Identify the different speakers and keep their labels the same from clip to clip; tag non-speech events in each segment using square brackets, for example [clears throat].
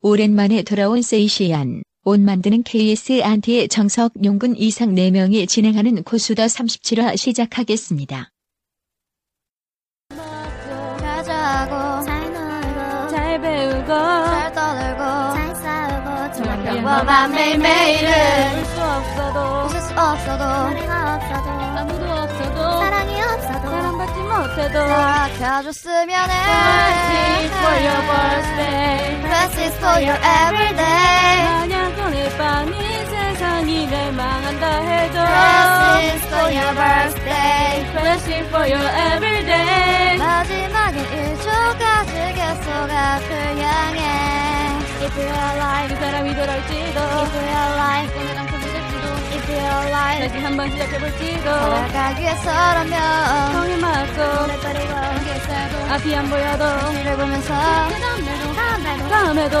Speaker 1: 오랜만에 돌아온 세이시안, 옷 만드는 KS 안티의 정석 용군 이상 4명이 진행하는 고수다 37화 시작하겠습니다.
Speaker 2: 잘 자고 잘 놀고
Speaker 3: 잘 배우고
Speaker 2: 잘 떠들고 잘 싸우고 정말
Speaker 3: 정말
Speaker 2: 평범한 매일매일을
Speaker 3: 수 없어도
Speaker 2: 웃을 수 없어도 머리가 없어도
Speaker 3: 아무도 없어도
Speaker 2: 사랑이 없어도
Speaker 3: 사랑받지 못해도
Speaker 2: 사랑해줬으면 해
Speaker 3: birthday
Speaker 2: Practice for your everyday
Speaker 3: 만약 오늘 밤이 세상이 멸망한다 해도
Speaker 2: Practice for your birthday
Speaker 3: Pressing for your everyday
Speaker 2: 마지막인 1초까지 계속 앞을 향해 If you're alive
Speaker 3: 그 사람이 돌아올지도
Speaker 2: If you're alive 오늘 안터질지도 If you're alive
Speaker 3: 다시 한번 시작해볼지도
Speaker 2: 살아가기 위해서라면
Speaker 3: 성에 맞고
Speaker 2: 손을 떨리고 함께 살고
Speaker 3: 앞이 안 보여도
Speaker 2: 앞뒤를 보면서 그전날도 다음날도
Speaker 3: 다음에도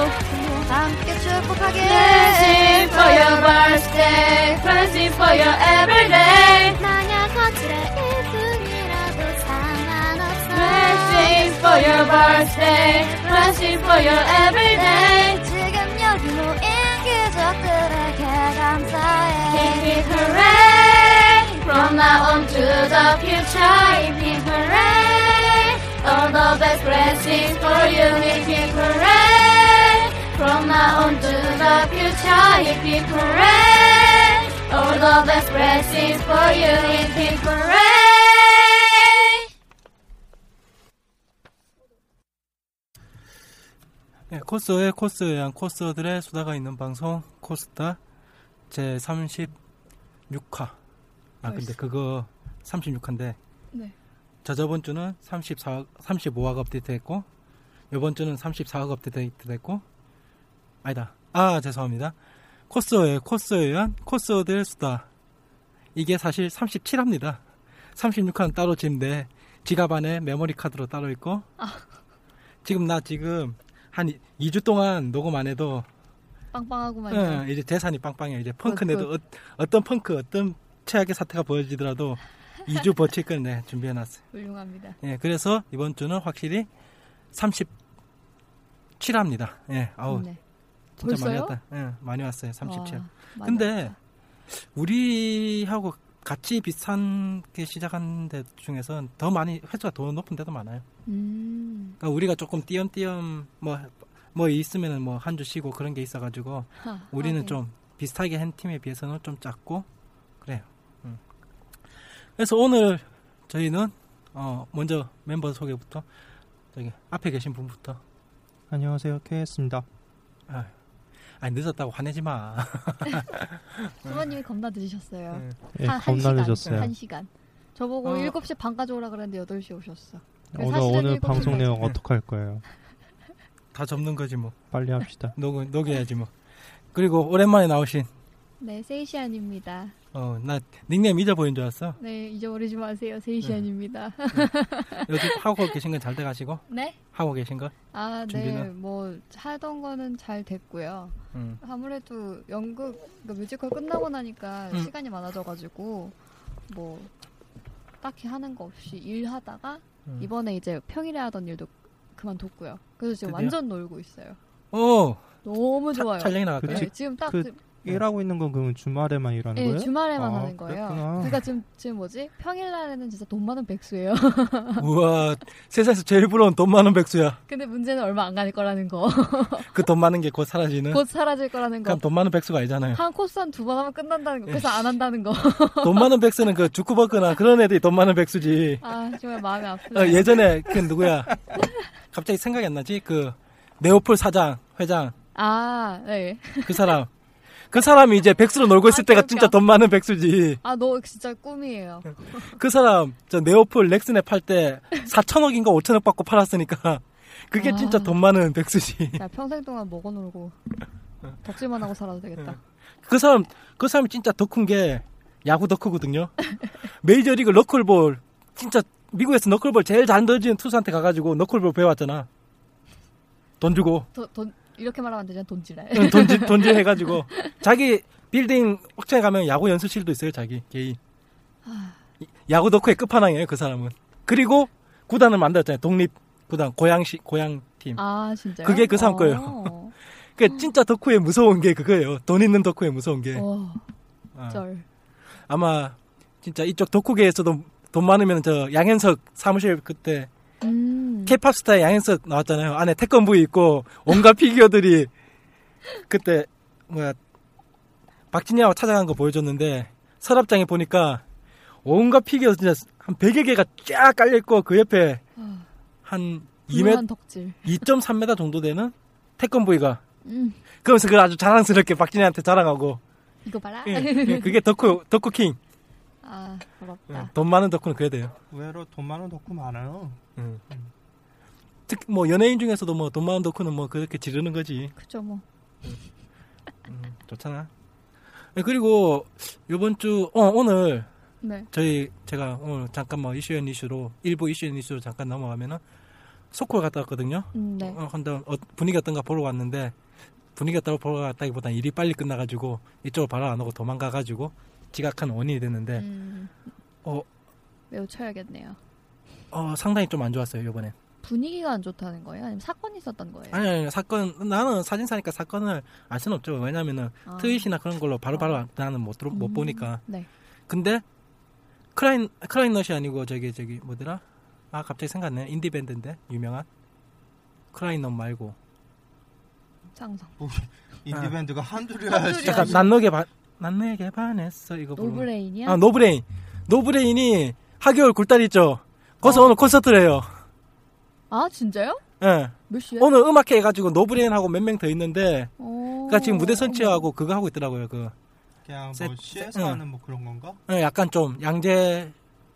Speaker 2: 함께 축복하길
Speaker 3: Pressing for your birthday Pressing for your everyday
Speaker 2: 만약 거칠의 1분이라도 상관없어
Speaker 3: Pressing for your birthday Pressing for your everyday
Speaker 2: 지금 여기 모인 기적들에게
Speaker 3: Keep
Speaker 2: 감사해
Speaker 3: it hooray From now on to the future Keep it hooray All the best blessings for you Keep it hooray From now on to the future Keep it hooray All the best blessings for you Keep it hooray
Speaker 4: 네, 코스의 코스에 의한 코스들의 수다가 있는 방송 코스다 제 36화. 아 근데 그거 36화인데.
Speaker 5: 네.
Speaker 4: 저 저번 주는 34 35화가 업데이트됐고 이번 주는 34화가 업데이트됐고 아니다. 아 죄송합니다. 코스의 코스에 의한 코스들의 수다. 이게 사실 37화입니다. 36화는 따로 집인데 지갑 안에 메모리 카드로 따로 있고 지금 나 지금 한 2주 동안 녹음 안 해도
Speaker 5: 빵빵하고만
Speaker 4: 응, 예, 이제 재산이 빵빵해. 이제 펑크
Speaker 5: 굿,
Speaker 4: 내도 어, 떤 펑크 어떤 최악의 사태가
Speaker 5: [laughs]
Speaker 4: 보여지더라도 2주 버틸 걸 내 준비해 놨어요.
Speaker 5: 훌륭합니다.
Speaker 4: 예, 그래서 이번 주는 확실히 37화입니다. 예, 아우
Speaker 5: 네.
Speaker 4: 진짜 많이
Speaker 5: 벌써요?
Speaker 4: 왔다. 예, 많이 왔어요. 37화.
Speaker 5: 와, 많이
Speaker 4: 근데
Speaker 5: 왔다.
Speaker 4: 우리하고 같이 비슷한 게 시작한 데 중에선 더 많이 횟수가 더 높은 데도 많아요.
Speaker 5: 음,
Speaker 4: 그러니까 우리가 조금 띄엄띄엄 뭐 뭐 있으면은 뭐 한 주 쉬고 그런 게 있어가지고
Speaker 5: 하,
Speaker 4: 우리는
Speaker 5: 아, 네.
Speaker 4: 좀 비슷하게 한 팀에 비해서는 좀 작고 그래요. 음. 그래서 오늘 저희는 어 먼저 멤버 소개부터 저기 앞에 계신 분부터
Speaker 6: 안녕하세요, 케이스입니다.
Speaker 4: 아니 늦었다고 화내지 마. [laughs]
Speaker 5: 부모님이 겁나 늦으셨어요.
Speaker 4: 예.
Speaker 6: 예,
Speaker 5: 한, 한
Speaker 6: 겁나
Speaker 5: 시간,
Speaker 6: 늦었어요.
Speaker 5: 한 시간. 저보고
Speaker 4: 어.
Speaker 5: 7시 반까지 오라 그랬는데 8시에 오셨어. 그래서
Speaker 6: 오늘
Speaker 5: 사실은
Speaker 6: 오늘
Speaker 5: 일곱
Speaker 6: 방송
Speaker 5: 시까지.
Speaker 6: 내용 어떻게 할 거예요?
Speaker 4: 다 접는 거지 뭐.
Speaker 6: 빨리 합시다.
Speaker 4: 녹 녹여야지 뭐. 그리고 오랜만에 나오신
Speaker 5: 네, 세이시안입니다.
Speaker 4: 어나 닉네임 잊어버린 줄 알았어.
Speaker 5: 네, 잊어버리지 마세요. 세이시안입니다.
Speaker 4: 요즘 하고 계신 건 잘 돼가시고
Speaker 5: 네?
Speaker 4: 하고 계신 거.
Speaker 5: 아, 네.
Speaker 4: 준비는?
Speaker 5: 뭐 하던 거는 잘 됐고요.
Speaker 4: 음.
Speaker 5: 아무래도 연극 그러니까 뮤지컬 끝나고 나니까
Speaker 4: 음.
Speaker 5: 시간이 많아져가지고 뭐 딱히 하는 거 없이 일하다가
Speaker 4: 음.
Speaker 5: 이번에 이제 평일에 하던 일도 그만뒀고요. 그래서 지금
Speaker 4: 드디어?
Speaker 5: 완전 놀고 있어요.
Speaker 4: 오
Speaker 5: 너무
Speaker 4: 차-
Speaker 5: 좋아요. 네,
Speaker 4: 촬영이 나갈까요?
Speaker 6: 그치.
Speaker 5: 지금 딱
Speaker 6: 그
Speaker 5: 그
Speaker 6: [laughs] 일하고 있는 건 그러면 주말에만 일하는
Speaker 5: 예,
Speaker 6: 거예요?
Speaker 5: 주말에만
Speaker 6: 아,
Speaker 5: 하는 거예요.
Speaker 6: 그렇구나.
Speaker 5: 그러니까 지금 지금 뭐지? 평일날에는 진짜 돈 많은 백수예요. [laughs]
Speaker 4: 우와 세상에서 제일 부러운 돈 많은 백수야.
Speaker 5: 근데 문제는 얼마 안 갈 거라는 [laughs] 거.
Speaker 4: 그 돈 많은 게 곧 사라지는.
Speaker 5: 곧 사라질 거라는 거.
Speaker 4: 그럼 돈 많은 백수가 아니잖아요.
Speaker 5: 한 코스 한 두 번 하면 끝난다는 거.
Speaker 4: 예.
Speaker 5: 그래서 안 한다는 거.
Speaker 4: [laughs] 돈 많은 백수는 그 주쿠버크나 그런 애들이 돈 많은 백수지.
Speaker 5: 아 정말 마음이
Speaker 4: 어,
Speaker 5: 아프네.
Speaker 4: 예전에 그 누구야? 갑자기 생각이 안 나지? 그 네오폴 사장 회장
Speaker 5: 아 네.
Speaker 4: 그 사람. 그 사람이 이제 백수로 놀고 있을
Speaker 5: 아,
Speaker 4: 때가
Speaker 5: 그러니까.
Speaker 4: 진짜 돈 많은 백수지.
Speaker 5: 아 너 진짜 꿈이에요.
Speaker 4: 그 사람 저 네오폴 렉슨에 팔 때 4천억인가 5천억 받고 팔았으니까 그게
Speaker 5: 아.
Speaker 4: 진짜 돈 많은 백수지.
Speaker 5: 나 평생 동안 먹어 놀고 덕질만 하고 살아도 되겠다.
Speaker 4: 그 사람 그 사람이 진짜 더 큰 게 야구 덕후거든요. 메이저리그 너클볼 진짜 미국에서 너클볼 제일 잘 던지는 투수한테 가가지고 너클볼 배웠잖아. 돈 주고
Speaker 5: 돈 돈- 이렇게 말하면 안 되잖아. 돈지랄.
Speaker 4: 응, 돈지 돈지 해가지고 자기 빌딩 옥상에 가면 야구 연습실도 있어요 자기 개인. 이- 야구 덕후의 끝판왕이에요 그 사람은. 그리고 구단을 만들었잖아요 독립 구단 고양시 고양 팀.
Speaker 5: 아 진짜요?
Speaker 4: 그게 그 사람 거예요.
Speaker 5: 어.
Speaker 4: 그 진짜 덕후의 무서운 게 그거예요. 돈 있는 덕후의 무서운 게.
Speaker 5: 어,
Speaker 4: 아,
Speaker 5: 쩔.
Speaker 4: 아마 진짜 이쪽 덕후계에서도 돈 많으면 저 양현석 사무실 그때
Speaker 5: 음.
Speaker 4: 케이팝 스타의 양현석 나왔잖아요. 안에 태권부이 있고
Speaker 5: [laughs]
Speaker 4: 온갖 피규어들이 그때 뭐야 박진영하고 찾아간 거 보여줬는데 서랍장에 보니까 온갖 피규어 진짜 한 100여 개가 쫙 깔려있고 그 옆에
Speaker 5: 아,
Speaker 4: 한 2m,
Speaker 5: 그 훌륭한 덕질.
Speaker 4: 2.3m 정도 되는 태권부이가
Speaker 5: 음.
Speaker 4: 그러면서 그걸 아주 자랑스럽게 박진영한테 자랑하고
Speaker 5: [laughs] 이거 봐라.
Speaker 4: 예, 예, 그게 덕후 덕후킹.
Speaker 5: 아
Speaker 4: 예,
Speaker 5: 부럽다.
Speaker 4: 돈 많은 덕후는 그래야 돼요.
Speaker 6: 의외로 돈 많은 덕후 많아요.
Speaker 4: 음. 특히 뭐 연예인 중에서도 뭐 돈 많은 덕후는 뭐 그렇게 지르는 거지.
Speaker 5: 그죠 뭐.
Speaker 4: 좋잖아. 예, 그리고 이번 주 어, 오늘
Speaker 5: 네.
Speaker 4: 저희 제가 오늘 잠깐 뭐 이슈 앤 이슈로 일부 이슈 앤 이슈로 잠깐 넘어가면은 소콜 갔다 왔거든요.
Speaker 5: 음, 네.
Speaker 4: 어, 근데 어, 분위기 어떤가 보러 왔는데 분위기 어떤가 보러 갔다기보단 일이 빨리 끝나가지고 이쪽으로 바로 안 오고 도망가가지고 지각한 원인이 됐는데
Speaker 5: 음.
Speaker 4: 네. 어.
Speaker 5: 매우 쳐야겠네요. 음.
Speaker 4: 어, 상당히 좀 안 좋았어요 이번에.
Speaker 5: 네. 분위기가 안 좋다는 거예요? 아니면 사건이 있었던 거예요?
Speaker 4: 아니 아니 사건 나는 사진사니까 사건을 알 수는 없죠 왜냐면은
Speaker 5: 아.
Speaker 4: 트윗이나 그런 걸로 바로바로 나는 못, 들어, 못
Speaker 5: 음,
Speaker 4: 보니까
Speaker 5: 네.
Speaker 4: 근데 크라인 크라인넛이 아니고 저기 저기 뭐더라 아 갑자기 생각나네 인디밴드인데 유명한 크라인넛 말고
Speaker 5: 상상.
Speaker 6: 아. 인디밴드가 한둘이야.
Speaker 4: 잠깐 난너게 반 난너에게 반했어 이거 부르는
Speaker 5: 아, 노브레인이야?
Speaker 4: 아 노브레인 노브레인이 하겨울 굴다리 있죠
Speaker 5: 어.
Speaker 4: 거기서 오늘 콘서트를 해요
Speaker 5: 아, 진짜요?
Speaker 4: 예
Speaker 5: 몇 시에?
Speaker 4: 오늘 음악회 해가지고 노브레인하고 몇 명 더 있는데
Speaker 5: 어.
Speaker 4: 그니까 그러니까 지금 무대 선치하고 그거 하고 있더라고요 그
Speaker 6: [laughs] 그냥
Speaker 4: 세-
Speaker 6: 뭐 시에서
Speaker 4: 응.
Speaker 6: 하는 뭐 그런 건가?
Speaker 4: 예, 약간 좀 양재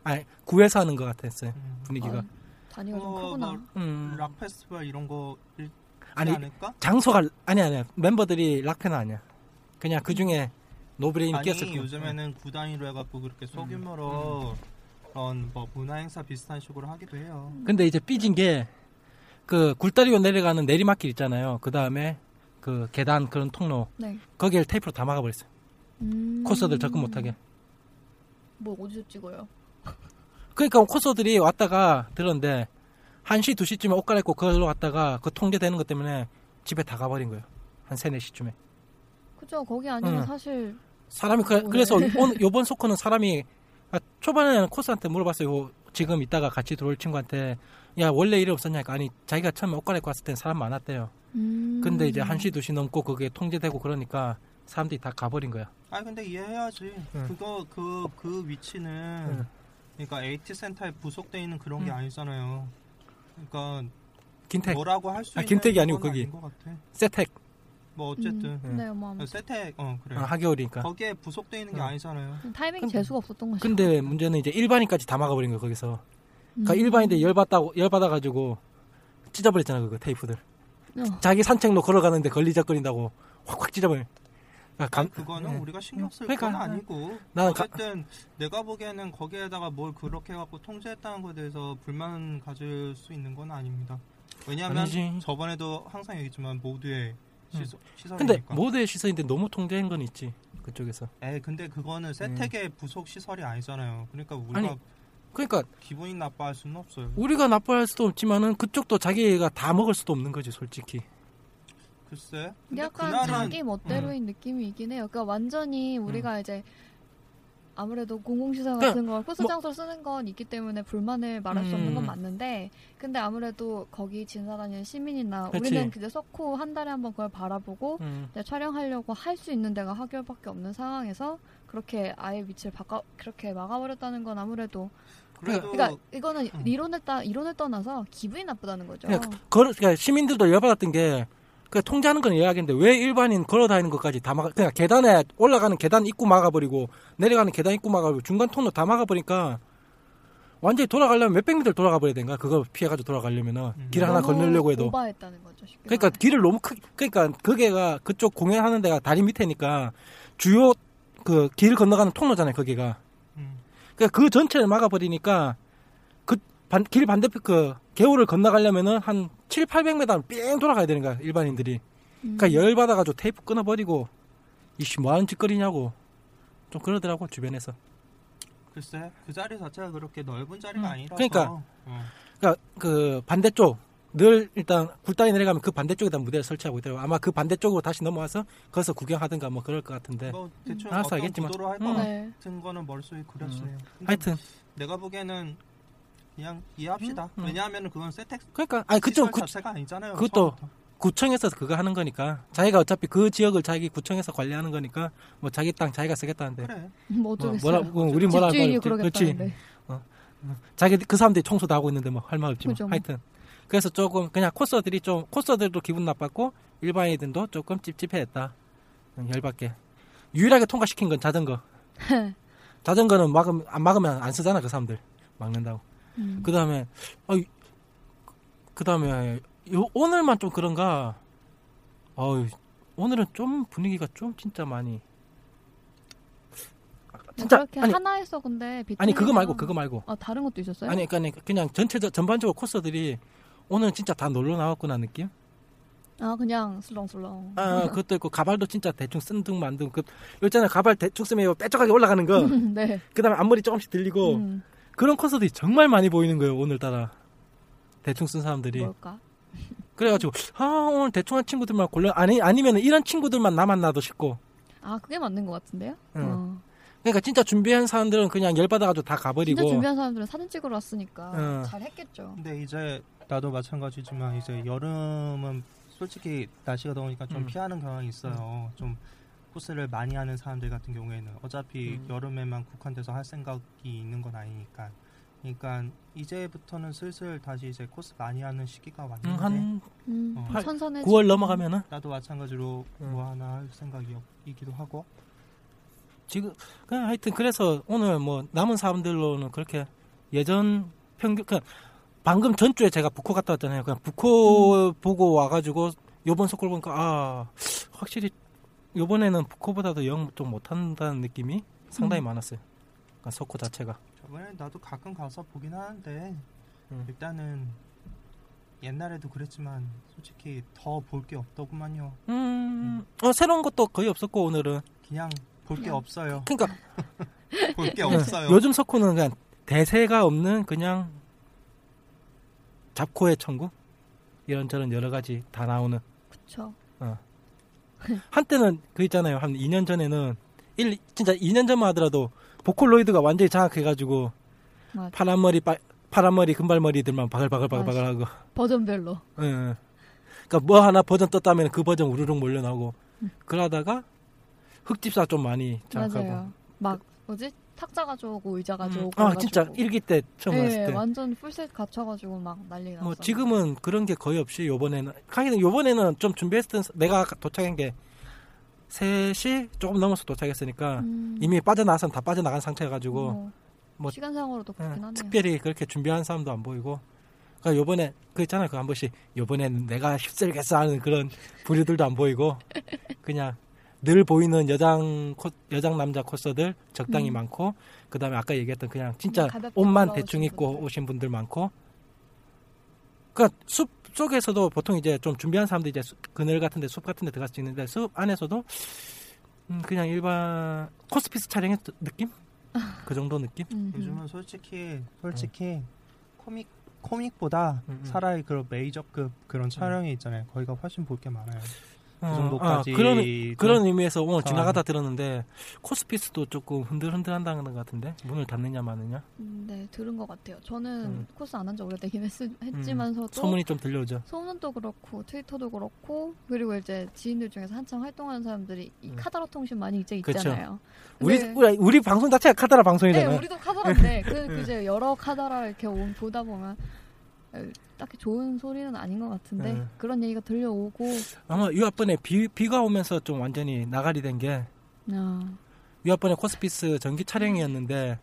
Speaker 4: 아니 구해서 하는 것 같았어요
Speaker 6: 음.
Speaker 4: 분위기가
Speaker 5: 아, 단위가 좀
Speaker 6: 어,
Speaker 5: 크구나.
Speaker 6: 뭐
Speaker 4: 음.
Speaker 6: 락 페스티벌 이런 거 있지
Speaker 4: 아니
Speaker 6: 않을까?
Speaker 4: 장소가 아니 아니야 멤버들이 락팬은 아니야 그냥 그 중에 노브레인
Speaker 6: 음. 아니
Speaker 4: 끼었을 뿐.
Speaker 6: 요즘에는 음. 구 단위로 해갖고 그렇게 소규모로 그런 뭐 문화 행사 비슷한 식으로 하기도 해요.
Speaker 4: 음. 근데 이제 삐진 게 그 굴다리로 내려가는 내리막길 있잖아요 그 다음에 그 계단 그런 통로
Speaker 5: 네.
Speaker 4: 거기를 테이프로 다 막아버렸어요
Speaker 5: 음.
Speaker 4: 코스들 접근 못하게
Speaker 5: 뭐, 어디서 찍어요?
Speaker 4: 그러니까 코스들이 왔다가 들었는데 1시 2시쯤에 옷 갈아입고 그걸로 왔다가 그 통제되는 것 때문에 집에 다 가버린 거예요 한 3, 4시쯤에
Speaker 5: 그죠, 거기 아니면
Speaker 4: 응.
Speaker 5: 사실.
Speaker 4: 사람이
Speaker 5: 네.
Speaker 4: 그, 래서
Speaker 5: [laughs]
Speaker 4: 요번 소코는 사람이 아, 초반에는 코스한테 물어봤어요. 요- 지금 이따가 같이 들어올 친구한테 야 원래 일이 없었냐니까 아니 자기가 처음에 옷 갈아입고 왔을 땐 사람 많았대요.
Speaker 5: 음.
Speaker 4: 근데 이제 1시 2시 넘고 그게 통제되고 그러니까 사람들이 다 가버린 거야.
Speaker 6: 아니 근데 이해해야지.
Speaker 4: 응.
Speaker 6: 그거 그 그 위치는
Speaker 4: 응.
Speaker 6: 그러니까 에이티 센터에 부속돼 있는 그런 게
Speaker 4: 응.
Speaker 6: 아니잖아요. 그러니까
Speaker 4: 긴택,
Speaker 6: 뭐라고 할 수
Speaker 4: 아,
Speaker 6: 있는
Speaker 4: 김택이 아니고
Speaker 6: 건
Speaker 4: 거기.
Speaker 6: 아닌 것 같아.
Speaker 4: 세택,
Speaker 6: 뭐 어쨌든
Speaker 5: 음. 네, 뭐, 아무튼.
Speaker 6: 세택 어 그래.
Speaker 4: 어, 하겨울이니까.
Speaker 6: 거기에 부속돼 있는 게
Speaker 4: 응.
Speaker 6: 아니잖아요.
Speaker 5: 타이밍
Speaker 4: 근데-
Speaker 5: 재수가 없었던 거죠.
Speaker 4: 근데 문제는 이제 일반인까지 다 막아버린 거야 거기서. 그러니까
Speaker 5: 음.
Speaker 4: 일반인들 열받다고 열받아가지고 찢어버렸잖아 그거 테이프들.
Speaker 5: 어.
Speaker 4: 자기 산책로 걸어가는데 걸리적거린다고 확확 찢어버려. 그러니까 감-
Speaker 6: 그거는
Speaker 4: 네.
Speaker 6: 우리가 신경 쓸
Speaker 4: 그러니까,
Speaker 6: 건 아니고
Speaker 4: 나는 가-
Speaker 6: 어쨌든 내가 보기에는 거기에다가 뭘 그렇게 갖고 통제했다는 거에 대해서 불만 가질 수 있는 건 아닙니다. 왜냐하면
Speaker 4: 아니지.
Speaker 6: 저번에도 항상 얘기했지만 모두의 시설, 시설이니까.
Speaker 4: 근데 모두의 시선인데 너무 통제한 건 있지 그쪽에서.
Speaker 6: 에 근데 그거는 세택의 부속 시설이 아니잖아요. 그러니까 우리가
Speaker 4: 네. 아니. 그러니까
Speaker 6: 기분이 나빠할 수는 없어요.
Speaker 4: 우리가 나빠할 수도 없지만은 그쪽도 자기가 다 먹을 수도 없는 거지 솔직히.
Speaker 6: 글쎄. 근데
Speaker 5: 약간
Speaker 6: 그날은
Speaker 5: 자기 멋대로인 느낌이 있긴 해요. 그러니까 완전히 우리가 이제 아무래도 공공시설
Speaker 4: 그냥
Speaker 5: 같은 걸 코스
Speaker 4: 뭐-
Speaker 5: 장소로 쓰는 건 있기 때문에 불만을 말할 수 없는 건
Speaker 4: 음.
Speaker 5: 맞는데 근데 아무래도 거기 진사다니는 시민이나
Speaker 4: 그치.
Speaker 5: 우리는 그냥 석호 한 달에 한 번 그걸 바라보고
Speaker 4: 음.
Speaker 5: 이제 네, 촬영하려고 할 수 있는 데가 학교밖에 없는 상황에서 그렇게 아예 위치를 바꿔 그렇게 막아버렸다는 건 아무래도
Speaker 6: 그래도
Speaker 4: 어.
Speaker 5: 그러니까 이거는
Speaker 6: 음.
Speaker 5: 이론을 따 이론을 떠나서 기분이 나쁘다는 거죠.
Speaker 4: 그냥 걸어, 그러니까 시민들도 열받았던 게, 그 통제하는 건 이해하겠는데 왜 일반인 걸어다니는 것까지 다 막아, 그냥 계단에 올라가는 계단 입구 막아버리고 내려가는 계단 입구 막아버리고 중간 통로 다 막아버리니까 완전히 돌아가려면 몇백 미터 돌아가버려야 되는가 그거 피해가지고 돌아가려면은
Speaker 6: 음.
Speaker 4: 길 하나
Speaker 5: 너무
Speaker 4: 걸리려고 해도
Speaker 5: 오바했다는 거죠. 쉽게
Speaker 4: 그러니까
Speaker 5: 말해.
Speaker 4: 길을 너무 크 그러니까 그게가 그쪽 공연하는 데가 다리 밑에니까 주요 그 길 건너가는 통로잖아요 거기가
Speaker 6: 음.
Speaker 4: 그러니까 그 전체를 막아버리니까 그 반 길 반대편 그 개울을 건너가려면은 한 7, 800m 삥 돌아가야 되는 거야 일반인들이 그러니까 열 받아가지고 테이프 끊어버리고 이씨 뭐하는 짓거리냐고 좀 그러더라고 주변에서
Speaker 6: 글쎄 그 자리 자체가 그렇게 넓은 자리가 아니라서.
Speaker 4: 그러니까.
Speaker 6: 어.
Speaker 4: 그러니까 그 반대쪽 늘 일단 굴다리 내려가면 그 반대쪽에다 무대를 설치하고 있더라고 아마 그 반대쪽으로 다시 넘어와서 거기서 구경하든가 뭐 그럴 것 같은데
Speaker 6: 뭐 대충
Speaker 4: 알아서
Speaker 6: 어떤
Speaker 4: 알겠지만.
Speaker 6: 구도로 할 것
Speaker 4: 음.
Speaker 5: 네.
Speaker 6: 같은 거는 머릿속에 그렸어요. 근데
Speaker 4: 하여튼
Speaker 6: 내가 보기에는 그냥 이해합시다.
Speaker 4: 음, 음.
Speaker 6: 왜냐하면 그건 세택
Speaker 4: 그러니까 아니 그쪽
Speaker 6: 시설
Speaker 4: 구,
Speaker 6: 자체가 아니잖아요.
Speaker 4: 그것도
Speaker 6: 처음부터.
Speaker 4: 구청에서 그거 하는 거니까 자기가 어차피 그 지역을 자기 구청에서 관리하는 거니까 뭐 자기 땅 자기가 쓰겠다는데
Speaker 6: 그래.
Speaker 5: 뭐
Speaker 4: 뭐,
Speaker 5: 어쩌겠어요.
Speaker 4: 뭐라 뭐, 우리 뭐라 할
Speaker 5: 집주인이
Speaker 4: 말이 없지. 그렇지
Speaker 5: 그러겠다는데.
Speaker 4: 자기 그 사람들이 청소도 하고 있는데 뭐 할 말 없지만
Speaker 5: 그죠, 뭐.
Speaker 4: 하여튼 그래서 조금 그냥 코스들이 좀 코스들도 기분 나빴고 일반인들도 조금 찝찝해했다 음, 열받게 유일하게 통과시킨 건
Speaker 5: [laughs]
Speaker 4: 자전거 자전거는 막으면 안 막으면 안 쓰잖아 그 사람들 막는다고
Speaker 5: 음.
Speaker 4: 그 다음에 그 다음에 오늘만 좀 그런가 어유 오늘은 좀 분위기가 좀 진짜 많이 진짜
Speaker 5: 네, 뭐 그렇게
Speaker 4: 아니
Speaker 5: 하나에서 근데 비틀리면-
Speaker 4: 아니 그거 말고 그거 말고
Speaker 5: 아 다른 것도 있었어요?
Speaker 4: 아니 그러니까 그냥 전체 적 전반적으로 코스들이 오늘 진짜 다 놀러 나왔구나 느낌.
Speaker 5: 아 그냥 술렁술렁. [laughs]
Speaker 4: 아 그것도 있고 가발도 진짜 대충 쓴 둥 만둥 그 있잖아요 가발 대충 쓰면 이거 뾰족하게 올라가는 거.
Speaker 5: 네.
Speaker 4: 그다음에 앞머리 조금씩 들리고
Speaker 5: 음,
Speaker 4: 그런 코스들이 정말 많이 보이는 거예요 오늘따라 대충 쓴 사람들이.
Speaker 5: 뭘까?
Speaker 4: 그래가지고 아 오늘 대충 한 친구들만 골라 아니 아니면 이런 친구들만 남았나도 싶고.
Speaker 5: 아 그게 맞는 것 같은데요?
Speaker 4: 응.
Speaker 5: 어.
Speaker 4: 그러니까 진짜 준비한 사람들은 그냥 열받아가지고 다
Speaker 5: 진짜
Speaker 4: 가버리고.
Speaker 5: 준비한 사람들은 사진 찍으러 왔으니까
Speaker 4: 응. 어.
Speaker 5: 잘했겠죠.
Speaker 6: 근데 이제 나도 마찬가지지만 이제 여름은 솔직히 날씨가 더우니까 좀
Speaker 4: 음.
Speaker 6: 피하는 경향이 있어요. 좀 코스를 많이 하는 사람들 같은 경우에는 어차피
Speaker 4: 음.
Speaker 6: 여름에만 국한돼서 할 생각이 있는 건 아니니까. 그러니까 이제부터는 슬슬 다시 이제 코스 많이 하는 시기가 왔는데
Speaker 4: 음, 한
Speaker 5: 음,
Speaker 6: 어.
Speaker 5: 천선에
Speaker 4: 9월 넘어가면은
Speaker 6: 나도 마찬가지로
Speaker 4: 음.
Speaker 6: 뭐 하나 할 생각이기도 하고
Speaker 4: 지금 그냥 하여튼 그래서 오늘 뭐 남은 사람들로는 그렇게 예전 평균 그냥 방금 전주에 제가 북코 갔다 왔잖아요. 그냥 북코
Speaker 5: 음.
Speaker 4: 보고 와가지고 요번 속골 보니까 아 확실히 요번에는 북코보다도 영 좀 못한다는 느낌이 상당히
Speaker 5: 음.
Speaker 4: 많았어요. 그러니까 속코 자체가
Speaker 6: 저번에 나도 가끔 가서 보긴 하는데
Speaker 4: 음.
Speaker 6: 일단은 옛날에도 그랬지만 솔직히 더 볼 게 없더구만요.
Speaker 4: 음, 어, 새로운 것도 거의 없었고 오늘은
Speaker 6: 그냥 볼
Speaker 5: [laughs]
Speaker 6: 게 없어요.
Speaker 4: 그러니까
Speaker 6: 볼
Speaker 5: 네.
Speaker 6: 게
Speaker 4: 그냥
Speaker 6: 없어요.
Speaker 4: 요즘 석호는 그냥 대세가 없는 그냥 잡코의 천국 이런저런 여러 가지 다 나오는
Speaker 5: 그쵸.
Speaker 4: 한때는 그 있잖아요. 한 2년 전에는 일 진짜 2년 전만 하더라도 보컬로이드가 완전히 장악해가지고
Speaker 5: 맞아.
Speaker 4: 파란 머리 빠, 파란 머리 금발 머리들만 바글바글바글바글 하고.
Speaker 5: 버전별로.
Speaker 4: 예, 예. 그러니까 뭐 하나 버전 떴다면 그 버전 우르륵 몰려 나오고 그러다가 흑집사 좀 많이 장악하고.
Speaker 5: 음. 맞아요. 막 뭐지? 탁자가 좋고 의자가
Speaker 4: 음,
Speaker 5: 좋고.
Speaker 4: 아 진짜
Speaker 5: 그래가지고.
Speaker 4: 일기 때 처음
Speaker 5: 예,
Speaker 4: 봤을 때.
Speaker 5: 완전 풀셋 갖춰가지고 막 난리 났어.
Speaker 4: 뭐 지금은 그런 게 거의 없이 요번에는 하긴 요번에는 좀 준비했던 내가 아까 도착한 게 3시 조금 넘어서 도착했으니까
Speaker 5: 음,
Speaker 4: 이미 빠져나선 다 빠져나간 상태여 가지고
Speaker 5: 뭐,
Speaker 4: 뭐-
Speaker 5: 시간상으로도 그렇긴 하네요.
Speaker 4: 특별히 그렇게 준비한 사람도 안 보이고 그러니까 요번에 그 있잖아요 그 한 번씩 요번에는 내가 휩쓸겠어 하는 그런 부류들도 안
Speaker 5: [laughs]
Speaker 4: 보이고 그냥 늘 보이는 여장 코, 여장 남자 코스들 적당히
Speaker 5: 음.
Speaker 4: 많고 그다음에 아까 얘기했던 그냥 진짜
Speaker 5: 가볍게
Speaker 4: 옷만
Speaker 5: 올라오신
Speaker 4: 대충 입고
Speaker 5: 분들.
Speaker 4: 오신 분들 많고 그러니까 숲 속에서도 보통 이제 좀 준비한 사람들이 이제 숲- 그늘 같은데 숲 같은데 들어갈 수 있는데 숲 안에서도 음, 그냥 일반 코스피스 촬영의 느낌 그 정도 느낌
Speaker 5: 음,
Speaker 6: 요즘은 솔직히 솔직히 코믹 코믹보다
Speaker 4: 음, 음.
Speaker 6: 차라리 그런 메이저급 그런 촬영이 음. 있잖아요. 거기가 훨씬 볼 게 많아요. 그
Speaker 4: 어,
Speaker 6: 정도까지
Speaker 4: 아, 그런
Speaker 6: 좀- 어.
Speaker 4: 그런 의미에서 오늘
Speaker 6: 상황이-
Speaker 4: 지나가다 들었는데 코스피스도 조금 흔들흔들한다는 것 같은데 문을 닫느냐 마느냐
Speaker 5: 음, 네, 들은 것 같아요. 저는
Speaker 4: 음.
Speaker 5: 코스 안 한 지 오래되긴 했, 했지만서도
Speaker 4: 소문이 좀 들려오죠.
Speaker 5: 소문은 또 그렇고 트위터도 그렇고 그리고 이제 지인들 중에서 한창 활동하는 사람들이 이
Speaker 4: 음.
Speaker 5: 카다라 통신 많이 이제
Speaker 4: 그쵸.
Speaker 5: 있잖아요.
Speaker 4: 우리
Speaker 5: 근데-
Speaker 4: 우리, 우리 방송 자체가 카더라
Speaker 5: 네,
Speaker 4: 방송이잖아요.
Speaker 5: 우리도 카다라인데 그,
Speaker 4: 네.
Speaker 5: 그 이제 여러 카다라 이렇게 온- 보다 보면 에, 딱히 좋은 소리는 아닌 것 같은데
Speaker 4: 네.
Speaker 5: 그런 얘기가 들려오고
Speaker 4: 아마 유아번에 비 비가 오면서 좀 완전히 나가리 된 게
Speaker 5: 아,
Speaker 4: 유아번에 코스피스 전기 촬영이었는데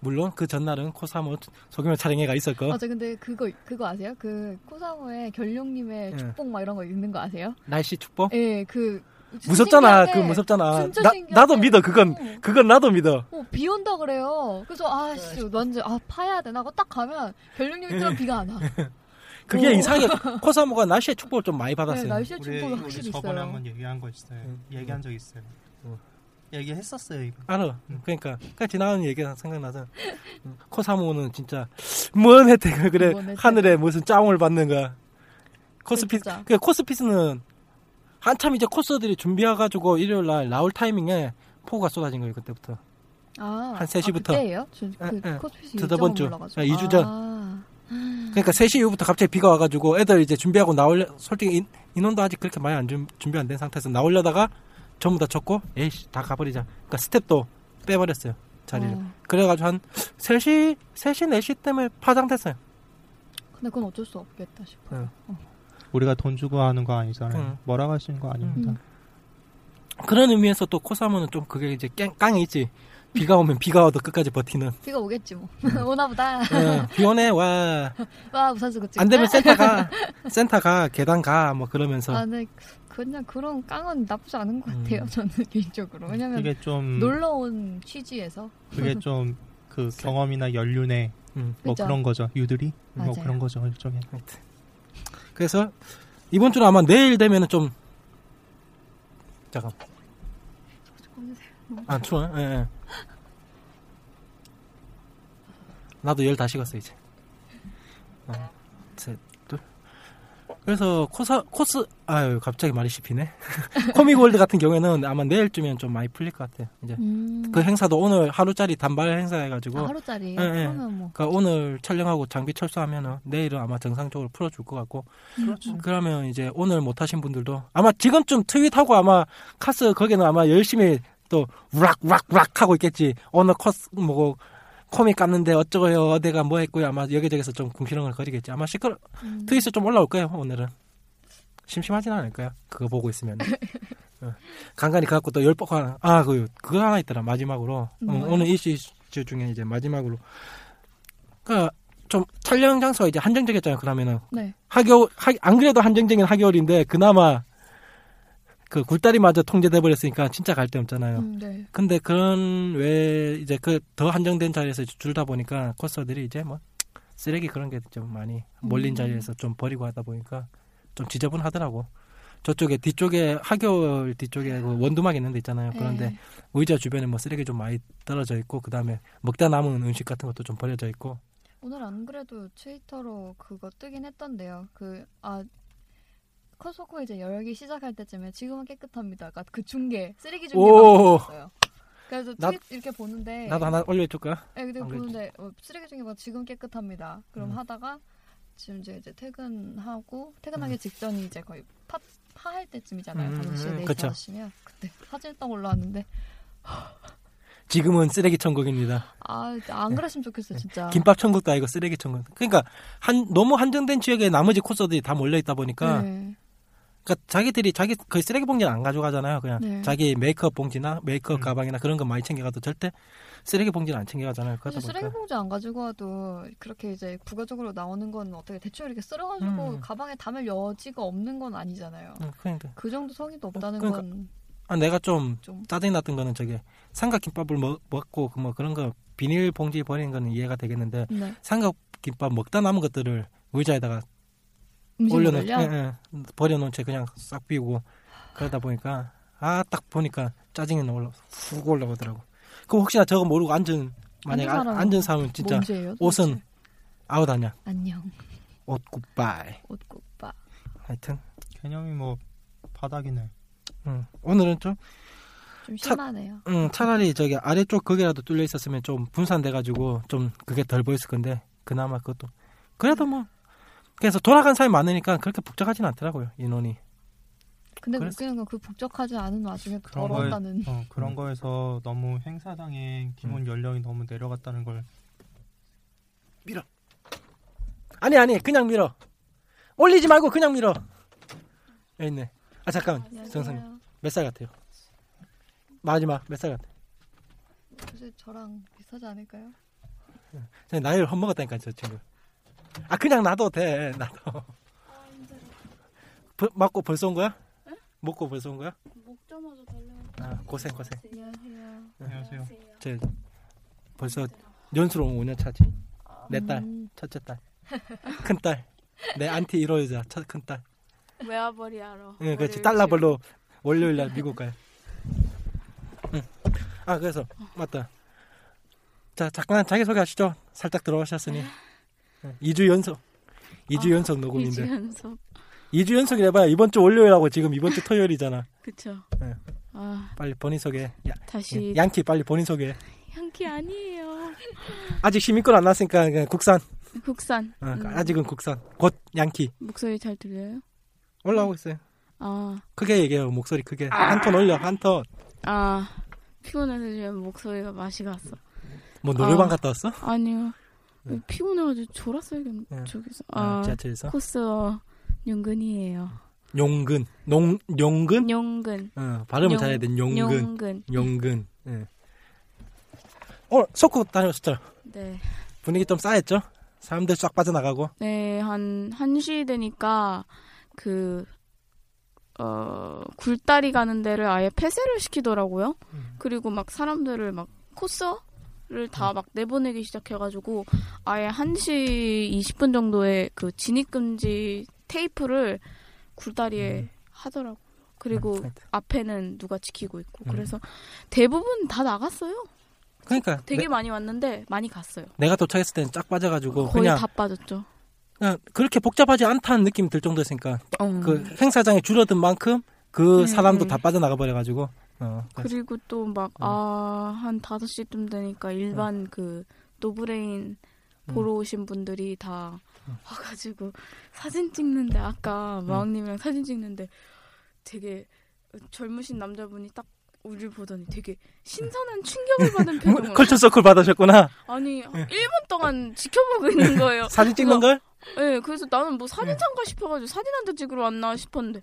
Speaker 4: 물론 그 전날은 코사모 소규모 촬영회가 있었고
Speaker 5: 맞아 근데 그거 그거 아세요? 그 코사모의 결룡님의
Speaker 4: 네.
Speaker 5: 축복 막 이런 거 읽는 거 아세요?
Speaker 4: 날씨 축복
Speaker 5: 예, 그
Speaker 4: 무섭잖아
Speaker 5: 신기한데
Speaker 4: 그 무섭잖아
Speaker 5: 진짜
Speaker 4: 나,
Speaker 5: 신기한데.
Speaker 4: 나도 믿어 그건
Speaker 5: 어.
Speaker 4: 그건 나도 믿어
Speaker 5: 어, 비 온다 그래요. 그래서
Speaker 6: 네,
Speaker 5: 아씨 완전 아 파야 되나 하고 딱 가면 결룡님이
Speaker 4: 네.
Speaker 5: 뜨면 비가 안 와.
Speaker 4: 그게
Speaker 5: 오. [laughs]
Speaker 4: 이상하게 코사모가 날씨의 축복을 좀 많이
Speaker 5: 어. 네,
Speaker 4: 받았어요
Speaker 5: 날씨의
Speaker 6: 우리,
Speaker 5: 축복이
Speaker 6: 우리
Speaker 5: 확실히
Speaker 6: 저번에
Speaker 5: 있어요.
Speaker 6: 한번 얘기한 거 있어요.
Speaker 4: 응.
Speaker 6: 얘기한 적 있어요.
Speaker 4: 응.
Speaker 6: 얘기했었어요 이거.
Speaker 4: 알아
Speaker 6: 음.
Speaker 4: 그러니까 그냥 지나가는 얘기가 생각나서 음, 코사모는 진짜 뭔 혜택을 그래
Speaker 5: 뭔 혜택.
Speaker 4: 하늘에 무슨 짜옹을 받는가 코스피스
Speaker 5: 진짜.
Speaker 4: 그 코스피스는 한참 이제 코스들이 준비해가지고 일요일 날 나올 타이밍에 폭우가 쏟아진 거예요 그때부터
Speaker 5: 아,
Speaker 4: 한 3시부터.
Speaker 5: 아, 그때예요? 저, 그
Speaker 4: 예, 예.
Speaker 5: 코스피스
Speaker 4: 저저번
Speaker 5: 일정은
Speaker 4: 주.
Speaker 5: 몰라가지고.
Speaker 4: 예, 이주 전.
Speaker 5: 아,
Speaker 4: 그러니까 3시 이후부터 갑자기 비가 와가지고 애들 이제 준비하고 나올 솔직히 인, 인원도 아직 그렇게 많이 안 준, 준비 안 된 상태에서 나오려다가 전부 다 쳤고 에이씨 다 가버리자 그러니까 스텝도 빼버렸어요 자리를
Speaker 5: 어,
Speaker 4: 그래가지고 한 3시 3시 4시 때문에 파장됐어요
Speaker 5: 근데 그건 어쩔 수 없겠다 싶어요.
Speaker 6: 우리가 돈 주고 하는 거 아니잖아요.
Speaker 4: 응.
Speaker 6: 뭐라고 하시는 거 아닙니다.
Speaker 5: 음.
Speaker 4: 그런 의미에서 또 코사모는 좀 그게 이제 깽, 깡이 있지 비가 오면 비가 와도 끝까지 버티는
Speaker 5: 비가 오겠지 뭐.
Speaker 4: 음.
Speaker 5: [laughs] 오나보다.
Speaker 4: 예, 비 오네 와안
Speaker 5: 와 우산 쓰고 찍.
Speaker 4: 되면 센터가 센터가 계단 가 뭐 그러면서
Speaker 5: 아, 네. 그냥 그런 깡은 나쁘지 않은 것
Speaker 4: 음.
Speaker 5: 같아요. 저는 개인적으로. 왜냐면
Speaker 6: 그게 좀
Speaker 5: 놀러 온 취지에서
Speaker 6: 그게 좀 그 경험이나 연륜의
Speaker 4: 음.
Speaker 6: 뭐
Speaker 5: 그죠.
Speaker 6: 그런 거죠. 유들이 뭐
Speaker 5: 맞아요.
Speaker 6: 그런 거죠 일종의.
Speaker 4: 그래서 이번 주는 아마 내일 되면은 좀 잠깐 아 추워 예, 예. 나도 열 다 식었어 이제 하나 셋둘 그래서 코사 코스 아유 갑자기 말이 씹히네 [laughs] 코미골드 같은 경우에는 아마 내일쯤엔 좀 많이 풀릴 것 같아요 이제
Speaker 5: 음.
Speaker 4: 그 행사도 오늘 하루짜리 단발 행사해가지고
Speaker 5: 아, 하루짜리.
Speaker 4: 예, 예.
Speaker 5: 그러면 뭐
Speaker 4: 그러니까 오늘 촬영하고 장비 철수하면은 내일은 아마 정상적으로 풀어줄 것 같고
Speaker 6: 그렇죠.
Speaker 4: 그러면 이제 오늘 못 하신 분들도 아마 지금쯤 트윗하고 아마 카스 거기는 아마 열심히 또 우락우락우락 하고 있겠지 오늘 커스 뭐고 코믹 갔는데 어쩌고요 어디가 뭐 했고요 아마 여기저기서 좀 궁시렁을 거리겠지 아마 시끄러
Speaker 5: 음.
Speaker 4: 트윗이 좀 올라올 거예요 오늘은 심심하진 않을 거요 그거 보고
Speaker 5: [laughs]
Speaker 4: 있으면 어. 간간히 가갖고 또 열폭 하나 아그 그거 하나 있더라 마지막으로
Speaker 5: 음,
Speaker 4: 어,
Speaker 5: 뭐요?
Speaker 4: 오늘 이슈 이슈 중에 이제 마지막으로 그러니까 좀 촬영 장소가 이제 한정적이었잖아요 그러면은
Speaker 5: 네.
Speaker 4: 하겨울 하- 안 그래도 한정적인 하겨울인데 그나마 그 굴다리마저 통제돼 버렸으니까 진짜 갈 데 없잖아요.
Speaker 5: 음, 네.
Speaker 4: 근데 그런 외에 이제 그 더 한정된 자리에서 줄다 보니까 코스들이 이제 뭐 쓰레기 그런 게 좀 많이 몰린
Speaker 5: 음.
Speaker 4: 자리에서 좀 버리고 하다 보니까 좀 지저분하더라고. 저쪽에 뒤쪽에 하겨울 뒤쪽에 그 원두막 있는 데 있잖아요. 그런데
Speaker 5: 예.
Speaker 4: 의자 주변에 뭐 쓰레기 좀 많이 떨어져 있고 그다음에 먹다 남은 음식 같은 것도 좀 버려져 있고
Speaker 5: 오늘 안 그래도 트위터로 그거 뜨긴 했던데요. 그, 아, 코소코 이제 열기 시작할 때쯤에 지금은 깨끗합니다. 아까 그 중계, 쓰레기
Speaker 4: 오!
Speaker 5: 중계였어요. 그래서
Speaker 4: 나-
Speaker 5: 트윗 이렇게 보는데,
Speaker 4: 나도 하나 올려줄까?
Speaker 5: 예, 근데
Speaker 4: 안 그래도-
Speaker 5: 보는데 어, 쓰레기 중계가 지금 깨끗합니다. 그럼
Speaker 4: 음.
Speaker 5: 하다가 지금 이제, 이제 퇴근하고 퇴근하기 직전이 이제 거의 파 파할 때쯤이잖아요.
Speaker 4: 음,
Speaker 5: 다섯 시에
Speaker 4: 음,
Speaker 5: 내일
Speaker 4: 그쵸.
Speaker 5: 다섯 시면 그때 사진 딱 올라왔는데
Speaker 4: 지금은 쓰레기 천국입니다.
Speaker 5: 아 안 그랬으면 좋겠어요, 진짜.
Speaker 4: 네. 김밥 천국도 아니고 쓰레기 천국. 그러니까 한 너무 한정된 지역에 나머지 코스들이 다 몰려 있다 보니까
Speaker 5: 네.
Speaker 4: 그러니까 자기들이 자기 거의 쓰레기 봉지는 안 가져가잖아요. 그냥
Speaker 5: 네.
Speaker 4: 자기 메이크업 봉지나 메이크업
Speaker 6: 음.
Speaker 4: 가방이나 그런 거 많이 챙겨가도 절대 쓰레기 봉지는 안 챙겨가잖아요. 그러다
Speaker 5: 사실 쓰레기
Speaker 4: 보니까
Speaker 5: 봉지 안 가지고 와도 그렇게 이제 부가적으로 나오는 건 어떻게 대충 이렇게 쓸어가지고
Speaker 4: 음.
Speaker 5: 가방에 담을 여지가 없는 건 아니잖아요.
Speaker 4: 음, 그러니까
Speaker 5: 그 정도 성의도 없다는
Speaker 4: 그러니까
Speaker 5: 건
Speaker 4: 아, 내가 좀
Speaker 5: 좀.
Speaker 4: 짜증 났던 거는 저게 삼각김밥을 먹, 먹고 그뭐 그런 거 비닐 봉지 버리는 거는 이해가 되겠는데
Speaker 5: 네.
Speaker 4: 삼각김밥 먹다 남은 것들을 의자에다가
Speaker 5: 음식을
Speaker 4: 올려놓,
Speaker 5: 올려.
Speaker 4: 예, 예. 버려놓은 채 그냥 싹 비우고 그러다 보니까 아 딱 보니까 짜증이 올라 훅 올라오더라고. 그럼 혹시나 저거 모르고 앉은 만약
Speaker 5: 앉은 사람은
Speaker 4: 앉은 사람은 진짜
Speaker 5: 뭔지예요?
Speaker 4: 옷은
Speaker 5: 도대체?
Speaker 4: 아웃 아니야.
Speaker 5: 안녕
Speaker 4: 옷 굿바이.
Speaker 5: 옷 굽바.
Speaker 4: 하여튼
Speaker 6: 개념이 뭐 바닥이네.
Speaker 4: 음, 오늘은 좀
Speaker 5: 좀
Speaker 4: 차-
Speaker 5: 심하네요.
Speaker 4: 음, 차라리 저기 아래쪽 그게라도 뚫려 있었으면 좀 분산돼가지고 좀 그게 덜 보였을 건데 그나마 그것도 그래도 뭐 그래서 돌아간 사람이 많으니까 그렇게 복잡하진 않더라고요 인원이
Speaker 5: 근데
Speaker 4: 그래서-
Speaker 5: 웃기는 건 그 복잡하지 않은 와중에
Speaker 6: 그런 걸-
Speaker 5: 더러웠다는
Speaker 6: 어,
Speaker 4: 음.
Speaker 6: 그런 거에서 너무 행사장의 기본 연령이 너무 내려갔다는 걸
Speaker 4: 아니 아니 그냥 밀어 올리지 말고 그냥 밀어 여기 있네 아 잠깐 정선님
Speaker 5: 안녕하세요.
Speaker 4: 몇 살 같아요 마지막 몇 살 같아요
Speaker 5: 요새 저랑 비슷하지 않을까요?
Speaker 4: 그냥 나이를 헛먹었다니까 저 친구 아 그냥 놔도 돼 나도 맞고 벌써 온 거야? 먹고 벌써 온 거야?
Speaker 2: 목자마자 달려.
Speaker 4: 아 고생 고생
Speaker 5: 안녕하세요.
Speaker 4: 네.
Speaker 6: 안녕하세요.
Speaker 4: 제 벌써 연수로 5년 차지. 내 딸,
Speaker 5: 음.
Speaker 4: 첫째 딸, 큰 딸, 내 안티 1호 여자, 첫 큰 딸.
Speaker 2: 외화벌이 알아.
Speaker 4: 예, 그렇지. 달러벌로 월요일 날 미국 가요. 응. 아 그래서 맞다. 자 잠깐 자기 소개하시죠. 살짝 들어가셨으니 예, 2주 연속, 2주 연속 녹음인데
Speaker 2: 아, 이주연소.
Speaker 4: 2주 연속이래봐야 이번 주 월요일하고 지금 이번 주 토요일이잖아.
Speaker 2: 그쵸.
Speaker 4: 네.
Speaker 2: 아
Speaker 4: 빨리 본인 소개. 야, 예,
Speaker 2: 다시
Speaker 4: 양키 빨리 본인 소개.
Speaker 2: 향기 아니에요.
Speaker 4: 아직 시민권 안 났으니까 그냥 국산.
Speaker 2: 국산.
Speaker 4: 어,
Speaker 2: 음,
Speaker 4: 아직은 국산. 곧 양키.
Speaker 2: 목소리 잘 들려요?
Speaker 4: 올라오고 있어요.
Speaker 2: 아,
Speaker 4: 크게 얘기해요. 목소리 크게. 한 톤 올려. 한 톤.
Speaker 2: 아 피곤해서 지금 목소리가 맛이 갔어.
Speaker 4: 뭐 노래방
Speaker 2: 아.
Speaker 4: 갔다 왔어?
Speaker 2: 아니요.
Speaker 4: 네.
Speaker 2: 피곤해가지고 졸았어요.
Speaker 4: 네.
Speaker 2: 저기서.
Speaker 4: 아,
Speaker 2: 아,
Speaker 4: 지하철에서.
Speaker 2: 코스 어, 용근이에요.
Speaker 4: 용근. 농 용근?
Speaker 2: 용근.
Speaker 4: 어, 발음을
Speaker 2: 용-
Speaker 4: 잘해야 돼. 용근.
Speaker 2: 용근.
Speaker 4: 용근. 예. 어, 소코 다녀오셨죠?
Speaker 2: 네.
Speaker 4: 분위기 좀 싸했죠? 사람들 쫙 빠져나가고.
Speaker 2: 네, 한 1시 되니까 그 어, 굴다리 가는 데를 아예 폐쇄를 시키더라고요. 그리고 막 사람들을 막 코스를 다 막 내보내기 시작해가지고 아예 1시 20분 정도에 그 진입금지 테이프를 굴다리에 하더라고요. 그리고
Speaker 4: 음,
Speaker 2: 앞에는 누가 지키고 있고
Speaker 4: 음.
Speaker 2: 그래서 대부분 다 나갔어요.
Speaker 4: 그러니까
Speaker 2: 되게
Speaker 4: 내,
Speaker 2: 많이 왔는데 많이 갔어요.
Speaker 4: 내가 도착했을 때는 쫙 빠져가지고
Speaker 2: 거의
Speaker 4: 그냥,
Speaker 2: 다 빠졌죠.
Speaker 4: 그냥 그렇게 복잡하지 않다는 느낌이 들 정도였으니까
Speaker 2: 어.
Speaker 4: 그 행사장이 줄어든 만큼 그
Speaker 2: 음.
Speaker 4: 사람도 다 빠져나가 버려가지고 어, 그래서
Speaker 2: 그리고 또 막 아, 한 5시쯤 되니까 일반 그 노브레인 보러 오신 분들이 다 와가지고 사진 찍는데 아까 마왕님이랑 사진 찍는데 되게 젊으신 남자분이 딱 우리를 보더니 되게 신선한 충격을 받은 표정을
Speaker 4: [laughs] 컬처 서클 받으셨구나
Speaker 2: 아니 1분 동안 지켜보고 있는 거예요.
Speaker 4: 사진 찍는 걸?
Speaker 2: 예, 그래서 나는 뭐 사진 창가 싶어가지고 사진 한 장 찍으러 왔나 싶었는데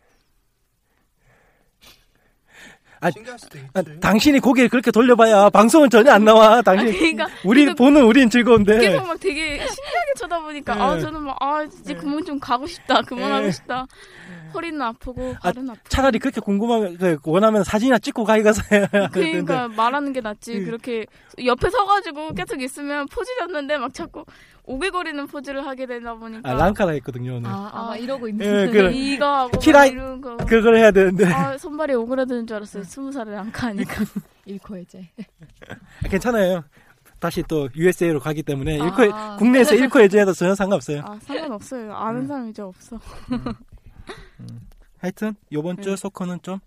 Speaker 4: 아,
Speaker 6: 신기할 수도 있지.
Speaker 4: 아, 당신이 고개를 그렇게 돌려봐야 방송은 전혀 안 나와. 당신
Speaker 2: 그러니까
Speaker 4: 우리
Speaker 2: 계속-
Speaker 4: 보는 우린 즐거운데.
Speaker 2: 계속 막 되게 신기하게 쳐다보니까 아
Speaker 4: 예.
Speaker 2: 저는 막 아 이제 그만 좀 가고 싶다
Speaker 4: 네.
Speaker 2: 그만하고 싶다 허리는 아프고 발은 아, 프고
Speaker 4: 차라리 그렇게 궁금하면 그 원하면 사진이나 찍고 가기가 사야 되는데.
Speaker 2: 그러니까 말하는 게 낫지
Speaker 4: 예.
Speaker 2: 그렇게 옆에 서가지고 계속 있으면 포즈 잡는데 막 자꾸 오글거리는 포즈를 하게 되다 보니까
Speaker 4: 아, 랑카라 했거든요 오늘.
Speaker 5: 아, 아, 이러고 있는.
Speaker 4: 예, 그래.
Speaker 2: 이거 하고
Speaker 4: 키라이-
Speaker 2: 이런 거
Speaker 4: 그걸 해야 되는데
Speaker 2: 아, 손발이 오그라드는 줄 알았어요.
Speaker 4: 네.
Speaker 2: 스무 살을 안 가니까.
Speaker 5: 일코 이제.
Speaker 4: 괜찮아요. 다시 또 USA로 가기 때문에
Speaker 2: 아.
Speaker 4: 일코
Speaker 2: [laughs]
Speaker 4: 국내에서 일코 해제해도 전혀 상관없어요.
Speaker 2: 아, 상관없어요. 아는
Speaker 4: 음.
Speaker 2: 사람 이제 없어.
Speaker 4: 하여튼 요번 주
Speaker 2: 음.
Speaker 4: 소커는 좀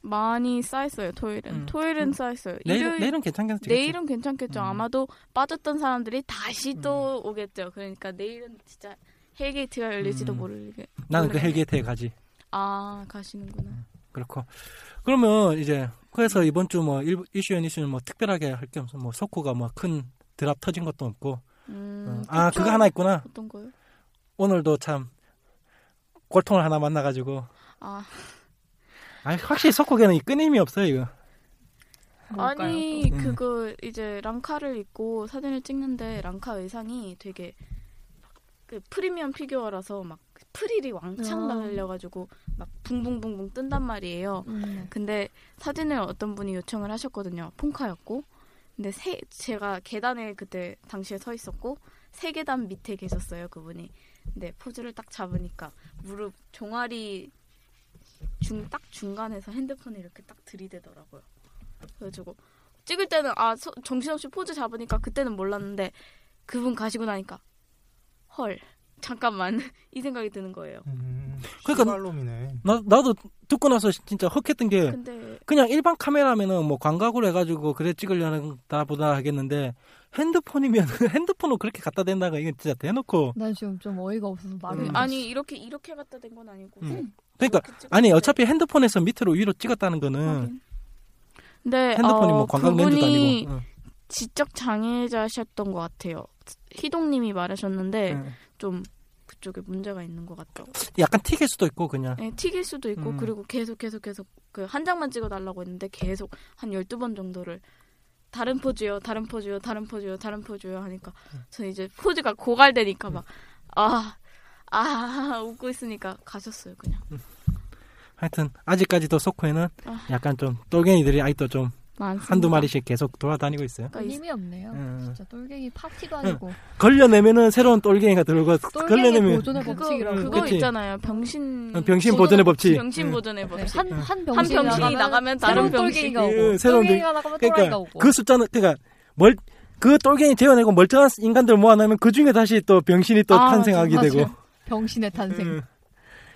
Speaker 2: 많이 쌓였어요, 토요일은.
Speaker 4: 음.
Speaker 2: 토요일은 쌓였어요.
Speaker 4: 내일,
Speaker 2: 일요일-
Speaker 4: 내일은 괜찮겠지.
Speaker 2: 내일은 괜찮겠죠.
Speaker 4: 음.
Speaker 2: 아마도 빠졌던 사람들이 다시 또 오겠죠. 그러니까 내일은 진짜 헬게이트가 열릴지도
Speaker 4: 음.
Speaker 2: 모르게.
Speaker 4: 나는 그
Speaker 2: 모르겠네.
Speaker 4: 헬게이트에 가지.
Speaker 2: 아 가시는구나.
Speaker 4: 그렇고 그러면 이제 그래서 이번 주 뭐 이슈연 이슈는 뭐 특별하게 할 게 없어. 뭐 소코가 뭐 큰 드랍 터진 것도 없고.
Speaker 2: 음,
Speaker 4: 어. 아
Speaker 2: 그쵸?
Speaker 4: 그거 하나 있구나.
Speaker 2: 어떤 거요?
Speaker 4: 오늘도 참 골통을 하나 만나가지고
Speaker 2: 아
Speaker 4: 아니 확실히 석고개는 이 끊임이 없어요 이거
Speaker 2: 아니
Speaker 4: 또? 음.
Speaker 2: 그거 이제 랑카를 입고 사진을 찍는데 랑카 의상이 되게 그 프리미엄 피규어라서 막 프릴이 왕창
Speaker 5: 아.
Speaker 2: 날려가지고 막 붕붕붕붕 뜬단 말이에요.
Speaker 5: 음.
Speaker 2: 근데 사진을 어떤 분이 요청을 하셨거든요. 폰카였고. 근데 세, 제가 계단에 네, 그때 당시에 서 있었고 세 계단 밑에 계셨어요, 그분이. 근데 포즈를 딱 잡으니까 무릎 종아리 중 딱 중간에서 핸드폰을 이렇게 딱 들이대더라고요. 그래가지고 찍을 때는 아 소- 정신없이 포즈 잡으니까 그때는 몰랐는데 그분 가시고 나니까 헐 잠깐만 [laughs] 이 생각이 드는 거예요.
Speaker 6: 음,
Speaker 4: 그러니까-
Speaker 6: 발놈이네.
Speaker 4: 나, 나도 듣고 나서 진짜 헉했던 게
Speaker 2: 근데
Speaker 4: 그냥 일반 카메라면은 뭐 광각으로 해가지고 그래 찍으려다 보다 하겠는데 [laughs] 핸드폰이면 핸드폰으로 그렇게 갖다 댄다가 이건 진짜 대놓고
Speaker 5: 난 지금 좀 어이가 없어서 말을
Speaker 4: 음.
Speaker 2: 아니 이렇게 이렇게 갖다 댄 건 아니고
Speaker 4: 음. 그러니까
Speaker 2: 이렇게 찍었는데.
Speaker 4: 아니 어차피 핸드폰에서 밑으로 위로 찍었다는 거는
Speaker 2: 하긴. 네,
Speaker 4: 핸드폰이
Speaker 2: 어,
Speaker 4: 뭐 광각 렌즈도
Speaker 2: 그분이
Speaker 4: 아니고 응.
Speaker 2: 지적 장애자셨던 것 같아요. 희동님이
Speaker 5: 네.
Speaker 2: 말하셨는데
Speaker 4: 응.
Speaker 2: 좀 그쪽에 문제가 있는 것 같다고.
Speaker 4: 약간 튀길 수도 있고 그냥
Speaker 2: 네, 튀길 수도 있고
Speaker 4: 음.
Speaker 2: 그리고 계속 계속 계속 그 한 장만 찍어달라고 했는데 계속 한 12번 정도를 다른 포즈요 다른 포즈요 다른 포즈요 다른 포즈요 하니까 저는 이제 포즈가 고갈되니까 막아아 웃고 있으니까 가셨어요 그냥
Speaker 4: 하여튼 아직까지도 소코에는
Speaker 2: 아.
Speaker 4: 약간 좀 똘갱이들이 아직도 좀
Speaker 2: 많습니다.
Speaker 4: 한두 마리씩 계속 돌아다니고 있어요
Speaker 2: 그러니까
Speaker 5: 의미 없네요.
Speaker 4: 응.
Speaker 5: 진짜 똘갱이
Speaker 4: 예.
Speaker 5: 파티도 아니고
Speaker 4: 걸려내면은 새로운 똘갱이가 들고
Speaker 5: 똘갱이
Speaker 4: 걸려내면
Speaker 5: 보존의
Speaker 2: 그거
Speaker 5: 법칙이라고
Speaker 2: 그거
Speaker 4: 그치?
Speaker 2: 있잖아요 병신
Speaker 4: 어, 병신 보존의 법칙. 음.
Speaker 2: 병신
Speaker 4: 응.
Speaker 5: 네.
Speaker 2: 보존의 법칙
Speaker 5: 한, 한 병신이,
Speaker 2: 병신이 나가면 다른
Speaker 5: 새로운
Speaker 2: 병신이
Speaker 5: 똘갱이가
Speaker 4: 예,
Speaker 5: 오고
Speaker 4: 새로운
Speaker 5: 똘갱이가 나가면 또라이가
Speaker 4: 그러니까
Speaker 5: 오고
Speaker 4: 그 숫자는 그러니까 멀 그 똘갱이 재워내고 멀쩡한 인간들 모아내면 그 중에 다시 또 병신이 또
Speaker 2: 아,
Speaker 4: 탄생하게
Speaker 5: 맞아요.
Speaker 4: 되고
Speaker 5: 병신의 탄생
Speaker 4: 음,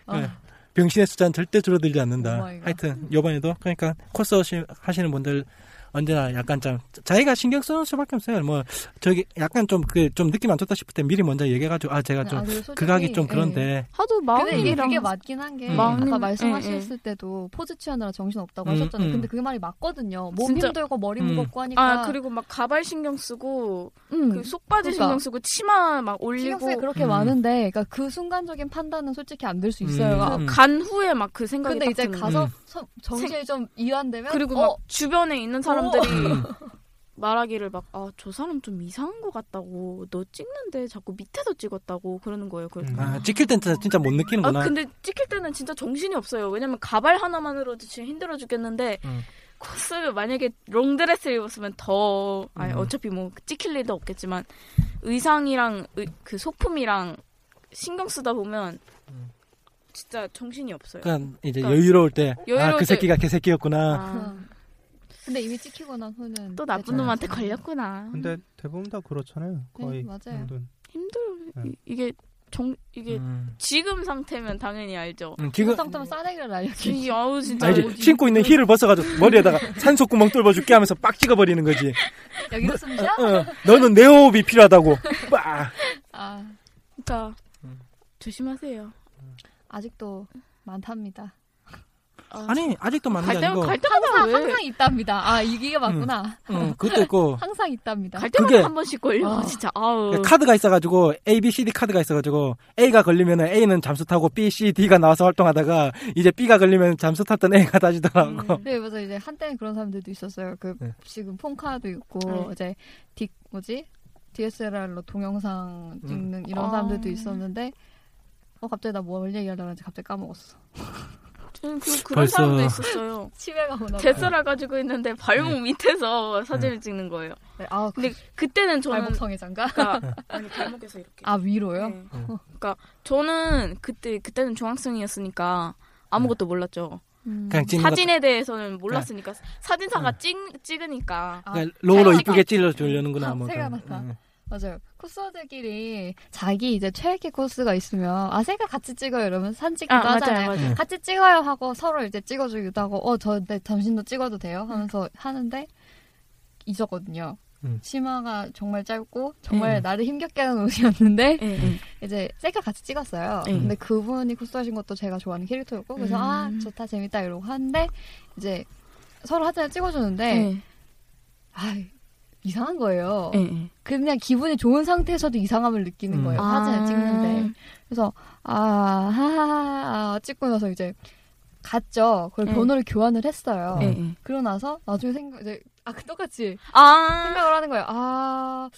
Speaker 5: 아,
Speaker 4: 예. 병신의 숫자는 절대 줄어들지 않는다.
Speaker 5: 오마이갓.
Speaker 4: 하여튼 요번에도 그러니까 코스 하시- 하시는 분들 언제나 약간 좀 자기가 신경 쓰는 수밖에 없어요. 뭐 저기 약간 좀 그 좀 느낌 안 좋다 싶을 때 미리 먼저 얘기해가지고 아
Speaker 2: 네,
Speaker 4: 제가 좀
Speaker 5: 아, 그리고 솔직히,
Speaker 4: 극악이 좀
Speaker 5: 예.
Speaker 4: 그런데
Speaker 2: 하도
Speaker 5: 근데 이게
Speaker 2: 마음이랑
Speaker 5: 그게 맞긴 한 게
Speaker 4: 음.
Speaker 2: 어? 마음님,
Speaker 5: 아까
Speaker 2: 예,
Speaker 5: 말씀하셨을 때도 포즈 취하느라 정신 없다고
Speaker 4: 음,
Speaker 5: 하셨잖아요.
Speaker 4: 음.
Speaker 5: 근데 그 말이 맞거든요. 몸
Speaker 2: 진짜-
Speaker 5: 힘들고 머리
Speaker 4: 음.
Speaker 5: 무겁고 하니까
Speaker 2: 아 그리고 막 가발 신경 쓰고
Speaker 5: 음,
Speaker 2: 그 속바지
Speaker 5: 그러니까.
Speaker 2: 신경 쓰고 치마 막 올리고
Speaker 5: 신경쓰기 그렇게
Speaker 4: 음.
Speaker 5: 많은데 그러니까 그 순간적인 판단은 솔직히 안 될 수
Speaker 4: 음.
Speaker 5: 있어요. 아,
Speaker 2: 그 간 후에 막 그 생각이
Speaker 5: 근데
Speaker 2: 딱
Speaker 5: 이제
Speaker 2: 드는
Speaker 5: 가서
Speaker 4: 음.
Speaker 5: 서- 정신이 좀 이완되면
Speaker 2: 그리고
Speaker 5: 어,
Speaker 2: 막 주변에 있는
Speaker 5: [laughs]
Speaker 2: 사람들이
Speaker 4: 음,
Speaker 2: 말하기를 막 아 저 사람 좀 이상한 것 같다고 너 찍는데 자꾸 밑에서 찍었다고 그러는 거예요. 그래서
Speaker 6: 음.
Speaker 4: 아, 찍힐 땐 진짜, 진짜 못
Speaker 2: 아
Speaker 4: 느끼는구나.
Speaker 2: 근데 찍힐 때는 진짜 정신이 없어요. 왜냐면 가발 하나만으로도 지금 힘들어 죽겠는데
Speaker 4: 음.
Speaker 2: 코스를 만약에 롱드레스를 입었으면 더 아니
Speaker 4: 음.
Speaker 2: 어차피 뭐 찍힐 일도 없겠지만 의상이랑 의- 그 소품이랑 신경 쓰다 보면
Speaker 4: 음.
Speaker 2: 진짜 정신이 없어요.
Speaker 4: 약간 이제
Speaker 2: 그러니까
Speaker 4: 여유로울 때 아
Speaker 2: 여유로울
Speaker 4: 그
Speaker 2: 때-
Speaker 4: 새끼가 개새끼였구나.
Speaker 2: 아,
Speaker 5: 음. 근데 이미 찍히고 난 후는
Speaker 2: 또 나쁜
Speaker 4: 음.
Speaker 5: 괜찮아요.
Speaker 2: 놈한테 걸렸구나.
Speaker 6: 근데 대부분 다 그렇잖아요. 거의.
Speaker 5: 네, 맞아요.
Speaker 6: 모든.
Speaker 2: 힘들어.
Speaker 6: 네.
Speaker 2: 이- 이게 정 이게
Speaker 4: 음.
Speaker 2: 지금 상태면 당연히 알죠.
Speaker 4: 음,
Speaker 5: 지금
Speaker 4: 지금
Speaker 5: 상태면 싸대기를
Speaker 2: 음.
Speaker 5: 날려주지.
Speaker 2: 이- 아우 진짜
Speaker 4: 아, 이제
Speaker 2: 어디-
Speaker 4: 신고 있는 힐을 벗어가지고 머리에다가 산소 구멍 뚫어줄게 하면서 빡 찍어버리는 거지.
Speaker 5: 여기 숨
Speaker 2: [laughs]
Speaker 5: 쉬어?
Speaker 4: 어, 너는 내 호흡이 필요하다고. 빡.
Speaker 5: 아,
Speaker 2: 그러니까
Speaker 4: 음.
Speaker 2: 조심하세요.
Speaker 5: 아직도 많답니다.
Speaker 2: 아,
Speaker 4: 아니 아직도 맞는 게
Speaker 2: 갈 때만
Speaker 4: 아니고.
Speaker 2: 갈 때마다
Speaker 5: 항상
Speaker 2: 왜? 음.
Speaker 5: 항상 있답니다. 아 이게 맞구나.
Speaker 4: 응, 그것도 있고
Speaker 5: 항상 있답니다.
Speaker 2: 갈 때마다
Speaker 4: 그게-
Speaker 2: 한 번씩 걸려.
Speaker 5: 아.
Speaker 2: 진짜 아우.
Speaker 4: 카드가 있어가지고 A, B, C, D 카드가 있어가지고 A가 걸리면 A는 잠수 타고 B, C, D가 나와서 활동하다가 이제 B가 걸리면 잠수 탔던 A가 다시 돌아오고.
Speaker 2: 음.
Speaker 5: 네, 맞아. 이제 한때는 그런 사람들도 있었어요. 그
Speaker 4: 네.
Speaker 5: 지금 폰카도 있고
Speaker 2: 네.
Speaker 5: 이제 디 뭐지 DSLR로 동영상
Speaker 4: 음.
Speaker 5: 찍는 이런
Speaker 2: 아.
Speaker 5: 사람들도 있었는데 어 갑자기 나 뭘 얘기하려고 했는지
Speaker 2: [laughs]
Speaker 5: 갑자기 까먹었어.
Speaker 2: 저는 그, 그런
Speaker 4: 벌써- 음.
Speaker 2: 사람도 있었어요.
Speaker 5: 치매가 오나 봐.
Speaker 2: 데스라 가지고 있는데 발목
Speaker 4: 음.
Speaker 2: 밑에서 사진을 찍는 거예요.
Speaker 5: 네, 아
Speaker 2: 근데 그때는 저는
Speaker 5: 발목 성애장가?
Speaker 2: 그러니까 아니 발목에서 이렇게.
Speaker 5: 아 위로요?
Speaker 2: 네. 그러니까 저는 그때 그때는 중학생이었으니까 아무것도 몰랐죠.
Speaker 5: 음.
Speaker 4: 그냥 찍는 네. 음. 거.
Speaker 2: 사진에 대해서는 몰랐으니까 사진사가 찍 찍으니까
Speaker 5: 아,
Speaker 4: 그냥 그러니까 로우로
Speaker 2: 사진이다. 아,
Speaker 4: 이쁘게 찔러주려는구나. 뭐.
Speaker 5: 생각났다. 맞아요. 코스들끼리 자기 이제 최애기 코스가 있으면 아 셋이 같이 찍어요 이러면 산 찍기도
Speaker 2: 아, 맞아요,
Speaker 5: 하잖아요.
Speaker 2: 맞아요.
Speaker 5: 같이 찍어요 하고 서로 이제 찍어주기도 하고 어저 네, 당신도 찍어도 돼요 하면서 하는데 잊었거든요.
Speaker 4: 음.
Speaker 5: 치마가 정말 짧고 정말
Speaker 4: 음.
Speaker 5: 나를 힘겹게 하는 [laughs] 옷이었는데
Speaker 2: 예, 예.
Speaker 5: 이제 셀카 같이 찍었어요.
Speaker 2: 음.
Speaker 5: 근데 그분이 코스하신 것도 제가 좋아하는 캐릭터였고 그래서
Speaker 2: 음.
Speaker 5: 아 좋다 재밌다 이러고 하는데 이제 서로 사진을 찍어주는데
Speaker 2: 예,
Speaker 5: 아 이상한 거예요.
Speaker 2: 예, 예.
Speaker 5: 그냥 기분이 좋은 상태에서도 이상함을 느끼는
Speaker 4: 음.
Speaker 5: 거예요.
Speaker 2: 아.
Speaker 5: 사진을 찍는데. 그래서 아, 하하하 아, 찍고 나서 이제 갔죠. 그걸
Speaker 2: 네.
Speaker 5: 번호를 교환을 했어요.
Speaker 2: 예, 예.
Speaker 5: 그러고 나서 나중에 생각 이제 아 똑같이
Speaker 2: 아,
Speaker 5: 생각을 하는 거예요. 아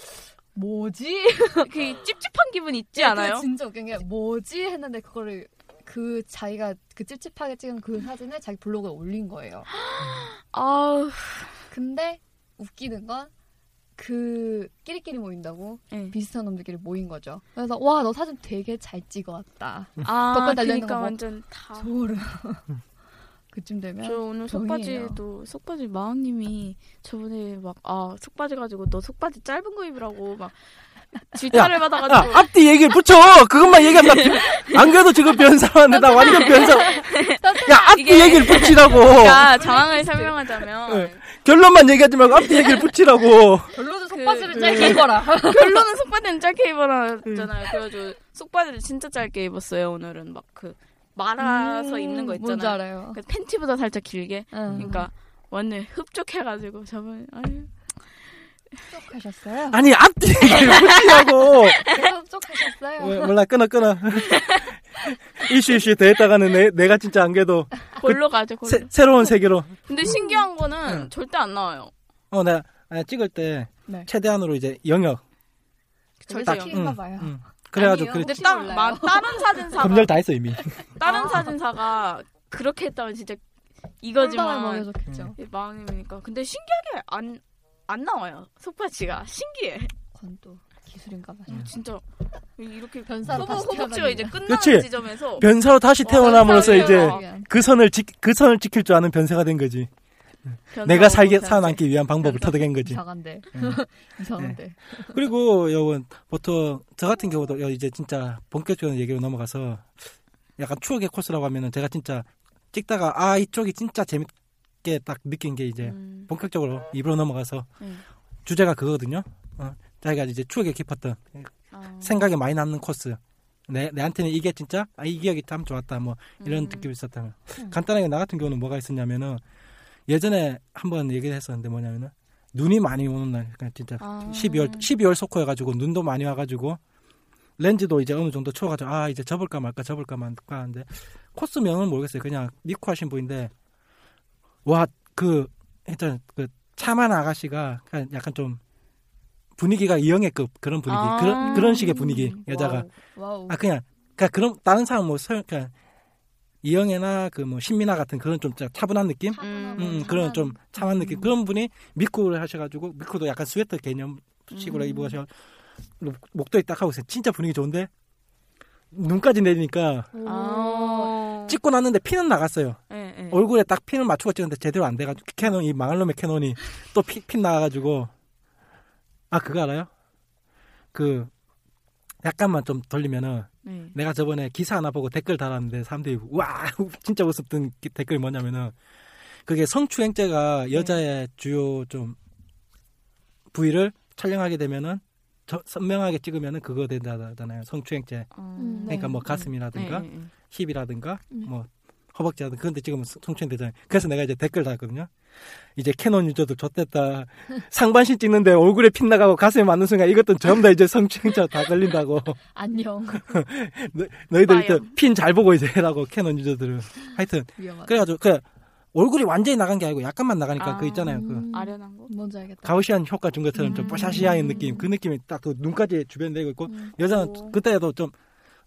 Speaker 5: 뭐지?
Speaker 2: 그 찝찝한 기분 있지 않아요?
Speaker 5: 근데 진짜 웃긴 게 뭐지 했는데 그거를 그 자기가 그 찝찝하게 찍은 그 사진을 자기 블로그에 올린 거예요.
Speaker 2: 아우,
Speaker 5: 근데 웃기는 건 그 끼리끼리 모인다고
Speaker 2: 예.
Speaker 5: 비슷한 놈들끼리 모인 거죠. 그래서 와 너 사진 되게 잘 찍어왔다.
Speaker 2: 아,
Speaker 5: 덕분 달려
Speaker 2: 그러니까
Speaker 5: 있는 거 뭐.
Speaker 2: 완전 다.
Speaker 5: 소름. [laughs] 그쯤
Speaker 2: 저
Speaker 5: 되면
Speaker 2: 오늘
Speaker 5: 병이에요.
Speaker 2: 속바지도 속바지 마왕님이 저번에 막 아 속바지 가지고 너 속바지 짧은 거 입으라고 막 질타를 받아가지고
Speaker 4: 야, 앞뒤 얘기를 붙여! 그것만 얘기하면 나 변- 안 그래도 지금 변사하는데 나 완전 변사. 야, 앞뒤
Speaker 2: 이게-
Speaker 4: 얘기를 붙이라고!
Speaker 2: 그러니까 정황을 설명하자면
Speaker 4: 네. 결론만 얘기하지 말고 앞뒤 얘기를 붙이라고!
Speaker 5: 별로도
Speaker 2: 그-
Speaker 5: 속바지를 짧게 입어라.
Speaker 2: 결론은 속바지는 짧게 입어라잖아요. 그래가지고 속바지를 진짜 짧게 입었어요. 오늘은 막 그 말아서 입는 거
Speaker 5: 뭔지
Speaker 2: 있잖아요.
Speaker 5: 알아요.
Speaker 2: 그 팬티보다 살짝 길게.
Speaker 5: 응.
Speaker 2: 그러니까 완전 흡족해가지고 저번 아유
Speaker 5: [laughs] 흡족하셨어요?
Speaker 4: 아니, 앞뒤
Speaker 2: [laughs]
Speaker 4: 얘기를 붙이라고!
Speaker 5: 흡족하셨어요?
Speaker 4: 왜, 몰라, 끊어, 끊어. [laughs] 이슈, 이슈, 됐다가는 내, 내가 진짜 안 그래도
Speaker 2: 골로 가죠 골로.
Speaker 4: 새, 새로운 세계로.
Speaker 2: 근데 신기한 거는 절대 안 나와요.
Speaker 4: 어, 나, 나 찍을 때
Speaker 5: 네.
Speaker 4: 최대한으로 이제 영역.
Speaker 2: 절대 음. 영.
Speaker 5: 딱 인가 봐요.
Speaker 4: 응. 그래가지고,
Speaker 5: 아니에요?
Speaker 4: 그래,
Speaker 2: 근데
Speaker 5: 혹시
Speaker 2: 딱
Speaker 5: 몰라요?
Speaker 2: 막 다른 사진사가
Speaker 4: [laughs] 검열 다 했어, 이미.
Speaker 2: 다른 사진사가 그렇게 했다면 진짜
Speaker 5: 꿀방울
Speaker 2: 이거지만 음.
Speaker 5: 먹여줬겠죠.
Speaker 2: 망님이니까. 근데 신기하게 안, 안 나와요. 속바지가. 신기해.
Speaker 5: 건 또 기술인가 봐요.
Speaker 2: 어, 진짜. 이렇게.
Speaker 5: 변사로
Speaker 2: 허벅,
Speaker 5: 다시
Speaker 2: 허벅지가 이제 끝나는
Speaker 4: 그치?
Speaker 2: 지점에서.
Speaker 4: 변사로 다시
Speaker 2: 어,
Speaker 4: 태어남으로써
Speaker 2: 변사로
Speaker 4: 이제
Speaker 2: 태어나.
Speaker 5: 아,
Speaker 4: 그 선을 지, 그 선을 지킬 줄 아는 변세가 된 거지.
Speaker 2: 변사로
Speaker 4: 내가 살게
Speaker 2: 변사.
Speaker 4: 살아남기 위한 방법을
Speaker 2: 변사.
Speaker 4: 터득한 거지.
Speaker 5: 이상한데.
Speaker 4: 응. 네.
Speaker 5: 이상한데.
Speaker 4: 그리고 여건 보통 저 같은 경우도 여 이제 진짜 본격적인 얘기로 넘어가서 약간 추억의 코스라고 하면은 제가 진짜 찍다가 아 이쪽이 진짜 재밌게 딱 느낀 게 이제
Speaker 2: 음,
Speaker 4: 본격적으로 입으로 넘어가서
Speaker 2: 음.
Speaker 4: 주제가 그거거든요. 어, 자기가 이제 추억에 깊었던
Speaker 2: 아.
Speaker 4: 생각에 많이 남는 코스. 내, 내한테는 이게 진짜 아, 이 기억이 참 좋았다 뭐 이런
Speaker 2: 음.
Speaker 4: 느낌이 있었다면 간단하게 나 같은 경우는 뭐가 있었냐면은 예전에 한번 얘기를 했었는데 뭐냐면은 눈이 많이 오는 날 그러니까 진짜
Speaker 2: 아.
Speaker 4: 12월 12월 속호여가지고 눈도 많이 와가지고 렌즈도 이제 어느 정도 추워가지고 아 이제 접을까 말까 접을까 말까 하는데 코스명은 모르겠어요 그냥 미쿠하신 분인데 와그 일단 그 차만 아가씨가 그냥 약간 좀 분위기가 이영애급 그런 분위기
Speaker 2: 아.
Speaker 4: 그런 그런 식의 분위기 여자가
Speaker 5: 와우. 와우.
Speaker 4: 아 그냥 그냥 그런 다른 사람 뭐 서, 그냥 이영애나 그 뭐 신민아 같은 그런 좀 짜- 차분한 느낌
Speaker 5: 차분하고
Speaker 4: 음,
Speaker 5: 참한-
Speaker 4: 그런 좀 참한 느낌
Speaker 5: 네, 음.
Speaker 4: 그런 분이 미쿠를 하셔가지고 미쿠도 약간 스웨터 개념식으로
Speaker 2: 음.
Speaker 4: 입으셔 목도리 딱 하고 있어요 진짜 분위기 좋은데 눈까지 내리니까
Speaker 2: 아.
Speaker 4: 어. 찍고 났는데 피는 나갔어요
Speaker 2: 예, 예.
Speaker 4: 얼굴에 딱 피는 맞추고 찍었는데 제대로 안 돼가지고 캐논 이 망할 놈의 캐논이 또 피 핀 나가가지고 아 그거 알아요 그 약간만 좀 돌리면은
Speaker 2: 네.
Speaker 4: 내가 저번에 기사 하나 보고 댓글 달았는데 사람들이 와 [laughs] 진짜 웃었던 기- 댓글이 뭐냐면은 그게 성추행죄가 여자의 주요 좀 부위를 촬영하게 되면은 저- 선명하게 찍으면은 그거 된다잖아요 성추행죄
Speaker 2: 음,
Speaker 5: 네.
Speaker 4: 그러니까 뭐
Speaker 5: 음.
Speaker 4: 가슴이라든가
Speaker 2: 예, 예, 예.
Speaker 4: 힙이라든가
Speaker 5: 네.
Speaker 4: 뭐 허벅지라든가 그런데 지금 성추행되잖아요. 그래서 내가 이제 댓글 달았거든요. 이제 캐논 유저들 좆됐다. 상반신 찍는데 얼굴에 핀 나가고 가슴에 맞는 순간 이것도 전부 다 이제 성추행자 다 걸린다고.
Speaker 5: 안녕.
Speaker 4: 너, 너희들
Speaker 2: 봐요.
Speaker 4: 핀 잘 보고 이제 해라고 캐논 유저들은. 하여튼
Speaker 5: 위험하다.
Speaker 4: 그래가지고 그 얼굴이 완전히 나간 게 아니고 약간만 나가니까
Speaker 2: 아,
Speaker 4: 그 있잖아요. 그
Speaker 5: 음,
Speaker 2: 아련한 거?
Speaker 5: 뭔지 알겠다.
Speaker 4: 가오시안 효과 준 것처럼 좀
Speaker 2: 음.
Speaker 4: 뽀샤시한 느낌 그 느낌이 딱 그 눈까지 주변 내고 있고
Speaker 5: 음.
Speaker 4: 여자는
Speaker 2: 오.
Speaker 4: 그때도 좀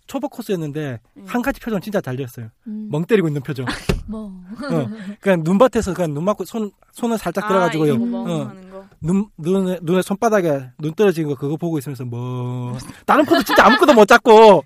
Speaker 4: 초보 코스였는데
Speaker 2: 예.
Speaker 4: 한 가지 표정 진짜 잘 지었어요.
Speaker 5: 음.
Speaker 4: 멍 때리고 있는 표정.
Speaker 5: 뭐.
Speaker 4: 어, 그냥 눈밭에서 그냥 눈 맞고 손 손을 살짝 들어가지고
Speaker 2: 아,
Speaker 4: 요
Speaker 2: 이거
Speaker 5: 음.
Speaker 2: 멍하는 거.
Speaker 4: 눈 눈에 눈에 손바닥에 눈 떨어지는 거 그거 보고 있으면서 뭐 다른 것도 진짜 아무것도 못 잡고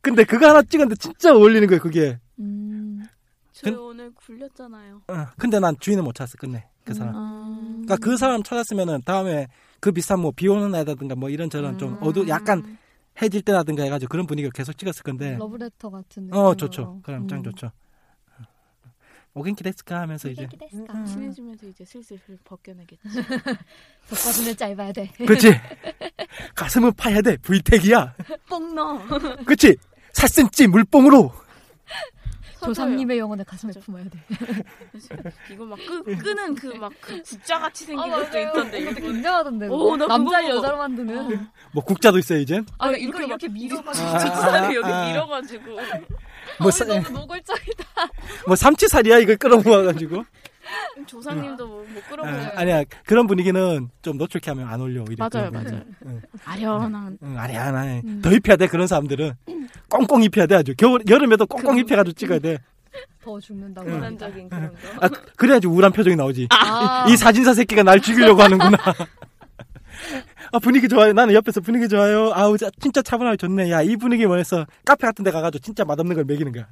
Speaker 4: 근데 그거 하나 찍었는데 진짜 어울리는 거예요 그게.
Speaker 5: 음.
Speaker 2: 저희
Speaker 4: 근-
Speaker 2: 오늘 굴렸잖아요.
Speaker 4: 어, 근데 난 주인을 못 찾았어 끝내 그 사람.
Speaker 2: 아.
Speaker 4: 그러니까 그 사람 찾았으면은 다음에 그 비슷한 뭐 비오는 날이라든가 뭐 이런저런 좀 어두 약간 해질 때라든가 해가지고 그런 분위기를 계속 찍었을 건데.
Speaker 5: 러브레터 같은 음, 느낌.
Speaker 4: 네. 어 좋죠. 그럼 짱 좋죠. 어. 오겐키 데스카 하면서
Speaker 5: 음,
Speaker 4: 이제
Speaker 2: 음,
Speaker 5: 기대스까.
Speaker 2: 친해지면서 이제 슬슬 그 벗겨내겠지.
Speaker 5: 덮어주는 짧아야 돼.
Speaker 4: 그렇지. 가슴은 파야 돼. 불택이야.
Speaker 2: [laughs] 뽕 넣어.
Speaker 4: 그치? 4cm 물뽕으로.
Speaker 5: 조상님의 영혼을 가슴에
Speaker 2: 맞아요.
Speaker 5: 품어야 돼.
Speaker 2: 이거 막 끄, 끄는 그 막 그 국자같이 생긴 것도
Speaker 5: 맞아요.
Speaker 2: 있던데
Speaker 5: 그것도
Speaker 2: 이거.
Speaker 5: 굉장하던데.
Speaker 2: 오, 나 그거
Speaker 5: 남자
Speaker 2: 보고.
Speaker 5: 여자로 만드는.
Speaker 4: 뭐 국자도 있어요, 이젠.
Speaker 5: 아,
Speaker 2: 아,
Speaker 5: 이거
Speaker 2: 이렇게
Speaker 5: 이렇게 밀어가지고.
Speaker 2: 주사를 그 여기
Speaker 4: 아.
Speaker 2: 밀어가지고
Speaker 4: 뭐,
Speaker 5: 아,
Speaker 4: 사,
Speaker 5: 너무 노골적이다.
Speaker 4: [laughs] 뭐 삼치살이야,
Speaker 2: [laughs]
Speaker 4: 이걸 끌어모아가지고.
Speaker 2: 조상님도 뭐, 못
Speaker 4: 아,
Speaker 2: 끌어보여요.
Speaker 4: 아니야, 그런 분위기는 좀 노출케 하면 네. 안 올려, 오히려.
Speaker 2: 맞아요,
Speaker 4: 그런 분위기.
Speaker 2: 맞아요. 음.
Speaker 4: 응.
Speaker 2: 아련한.
Speaker 4: 응, 아니야, 아니야. 더 입혀야 돼,
Speaker 2: [clears throat]
Speaker 4: 그런 사람들은. 꽁꽁 입혀야 돼, 아주. 겨울, 여름에도 꽁꽁 입혀가지고
Speaker 2: [laughs]
Speaker 4: 찍어야 돼.
Speaker 5: 더 죽는다고.
Speaker 2: 낭만적인 그런 거.
Speaker 4: 아, 그래야지 우울한 표정이 나오지.
Speaker 5: 아,
Speaker 4: [laughs] 이 사진사 새끼가 날 죽이려고 하는구나. [laughs] 아, 분위기 좋아요. 나는 옆에서 분위기 좋아요. 아우, 자- 진짜 차분하게 좋네. 야, 이 분위기 원해서 카페 같은 데 가가지고 진짜 맛없는 걸 먹이는 거야.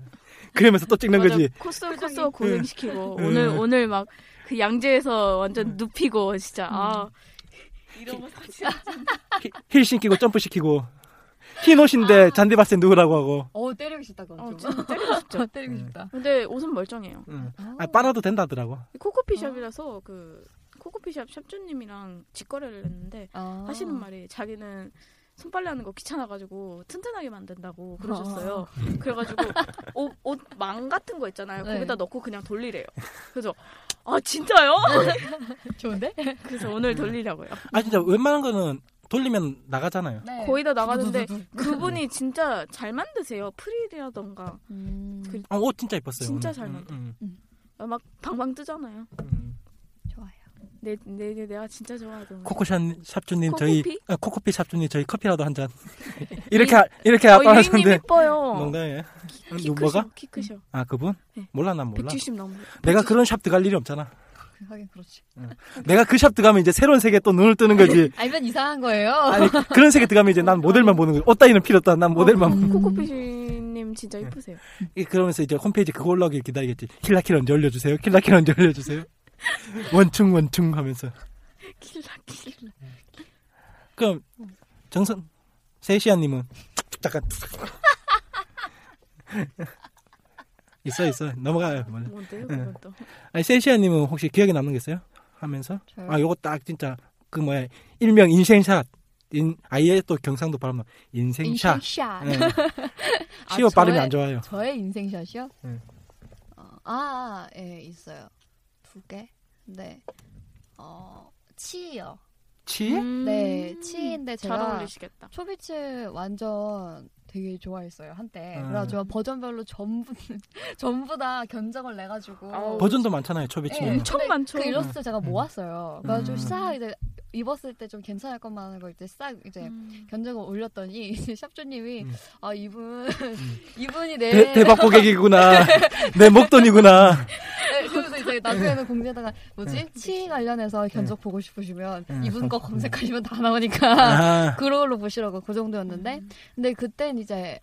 Speaker 4: 그러면서 또 찍는
Speaker 2: 맞아,
Speaker 4: 거지. 네.
Speaker 2: 코스 코스 고생시키고
Speaker 4: 응. 네. 음.
Speaker 2: 오늘 오늘 막 그 양재에서 완전 눕히고 진짜 아
Speaker 7: 이런 거 사진
Speaker 4: 히- 힐 신기고 점프 시키고 흰 옷인데
Speaker 2: 아.
Speaker 4: 잔디밭에 누우라고 하고
Speaker 5: 어 때리고 싶다 그건
Speaker 2: 어,
Speaker 5: 좀.
Speaker 2: 진짜 때리고
Speaker 5: [laughs]
Speaker 2: 싶죠.
Speaker 5: 때리고
Speaker 4: 네.
Speaker 5: 싶다.
Speaker 2: 근데 옷은 멀쩡해요.
Speaker 4: 응. 아, 빨아도 된다더라고.
Speaker 2: 이 코코피샵이라서 그 코코피샵 샵주님이랑 직거래를 했는데
Speaker 5: 아.
Speaker 2: 하시는 말이 자기는 손빨래 하는 거 귀찮아가지고 튼튼하게 만든다고
Speaker 5: 아. [laughs]
Speaker 2: 그러셨어요. 그래가지고 옷, 옷망 같은 거 있잖아요.
Speaker 5: 네.
Speaker 2: 거기다 넣고 그냥 돌리래요. 그래서 아 진짜요?
Speaker 5: [laughs] 좋은데? 네.
Speaker 2: 그래서 오늘 돌리려고요.
Speaker 4: 아 진짜
Speaker 2: 음.
Speaker 4: 웬만한 거는 돌리면 나가잖아요.
Speaker 5: 네.
Speaker 2: 거의 다 나가는데 그분이 진짜 잘 만드세요. 프릴이라던가
Speaker 5: 음,
Speaker 2: 그-
Speaker 4: 어, 옷 진짜 예뻤어요.
Speaker 2: 진짜
Speaker 4: 오늘.
Speaker 2: 잘 만들어.
Speaker 4: 음,
Speaker 2: 막 방방 뜨잖아요.
Speaker 4: 음, 음.
Speaker 5: 좋아요.
Speaker 2: 내, 내, 내, 내가 진짜 좋아하던
Speaker 4: 코코샵 샵주님 저희
Speaker 2: 코코피?
Speaker 4: 아, 코코피 샵주님 저희 커피라도
Speaker 2: [laughs]
Speaker 4: 한 잔. 이렇게 하- 이렇게 아빠
Speaker 2: 유인님
Speaker 4: 하셨는데 음.
Speaker 2: 이뻐요.
Speaker 4: 농담이에요.
Speaker 2: 어, 키
Speaker 4: 뭐가?
Speaker 2: 크셔, 키 크셔.
Speaker 4: 아 그분?
Speaker 2: 네.
Speaker 4: 몰라 난 몰라.
Speaker 2: 170 넘는.
Speaker 4: 내가 그런 샵 들어갈 일이 없잖아.
Speaker 5: 그- 하긴 그렇지.
Speaker 4: 내가 그 샵 들어가면 이제 새로운 세계 에또 눈을 뜨는 거지.
Speaker 5: 알면 이상한 거예요.
Speaker 4: 아니 그런 세계 들어가면 이제 난 모델만 보는 거지. 옷 따위는 필요 없다. 난 모델만. 보-
Speaker 2: 어, 코코피쉬님 진짜 이쁘세요.
Speaker 4: 이- 그러면서 이제 홈페이지 그거 올라오길 기다리겠지. 킬라킬 언제 올려주세요. 킬라킬 언제 올려주세요. 원충 원충 하면서.
Speaker 2: 킬라킬라.
Speaker 4: 그럼 정선 세시아님은 잠깐 있어 있어 넘어가요. 그거는.
Speaker 2: 뭔데요, 그건 뭐, 또.
Speaker 4: 아니 세시아님은 혹시 기억에 남는 게 있어요? 하면서
Speaker 5: 저요?
Speaker 4: 아 요거 딱 진짜 그 뭐야 일명 인생샷 인 아예 또 경상도 발음로 인생샷.
Speaker 5: 인생샷.
Speaker 4: 예.
Speaker 5: [laughs] 아,
Speaker 4: 시오 발음이
Speaker 5: 저의-
Speaker 4: 안 좋아요.
Speaker 5: 저의 인생샷이요?
Speaker 4: 네.
Speaker 5: 어, 아, 예, 있어요. 두 개? 네. 어, 치요.
Speaker 4: 치?
Speaker 5: 네, 치인데
Speaker 2: 음. 잘
Speaker 5: 제가
Speaker 2: 어울리시겠다.
Speaker 5: 초비치 완전 되게 좋아했어요, 한때.
Speaker 4: 아.
Speaker 5: 그래가지고 버전별로 전부, [laughs] 전부 다 견적을 내가지고.
Speaker 2: 아우.
Speaker 4: 버전도 많잖아요. 초비
Speaker 5: 예,
Speaker 4: 치면.
Speaker 3: 네.
Speaker 2: 엄청
Speaker 5: 근데
Speaker 2: 많죠.
Speaker 5: 그 일러스트 제가 모았어요. 그래가지고
Speaker 4: 음.
Speaker 5: 싹 이제 입었을 때 좀 괜찮을 것만 하고 이제 싹 이제 견적을 올렸더니 [laughs] 이제 샵주님이
Speaker 4: 음.
Speaker 5: 아 이분 [laughs] 이분이 내
Speaker 4: 대, 대박
Speaker 5: [laughs]
Speaker 4: 고객이구나. 내 목돈이구나.
Speaker 5: 네, 그래서 이제 나중에는 공지에다가 뭐지 치 관련해서 견적 보고 싶으시면
Speaker 4: 네.
Speaker 5: 이분 거 검색하시면 다 나오니까
Speaker 4: 아,
Speaker 5: [laughs] 그걸로 보시라고 그 정도였는데 근데 그땐 이제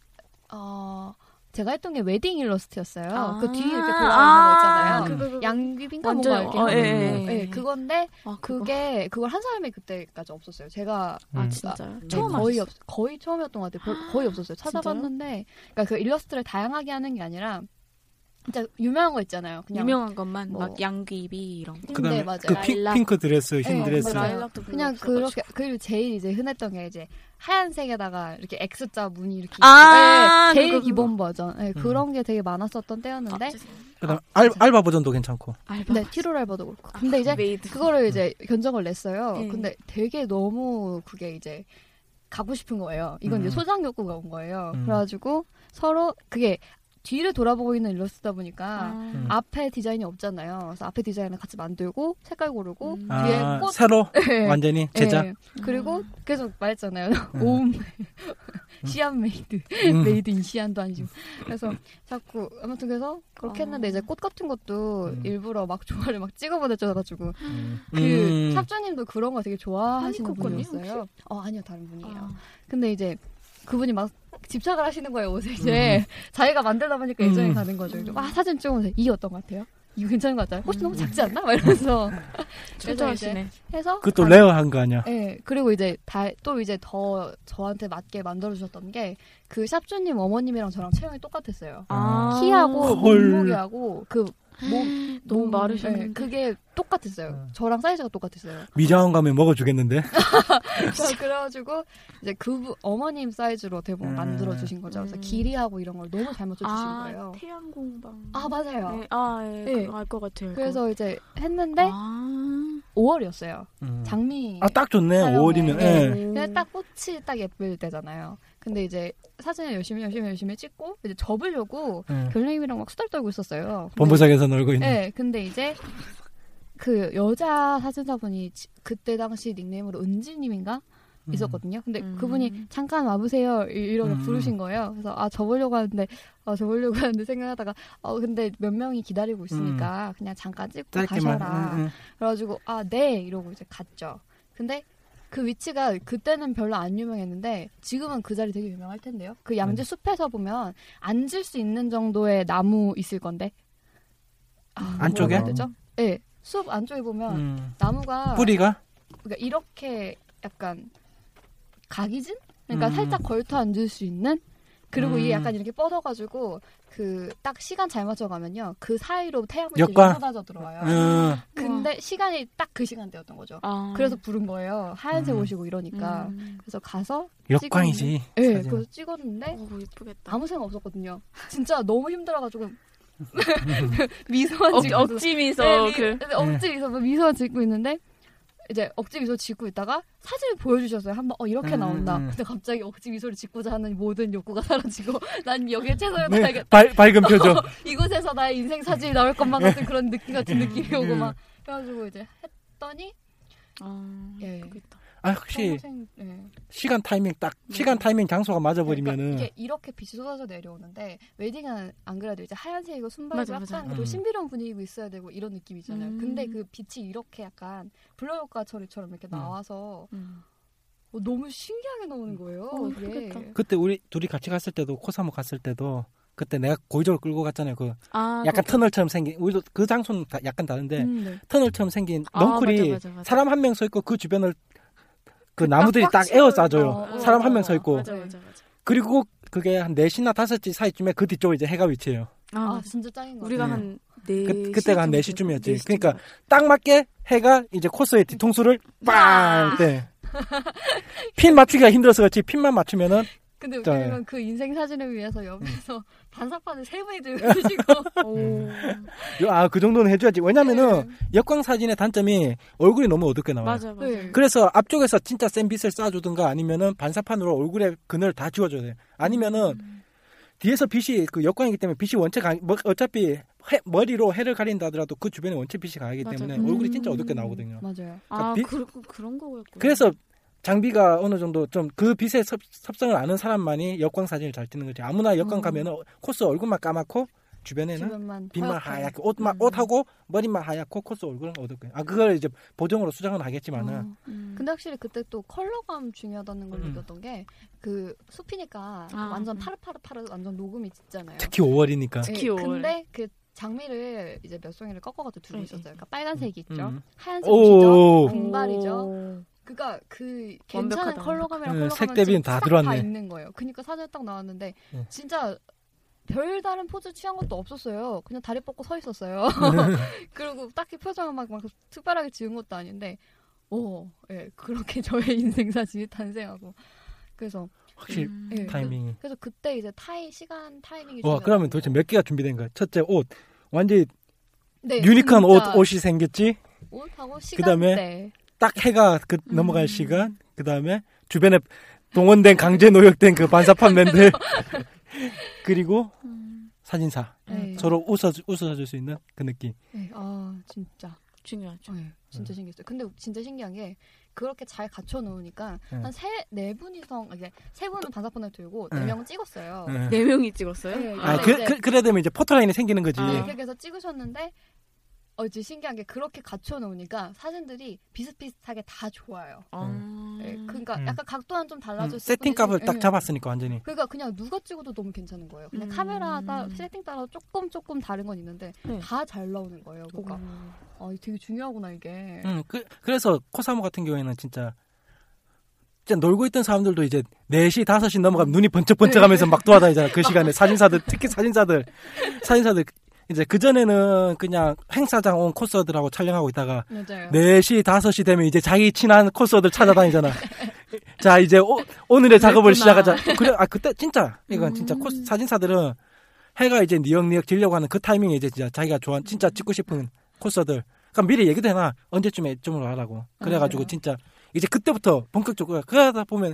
Speaker 5: 어 제가 했던 게 웨딩 일러스트였어요.
Speaker 2: 아.
Speaker 5: 그 뒤에 이렇게 돌아오는
Speaker 2: 그,
Speaker 5: 거 있잖아요. 양귀빈가 뭔가
Speaker 2: 완전
Speaker 5: 이렇게.
Speaker 2: 어, 예,
Speaker 4: 음.
Speaker 2: 예,
Speaker 5: 네,
Speaker 2: 예.
Speaker 5: 그건데
Speaker 2: 아, 그거.
Speaker 5: 그게 그걸 한 사람이 그때까지 없었어요. 제가
Speaker 2: 아
Speaker 4: 음.
Speaker 2: 진짜요?
Speaker 5: 네,
Speaker 2: 처음
Speaker 5: 거의
Speaker 2: 알았어요.
Speaker 5: 없, 거의 처음이었던 것 같아요. 별- 거의 없었어요. 찾아봤는데 그러니까 그 일러스트를 다양하게 하는 게 아니라 진짜 유명한 거 있잖아요. 그냥
Speaker 2: 유명한 것만
Speaker 5: 뭐.
Speaker 2: 막 양귀비 이런 거.
Speaker 5: 네,
Speaker 4: 그다음에
Speaker 5: 맞아요.
Speaker 4: 그 핑,
Speaker 2: 라일락.
Speaker 4: 핑크 드레스, 흰
Speaker 5: 네,
Speaker 4: 드레스.
Speaker 5: 맞아요.
Speaker 2: 라일락도 별로
Speaker 5: 그냥
Speaker 2: 뭐 없어가지고.
Speaker 5: 그렇게 그리고 제일 이제 흔했던 게 이제 하얀색에다가 이렇게 X자 무늬 이렇게
Speaker 2: 아,
Speaker 5: 있고, 네, 제일
Speaker 2: 그거, 그거.
Speaker 5: 기본 버전 네, 그런 게 되게 많았었던 때였는데
Speaker 2: 아, 죄송해요.
Speaker 4: 그다음 알, 알바 버전도 괜찮고.
Speaker 2: 알바.
Speaker 5: 네 티로랄버도 그렇고 근데 이제
Speaker 2: 아, 메이드. 음.
Speaker 5: 그거를 이제 견적을 냈어요.
Speaker 2: 네.
Speaker 5: 근데 되게 너무 그게 이제 가고 싶은 거예요. 이건
Speaker 4: 음.
Speaker 5: 이제 소장 욕구가 온 거예요.
Speaker 4: 음.
Speaker 5: 그래가지고 서로 그게 뒤를 돌아보고 있는 일러스트다
Speaker 2: 아.
Speaker 5: 보니까
Speaker 4: 음.
Speaker 5: 앞에 디자인이 없잖아요. 그래서 앞에 디자인을 같이 만들고 색깔 고르고 [laughs]
Speaker 2: 음.
Speaker 5: 뒤에
Speaker 4: 아,
Speaker 5: 꽃
Speaker 4: 새로
Speaker 5: 예,
Speaker 4: 완전히 제작.
Speaker 5: 예. 그리고 계속 말했잖아요.
Speaker 4: 음.
Speaker 5: [laughs] 오음 시안 메이드
Speaker 4: 음.
Speaker 5: 메이드 인 시안도 아니고 그래서 자꾸 아무튼 그래서 그렇게 했는데
Speaker 2: 어.
Speaker 5: 이제 꽃 같은 것도
Speaker 4: 음.
Speaker 5: 일부러 막 조화를 막 찍어보내줘가지고
Speaker 4: 음.
Speaker 5: 그 샵주님도 그런 거 되게 좋아하시는
Speaker 2: 하니코코님
Speaker 5: 분이었어요. 어 아니요 다른 분이에요.
Speaker 2: 아.
Speaker 5: 근데 이제 그분이 막 집착을 하시는 거예요 옷에 이제 [laughs] 자기가 만들다 보니까 예전에
Speaker 4: 음.
Speaker 5: 가는 거죠.
Speaker 2: 음.
Speaker 5: 와 사진 찍으면서 이게 어떤 것 같아요? 이거 괜찮은 것 같아요? 혹시 너무 작지 않나? 막 [laughs] 이러면서
Speaker 2: 철저하시네.
Speaker 5: 해서
Speaker 4: 그것도
Speaker 5: 다-
Speaker 4: 레어한 거 아니야.
Speaker 5: 네, 그리고 이제 다, 또 이제 더 저한테 맞게 만들어주셨던 게 그 샵주님 어머님이랑 저랑 체형이 똑같았어요.
Speaker 4: 음.
Speaker 2: 아.
Speaker 5: 키하고
Speaker 4: 헐.
Speaker 5: 몸무게하고 그 몸,
Speaker 2: 너무
Speaker 5: 몸-
Speaker 2: 마르셨는데.
Speaker 5: 네, 그게
Speaker 4: 아.
Speaker 5: 똑같았어요. 저랑 사이즈가
Speaker 4: [laughs]
Speaker 5: 똑같았어요.
Speaker 4: 미장원 가면 먹어주겠는데.
Speaker 5: 그래서 그래가지고 이제 그 어머님 사이즈로 대부분
Speaker 4: 음.
Speaker 5: 만들어주신 거죠. 그래서
Speaker 2: 음.
Speaker 5: 길이하고 이런 걸 너무 잘 맞춰주신
Speaker 2: 아
Speaker 5: 거예요.
Speaker 2: 태양 공방.
Speaker 5: 아 맞아요.
Speaker 2: 네, 아, 예,
Speaker 5: 네.
Speaker 2: 그거 알 것 같아요. 그거.
Speaker 5: 그래서 이제 했는데
Speaker 2: 아,
Speaker 5: 5월이었어요.
Speaker 4: 음.
Speaker 5: 장미.
Speaker 4: 아, 딱 좋네.
Speaker 5: 사용해.
Speaker 4: 5월이면.
Speaker 5: 네.
Speaker 4: 예.
Speaker 5: 그냥 딱 꽃이 딱 예쁠 때잖아요. 근데 이제 사진을 열심히 열심히 열심히 찍고 이제 접으려고
Speaker 4: 예.
Speaker 5: 결림이랑 막 수달 떨고 있었어요. 근데-
Speaker 4: 본부장에서 놀고 있는.
Speaker 5: 네, 근데 이제 그 여자 사진사분이 지- 그때 당시 닉네임으로 은지님인가
Speaker 4: 음.
Speaker 5: 있었거든요. 근데
Speaker 2: 음.
Speaker 5: 그분이 잠깐 와보세요 이- 이러고
Speaker 4: 음.
Speaker 5: 부르신 거예요. 그래서 아 접으려고 하는데 아 접으려고 하는데 생각하다가 어 근데 몇 명이 기다리고 있으니까 그냥 잠깐 찍고
Speaker 4: 음. 짧게만. 음,
Speaker 5: 가셔라.
Speaker 4: 응, 응.
Speaker 5: 그래가지고 아 네 이러고 이제 갔죠. 근데 그 위치가 그때는 별로 안 유명했는데 지금은 그 자리 되게 유명할 텐데요. 그
Speaker 4: 네.
Speaker 5: 양지 숲에서 보면 앉을 수 있는 정도의 나무 있을 건데 아, 뭐라고
Speaker 4: 안쪽에?
Speaker 5: 해야 되죠? 네, 숲 안쪽에 예, 보면
Speaker 4: 음.
Speaker 5: 나무가
Speaker 4: 뿌리가
Speaker 5: 그러니까 이렇게 약간 각이진? 그러니까
Speaker 4: 음.
Speaker 5: 살짝 걸터 앉을 수 있는 그리고 이게
Speaker 4: 음.
Speaker 5: 약간 이렇게 뻗어가지고 그 딱 시간 잘 맞춰가면요 그 사이로 태양빛이
Speaker 4: 역광.
Speaker 5: 쏟아져 들어와요.
Speaker 4: 음,
Speaker 5: 근데 시간이 딱 그 시간대였던 거죠.
Speaker 2: 아.
Speaker 5: 그래서 부른 거예요. 하얀색
Speaker 4: 음.
Speaker 5: 옷이고 이러니까
Speaker 2: 음.
Speaker 5: 그래서 가서
Speaker 4: 역광이지.
Speaker 5: 예
Speaker 4: 사진은.
Speaker 5: 그래서 찍었는데
Speaker 2: 오 예쁘겠다.
Speaker 5: 아무 생각 없었거든요. 진짜 너무 힘들어가지고 [laughs] 미소만
Speaker 2: 억,
Speaker 5: 짓고
Speaker 2: 억지 미소
Speaker 5: 네, 미-
Speaker 2: 그
Speaker 5: 네, 억지 미소 미소 짓고 있는데 이제 억지 미소 짓고 있다가 사진을 보여주셨어요. 한번 어 이렇게
Speaker 4: 음,
Speaker 5: 나온다.
Speaker 4: 음.
Speaker 5: 근데 갑자기 억지 미소를 짓고자 하는 모든 욕구가 사라지고 [laughs] 난 여기에 최선을
Speaker 4: 네,
Speaker 5: 다하겠다.
Speaker 4: 발, 밝은
Speaker 2: [laughs]
Speaker 4: 표정.
Speaker 5: [laughs] 이곳에서 나의 인생 사진이 나올 것만
Speaker 4: 네.
Speaker 5: 같은 그런 느낌 같은 느낌이 오고 막 그래가지고 이제 했더니
Speaker 2: 아,
Speaker 5: 예.
Speaker 2: 예쁘겠다.
Speaker 4: 아, 혹시
Speaker 5: 평생 예.
Speaker 4: 시간 타이밍 딱
Speaker 2: 네.
Speaker 4: 시간 타이밍 장소가 맞아버리면은
Speaker 5: 그러니까
Speaker 2: 예.
Speaker 5: 이게 이렇게 빛이 쏟아져 내려오는데 웨딩은 안 그래도 이제 하얀색이고
Speaker 2: 맞아,
Speaker 5: 순발이고 약간
Speaker 2: 맞아.
Speaker 5: 그리고
Speaker 4: 음.
Speaker 5: 신비로운 분위기고 있어야 되고 이런 느낌 있잖아요.
Speaker 2: 음.
Speaker 5: 근데 그 빛이 이렇게 약간 블러효과 처리처럼 이렇게 나와서
Speaker 2: 음.
Speaker 5: 어, 너무 신기하게 나오는 거예요.
Speaker 2: 어,
Speaker 5: 이게.
Speaker 2: 예쁘겠다.
Speaker 4: 그때 우리 둘이 같이 갔을 때도 코사무 갔을 때도 그때 내가 고의적으로 끌고 갔잖아요. 그
Speaker 2: 아
Speaker 4: 약간 터널처럼 생긴 우리도 그 장소는 다 약간 다른데
Speaker 2: 음, 네.
Speaker 4: 터널처럼 생긴
Speaker 2: 아,
Speaker 4: 넝쿨이
Speaker 2: 맞아, 맞아, 맞아.
Speaker 4: 사람 한 명 서 있고 그 주변을 그 나무들이 딱
Speaker 5: 빡빡
Speaker 4: 에워싸줘요.
Speaker 5: 치는-
Speaker 2: 어,
Speaker 4: 사람
Speaker 2: 어,
Speaker 4: 한 명
Speaker 2: 어,
Speaker 4: 서 있고
Speaker 2: 맞아 맞아 맞아.
Speaker 4: 그리고 그게 한 4시나 5시 사이쯤에 그 뒤쪽에 이제 해가 위치해요.
Speaker 2: 아,
Speaker 5: 아
Speaker 2: 맞아.
Speaker 5: 진짜 짱인 거
Speaker 2: 우리가
Speaker 4: 네.
Speaker 2: 한 네.
Speaker 4: 그- 그때가 한
Speaker 2: 시쯤 됐어.
Speaker 4: 4시쯤이었지.
Speaker 2: 네 시쯤
Speaker 4: 그러니까 딱 맞게 해가 이제 코스의 뒤통수를 빵! 때. 핀 맞추기가 힘들어서 그렇지 핀만 맞추면은
Speaker 5: 근데
Speaker 4: 진짜.
Speaker 5: 웃기는 건 그 인생 사진을 위해서 옆에서 [laughs] 반사판을 세 분이 들고 계시고
Speaker 2: 오.
Speaker 4: 아 그 정도는 해줘야지 왜냐면은 역광 사진의 단점이 얼굴이 너무 어둡게 나와요
Speaker 2: 네. 맞아 맞아.
Speaker 5: 네.
Speaker 4: 그래서 앞쪽에서 진짜 센 빛을 쏴주든가 아니면은 반사판으로 얼굴에 그늘 다 지워줘야 돼요 아니면은
Speaker 2: 음.
Speaker 4: 뒤에서 빛이 그 역광이기 때문에 빛이 원체 강 뭐, 어차피 해- 머리로 해를 가린다 하더라도 그 주변에 원체 빛이 강하기
Speaker 2: 맞아.
Speaker 4: 때문에
Speaker 2: 음.
Speaker 4: 얼굴이 진짜 어둡게 나오거든요
Speaker 5: 맞아요.
Speaker 2: 아
Speaker 4: 비-
Speaker 2: 그, 그런 거였구나.
Speaker 4: 그래서 장비가 어느 정도 좀 그 빛의 섭, 섭성을 아는 사람만이 역광 사진을 잘 찍는 거지 아무나 역광
Speaker 2: 음.
Speaker 4: 가면은 코스 얼굴만 까맣고 주변에는
Speaker 5: 주변만
Speaker 4: 빛만
Speaker 5: 허옇게.
Speaker 4: 네. 하얗게 옷만
Speaker 2: 음.
Speaker 4: 옷하고 머리만 하얗고 코스 얼굴은 어둡게 아 그걸 이제 보정으로 수정은 하겠지만은
Speaker 5: 어.
Speaker 2: 음.
Speaker 5: 근데 확실히 그때 또 컬러감 중요하다는 걸
Speaker 4: 음.
Speaker 5: 느꼈던 게 그 숲이니까
Speaker 2: 아,
Speaker 5: 완전
Speaker 2: 음. 네.
Speaker 5: 파릇파릇파릇 완전 녹음이 짙잖아요.
Speaker 4: 특히 5월이니까
Speaker 2: 특히
Speaker 5: 예,
Speaker 2: 오월.
Speaker 5: 근데 그 장미를 이제 몇 송이를 꺾어가지고 두고
Speaker 2: 음,
Speaker 5: 있었어요. 그러니까 빨간색이 있죠,
Speaker 4: 음.
Speaker 5: 하얀색 옷이죠,
Speaker 4: 오
Speaker 5: 공발이죠.
Speaker 2: 오.
Speaker 5: 그러니까 그
Speaker 2: 완벽하다,
Speaker 5: 괜찮은 컬러감이랑
Speaker 4: 음,
Speaker 5: 컬러감
Speaker 4: 색 대비는 다 들어왔네.
Speaker 5: 다 있는 거예요. 그러니까 사진 딱 나왔는데
Speaker 4: 음.
Speaker 5: 진짜 별 다른 포즈 취한 것도 없었어요. 그냥 다리 뻗고 서 있었어요.
Speaker 4: 네.
Speaker 5: [laughs] 그리고 딱히 표정 막, 막 특별하게 지은 것도 아닌데, 오, 예, 그렇게 [laughs] 저의 인생 사진이 탄생하고. 그래서
Speaker 4: 확실히
Speaker 5: 예, 그-
Speaker 4: 타이밍이
Speaker 5: 그래서 그때 이제 타이 시간 타이밍이
Speaker 4: 음, 와 그러면 도대체 몇 개가 준비된 거야 첫째 옷 완전히
Speaker 5: 네,
Speaker 4: 유니크한 옷
Speaker 5: 진짜
Speaker 4: 옷이 생겼지
Speaker 5: 옷하고 시간대
Speaker 4: 그다음에 딱 해가 그 넘어갈
Speaker 2: 음.
Speaker 4: 시간 그 다음에 주변에 동원된 강제 노역된 그 반사판 맨들 [laughs] 그리고
Speaker 2: 음.
Speaker 4: 사진사
Speaker 5: 네.
Speaker 4: 서로 웃어 웃어줄 수 있는 그 느낌
Speaker 5: 네, 아 진짜
Speaker 2: 중요하죠.
Speaker 5: 예,
Speaker 4: 네.
Speaker 5: 진짜 신기했어요. 근데 진짜 신기한 게 그렇게 잘 갖춰 놓으니까
Speaker 4: 네.
Speaker 5: 한 세 네 분이서 이제 세 분은 반사판을 들고 네
Speaker 4: 네.
Speaker 5: 명은 찍었어요.
Speaker 4: 예.
Speaker 2: 네 명이 찍었어요.
Speaker 5: 네,
Speaker 4: 아,
Speaker 5: 근데
Speaker 4: 그,
Speaker 5: 이제-
Speaker 4: 그, 그래야 되면 이제 포토라인이 생기는 거지. 음.
Speaker 2: 아.
Speaker 5: 네, 그렇게 해서 찍으셨는데 어, 이제 신기한 게 그렇게 갖춰 놓으니까 사진들이 비슷비슷하게 다 좋아요.
Speaker 2: 아.
Speaker 5: 예, 그러니까
Speaker 4: 음.
Speaker 5: 약간 각도는 좀
Speaker 4: 음,
Speaker 5: 달라졌을
Speaker 4: 세팅
Speaker 2: 네.
Speaker 5: 뿐이지-
Speaker 4: 값을 딱
Speaker 5: 예.
Speaker 4: 잡았으니까, 완전히.
Speaker 5: 그러니까 그냥 누가 찍어도 너무 괜찮은 거예요.
Speaker 2: 음.
Speaker 5: 그냥 카메라 따라 세팅 따라 조금 조금 다른 건 있는데
Speaker 2: 네.
Speaker 5: 다 잘 나오는 거예요. 그러니까 아, 이거 되게 중요하구나 이게.
Speaker 4: 음, 그, 그래서 코사모 같은 경우에는 진짜, 진짜 놀고 있던 사람들도 이제 4시, 5시 넘어가면 눈이 번쩍번쩍 하면서 막 돌아다니잖아. 그 시간에 사진사들, 특히 사진사들. 사진사들. 이제 그전에는 그냥 행사장 온 코스들하고 촬영하고 있다가
Speaker 5: 맞아요.
Speaker 4: 4시, 5시 되면 이제 자기 친한 코스들 찾아다니잖아. [laughs] 자, 이제 오, 오늘의 작업을
Speaker 2: 그랬구나.
Speaker 4: 시작하자. 그래, 아, 그때 진짜, 이건 진짜
Speaker 5: 음.
Speaker 4: 코스, 사진사들은 해가 이제 니역니역 지려고 하는 그 타이밍에 이제 진짜 자기가 좋아, 진짜 찍고 싶은 코스들. 그러니까 미리 얘기도 해놔. 언제쯤에 이쯤으로 하라고. 그래가지고
Speaker 5: 맞아요.
Speaker 4: 진짜 이제 그때부터 본격적으로, 그러다 보면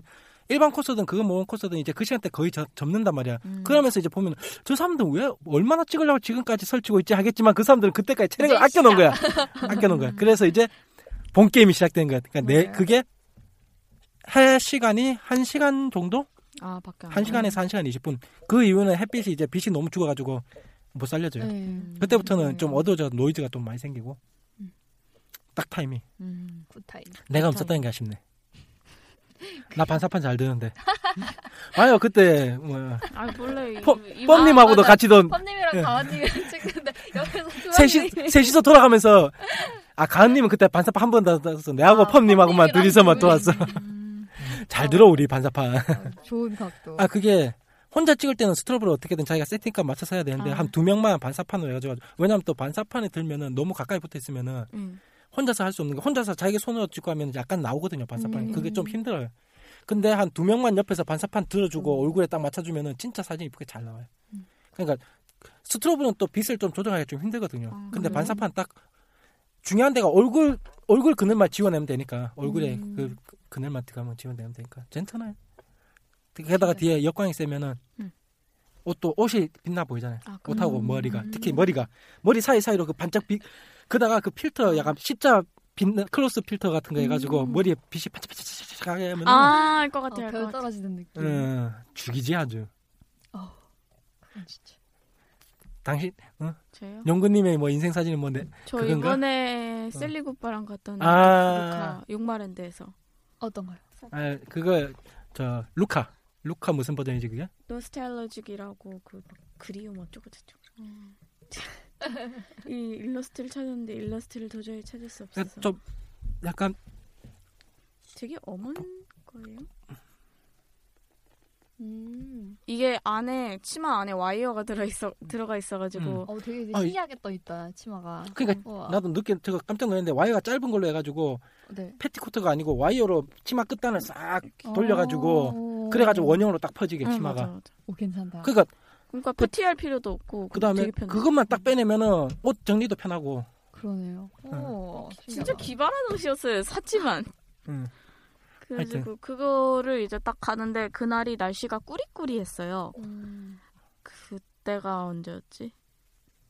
Speaker 4: 일반 코스든 그거 모은 코스든 이제 그 시간대 거의 저- 접는단 말이야.
Speaker 5: 음.
Speaker 4: 그러면서 이제 보면 저 사람들은 왜 얼마나 찍으려고 지금까지 설치고 있지 하겠지만 그 사람들은 그때까지 체력을
Speaker 5: 이제 음.
Speaker 4: 아껴놓은 거야. [laughs] 아껴놓은 거야. 그래서 이제 본 게임이 시작된 거야. 그러니까 내
Speaker 5: 맞아요.
Speaker 4: 그게 해 시간이 한 시간 정도?
Speaker 2: 아 밖에 안
Speaker 4: 한 시간에서 한 시간 20분. 그 이후는 햇빛이 이제 빛이 너무 죽어가지고 못 살려줘요.
Speaker 5: 네. 음.
Speaker 4: 그때부터는 좀
Speaker 5: 맞아요.
Speaker 4: 어두워져 노이즈가 좀 많이 생기고. 딱 타이밍.
Speaker 2: 음.
Speaker 5: 굿타임.
Speaker 4: 내가 없었다는 게 아쉽네. 나 반사판 잘 되는데. 아유 그때 뭐,
Speaker 2: 아 원래 이-
Speaker 4: 펌-
Speaker 2: 이-
Speaker 4: 뻔님하고도
Speaker 5: 맞아.
Speaker 4: 같이 돈
Speaker 5: 펌님이랑 [laughs]
Speaker 4: 예.
Speaker 5: 가은님이랑 찍는데 옆에서
Speaker 4: 셋이 셋이서 돌아가면서 아 가은님은 그때 반사판 한 번 다았어 내하고
Speaker 5: 아,
Speaker 4: 펌님하고만
Speaker 5: 펌님이랑 둘이.
Speaker 4: 둘이서만 도왔어.
Speaker 7: 음.
Speaker 4: 잘 들어 우리 반사판. [laughs]
Speaker 5: 어, 좋은 각도.
Speaker 4: 아 그게 혼자 찍을 때는 스트로브를 어떻게든 자기가 세팅값 맞춰서 해야 되는데
Speaker 7: 아.
Speaker 4: 한 두 명만 반사판으로 해가지고 왜냐면 또 반사판에 들면은 너무 가까이 붙어 있으면은
Speaker 7: 음.
Speaker 4: 혼자서 할 수 없는 게 혼자서 자기 손으로 찍고 하면 약간 나오거든요 반사판
Speaker 7: 음.
Speaker 4: 이 그게 좀 힘들어요 근데 한 두 명만 옆에서 반사판 들어주고
Speaker 7: 음.
Speaker 4: 얼굴에 딱 맞춰주면은 진짜 사진 이쁘게 잘 나와요 그러니까 스트로브는 또 빛을 좀 조정하기 가좀 힘들거든요
Speaker 7: 아,
Speaker 4: 근데
Speaker 7: 그래요?
Speaker 4: 반사판 딱 중요한 데가 얼굴 얼굴 그늘만 지워내면 되니까 얼굴에
Speaker 7: 음.
Speaker 4: 그 그늘만 들어가면 지워내면 되니까 괜찮아요 게다가 뒤에 역광이 세면은
Speaker 7: 음.
Speaker 4: 옷도 옷이 빛나 보이잖아요
Speaker 7: 아, 그럼.
Speaker 4: 옷하고 머리가 특히 머리가 머리 사이사이로 그 반짝 빛 그다가 그 필터 약간 십자 빛나 클로스 필터 같은 거 해가지고 머리에 빛이 반짝반짝하게 하면 은
Speaker 2: 아, 알 것
Speaker 5: 어,
Speaker 2: 같아요. 알
Speaker 5: 별
Speaker 2: 것 같아요.
Speaker 5: 떨어지는 느낌.
Speaker 4: 음, 죽이지 아주
Speaker 5: 그건 음, 진짜.
Speaker 4: 당신
Speaker 2: 저요?
Speaker 4: 영구님의 뭐 인생 사진이 뭔데
Speaker 2: 저
Speaker 4: 그건가? 어.
Speaker 2: 이번에 셀리굿바랑 갔던
Speaker 4: 아,
Speaker 2: 루카 용마랜드에서
Speaker 5: 어떤 거요?
Speaker 4: 아 그거 저 루카 루카 무슨 버전이지 그게
Speaker 2: 노스텔러직이라고 그막 그리움 어쩌고 저쩌고. [laughs] 이 일러스트를 찾았는데 일러스트를 도저히 찾을 수 없어서
Speaker 4: 네, 좀 약간
Speaker 2: 되게 엄한 거예요. 음. 이게 안에 치마 안에 와이어가 들어 있어 들어가 있어가지고
Speaker 5: 어, 되게, 되게
Speaker 4: 아, 이-
Speaker 5: 신기하게 떠 있다 치마가. 어,
Speaker 4: 그러니까
Speaker 5: 우와.
Speaker 4: 나도 늦게 제가 깜짝 놀랐는데 와이어가 짧은 걸로 해가지고
Speaker 5: 네.
Speaker 4: 패티코트가 아니고 와이어로 치마 끝단을 싹 어. 돌려가지고
Speaker 5: 오.
Speaker 4: 그래가지고 원형으로 딱 퍼지게
Speaker 2: 응,
Speaker 4: 치마가
Speaker 2: 어. 음, 맞아, 맞아.
Speaker 5: 오 괜찮다.
Speaker 4: 그러니까
Speaker 2: 그러니까 PTR 필요도 없고
Speaker 4: 그 다음에
Speaker 2: 되게 편해.
Speaker 4: 그것만 딱 빼내면은 옷 정리도 편하고.
Speaker 5: 그러네요.
Speaker 4: 아.
Speaker 5: 오,
Speaker 2: 진짜
Speaker 4: 음.
Speaker 5: 신기하다.
Speaker 2: 기발한 옷이었어요. 샀지만 그래가지고
Speaker 4: 하여튼.
Speaker 2: 그거를 이제 딱 가는데 그날이 날씨가 꾸리꾸리했어요.
Speaker 5: 음.
Speaker 2: 그때가 언제였지?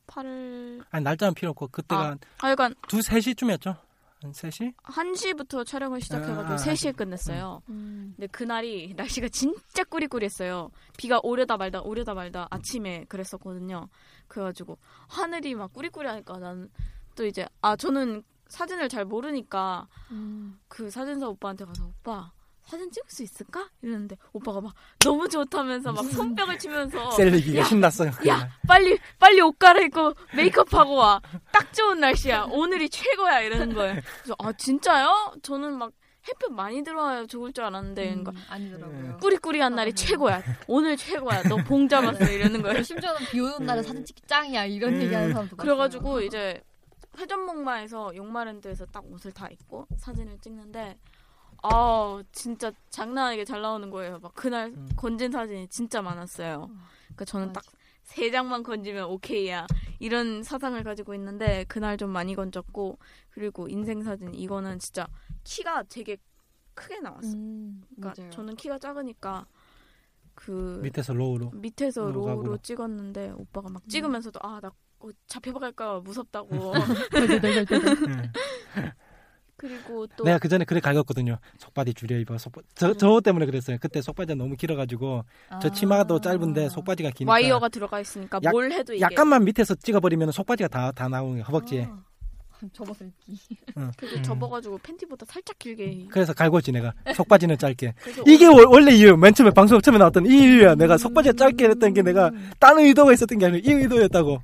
Speaker 2: 8월
Speaker 4: 아니 날짜는 필요 없고
Speaker 2: 아.
Speaker 4: 그때가
Speaker 2: 하여간
Speaker 4: 두 세 시쯤이었죠. 한 세 시?
Speaker 2: 1시부터 촬영을 시작해가지고
Speaker 4: 아,
Speaker 2: 3시에 끝냈어요. 근데 그날이 날씨가 진짜 꾸리꾸리했어요. 비가 오려다 말다 오려다 말다 아침에 그랬었거든요. 그래가지고 하늘이 막 꾸리꾸리하니까 난 또 이제 아 저는 사진을 잘 모르니까
Speaker 5: 음.
Speaker 2: 그 사진사 오빠한테 가서 오빠 사진 찍을 수 있을까? 이랬는데 오빠가 막 너무 좋다면서 막 손뼉을 치면서
Speaker 4: 셀리기가
Speaker 2: 야,
Speaker 4: 신났어요.
Speaker 2: 야 빨리 빨리 옷 갈아입고 메이크업하고 와 딱 좋은 날씨야 오늘이 최고야 이러는 거예요 그래서 아 진짜요? 저는 막 햇볕 많이 들어와요 좋을 줄 알았는데
Speaker 5: 음,
Speaker 2: 그러니까
Speaker 5: 아니더라고요.
Speaker 2: 꾸리꾸리한 날이 최고야 오늘 최고야 너 봉 잡았어 이러는
Speaker 4: 네.
Speaker 2: 거예요
Speaker 5: 심지어는 비 오는 날에 사진 찍기 짱이야 이런
Speaker 4: 음.
Speaker 5: 얘기하는 사람도 많아요.
Speaker 2: 그래가지고 이제 회전목마에서 용마랜드에서 딱 옷을 다 입고 사진을 찍는데 아 진짜 장난 아니게 잘 나오는 거예요. 막 그날
Speaker 4: 음.
Speaker 2: 건진 사진이 진짜 많았어요. 그러니까 저는 딱 세 장만 건지면 오케이야 이런 사상을 가지고 있는데 그날 좀 많이 건졌고 그리고 인생 사진 이거는 진짜 키가 되게 크게 나왔어요.
Speaker 5: 음,
Speaker 2: 그러니까
Speaker 5: 맞아요.
Speaker 2: 저는 키가 작으니까 그
Speaker 4: 밑에서 로우로.
Speaker 2: 밑에서
Speaker 4: 로우로
Speaker 2: 로우로
Speaker 4: 가구로.
Speaker 2: 찍었는데 오빠가 막 찍으면서도 아 나 잡혀갈까 무섭다고
Speaker 4: 응.
Speaker 2: 그리고 또 음.
Speaker 4: 내가 그 전에 그래 갈겼거든요. 속바지 줄여 입어. 속바... 저, 저 때문에 그랬어요. 그때 속바지가 너무 길어가지고 저 치마도 짧은데 속바지가 기니까
Speaker 2: 아. 와이어가 들어가 있으니까
Speaker 4: 약-
Speaker 2: 뭘 해도 이게
Speaker 4: 약간만 밑에서 찍어버리면 속바지가 다, 다 나오는 거예요. 허벅지에.
Speaker 5: 아. 접어서 입기.
Speaker 2: 그리고
Speaker 4: 음.
Speaker 2: 접어가지고 팬티보다 살짝 길게
Speaker 4: 그래서 갈궜지
Speaker 2: [laughs]
Speaker 4: 내가. 속바지는 짧게.
Speaker 2: 그래서
Speaker 4: 이게 월- 원래 이유. 맨 처음에 방송 처음에 나왔던 이 이유야. 내가 속바지가
Speaker 2: 음.
Speaker 4: 짧게 했던 게 내가 다른 의도가 있었던 게 아니고 이 의도였다고.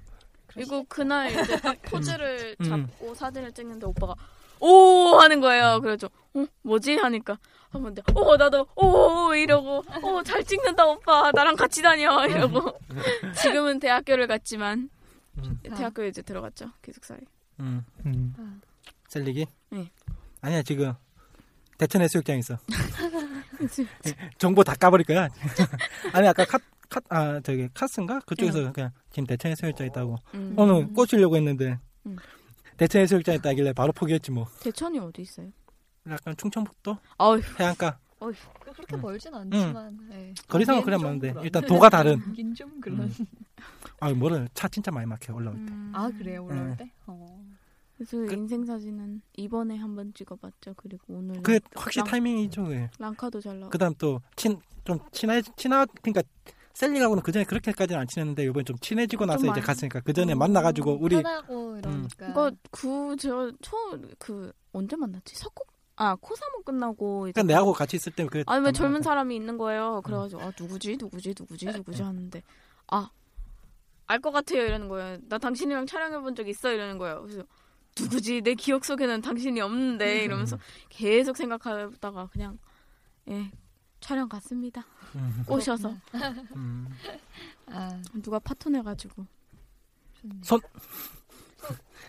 Speaker 2: 그리고 그날 이제 딱 포즈를
Speaker 4: 음.
Speaker 2: 잡고 사진을 찍는데 오빠가 오 하는 거예요. 그래서 어 뭐지 하니까 한번 데어 나도 오 이러고 어 잘 찍는다 오빠 나랑 같이 다녀 이러고 [laughs] 지금은 대학교를 갔지만
Speaker 4: 음.
Speaker 2: 대학교에 이제 들어갔죠 기숙사에.
Speaker 4: 음.
Speaker 6: 음.
Speaker 4: 셀리기?
Speaker 2: 아. 네.
Speaker 4: 아니야 지금 대천 해수욕장
Speaker 2: [laughs]
Speaker 4: 있어. 정보 다 까버릴 거야. [laughs] 아니 아까 카카아 저기 카스인가 그쪽에서 그냥 지금 대천 해수욕장 있다고
Speaker 2: 네. 음.
Speaker 4: 오늘 꽂으려고 했는데
Speaker 2: 음.
Speaker 4: 대천 해수욕장 있다길래 바로 포기했지 뭐.
Speaker 2: 대천이 어디 있어요?
Speaker 4: 약간 충청북도
Speaker 2: 어휴
Speaker 4: 해안가
Speaker 5: 그렇게
Speaker 4: 음.
Speaker 5: 멀진 않지만 예.
Speaker 4: 거리상은
Speaker 5: 거기엔
Speaker 4: 그냥
Speaker 5: 좀
Speaker 4: 많은데
Speaker 5: 그런.
Speaker 4: 일단 도가 다른.
Speaker 5: 거긴 좀 그런.
Speaker 4: 음. 아 뭐를 차 진짜 많이 막혀 올라올 때.
Speaker 5: 아 그래요 올라올
Speaker 4: 음.
Speaker 5: 때. 어.
Speaker 2: 그래서 인생 사진은 이번에 한 번 찍어봤죠. 그리고 오늘
Speaker 4: 그게 확실히
Speaker 2: 랑-
Speaker 4: 타이밍이죠. 그게.
Speaker 2: 랑카도 잘 나와.
Speaker 4: 그다음 또 친 좀 친해 친하 그러니까 셀링하고는 그 전에 그렇게까지는 안 친했는데 이번 좀 친해지고 나서
Speaker 2: 좀
Speaker 4: 이제
Speaker 2: 많이- 음,
Speaker 4: 갔으니까 그 전에 만나가지고 우리
Speaker 5: 편하고 이러니까.
Speaker 2: 그거 그저 처음 그 언제 만났지? 석곡 아 코사모 끝나고 이제
Speaker 4: 그러니까 내하고 같이 있을 때 그랬.
Speaker 2: 아니 왜 젊은 사람이 있는 거예요. 그래가지고 아 누구지 누구지 누구지 누구지 하는데 아 알 것 같아요 이러는 거예요. 나 당신이랑 촬영해 본 적 있어 이러는 거예요. 그래서 누구지? 내 기억 속에는 당신이 없는데 네, 이러면서 계속 생각하다가 그냥 예 촬영 갔습니다.
Speaker 4: 음,
Speaker 2: 꼬셔서
Speaker 4: 음.
Speaker 5: 아,
Speaker 2: 누가 파토내가지고
Speaker 5: 좋네.
Speaker 4: 손.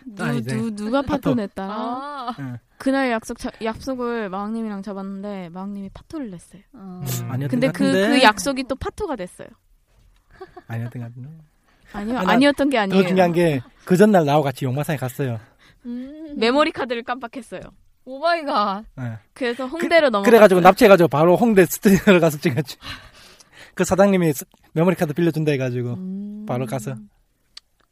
Speaker 2: 누,
Speaker 4: 아, 이제.
Speaker 2: 누, 누가 파토냈다.
Speaker 5: 아,
Speaker 2: 그날 약속 자- 약속을 마왕님이랑 잡았는데 마왕님이 파토를 냈어요.
Speaker 5: 어.
Speaker 4: 아니었던
Speaker 2: 근데
Speaker 4: 것
Speaker 2: 그 그
Speaker 4: 같은데.
Speaker 2: 약속이 또 파토가 됐어요.
Speaker 4: 아니었던 것 같은데.
Speaker 2: 아니요
Speaker 4: 아, 나
Speaker 2: 아니었던 게
Speaker 4: 더
Speaker 2: 아니에요.
Speaker 4: 중요한 게 그 전날 나와 같이 용마산에 갔어요.
Speaker 5: 음.
Speaker 2: 메모리 카드를 깜빡했어요.
Speaker 5: 오마이갓.
Speaker 4: 예.
Speaker 2: 그래서 홍대로 넘어.
Speaker 4: 그래가지고 납치해가지고 바로 홍대 스튜디오를 가서 찍었지. 그 사장님이 스- 메모리 카드 빌려준다 해가지고
Speaker 5: 음.
Speaker 4: 바로 가서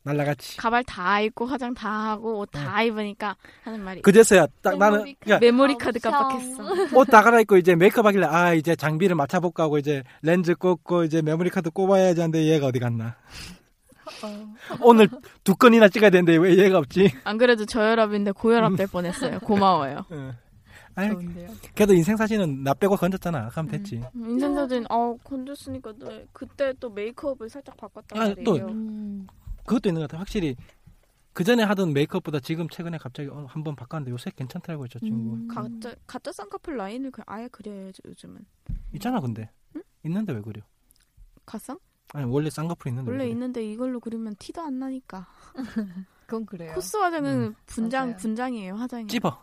Speaker 4: 날라갔지.
Speaker 2: 가발 다 입고 화장 다 하고 옷 다 입으니까 하는 말이
Speaker 4: 그제서야 딱 나는 그러니까
Speaker 2: 메모리 카드 아, 깜빡했어.
Speaker 4: 옷 다 갈아입고 이제 메이크업 하길래 아 이제 장비를 맞춰볼까 하고 이제 렌즈 꽂고 이제 메모리 카드 꼽아야지 하는데 얘가 어디 갔나.
Speaker 2: 어.
Speaker 4: 오늘 두 건이나 찍어야 되는데 왜 얘가 없지?
Speaker 2: 안 그래도 저혈압인데 고혈압 될 뻔했어요. 고마워요.
Speaker 4: 예. 아니
Speaker 5: 좋은데요.
Speaker 4: 걔도 인생 사진은 나 빼고 건졌잖아.
Speaker 2: 음.
Speaker 4: 하면 됐지.
Speaker 2: 인생 사진 어 건졌으니까 또 그때 또 메이크업을 살짝 바꿨단
Speaker 4: 아, 또-
Speaker 2: 말이에요.
Speaker 5: 음.
Speaker 4: 그것도 있는 것 같아. 확실히 그 전에 하던 메이크업보다 지금 최근에 갑자기 어, 한번 바꿨는데 요새 괜찮더라고요 저 친구.
Speaker 5: 음.
Speaker 2: 가짜 가짜 쌍꺼풀 라인을 그- 아예 그려야죠 요즘은.
Speaker 4: 있잖아 근데 있는데 왜 그려?
Speaker 2: 가쌍?
Speaker 4: 아니 원래 쌍꺼풀 있는데
Speaker 2: 원래
Speaker 4: 왜 그려?
Speaker 2: 있는데 이걸로 그리면 티도 안 나니까.
Speaker 5: 그건 그래요.
Speaker 2: 코스 화장은 분장
Speaker 5: 맞아요.
Speaker 2: 분장이에요 화장이.
Speaker 5: [laughs]
Speaker 4: 찝어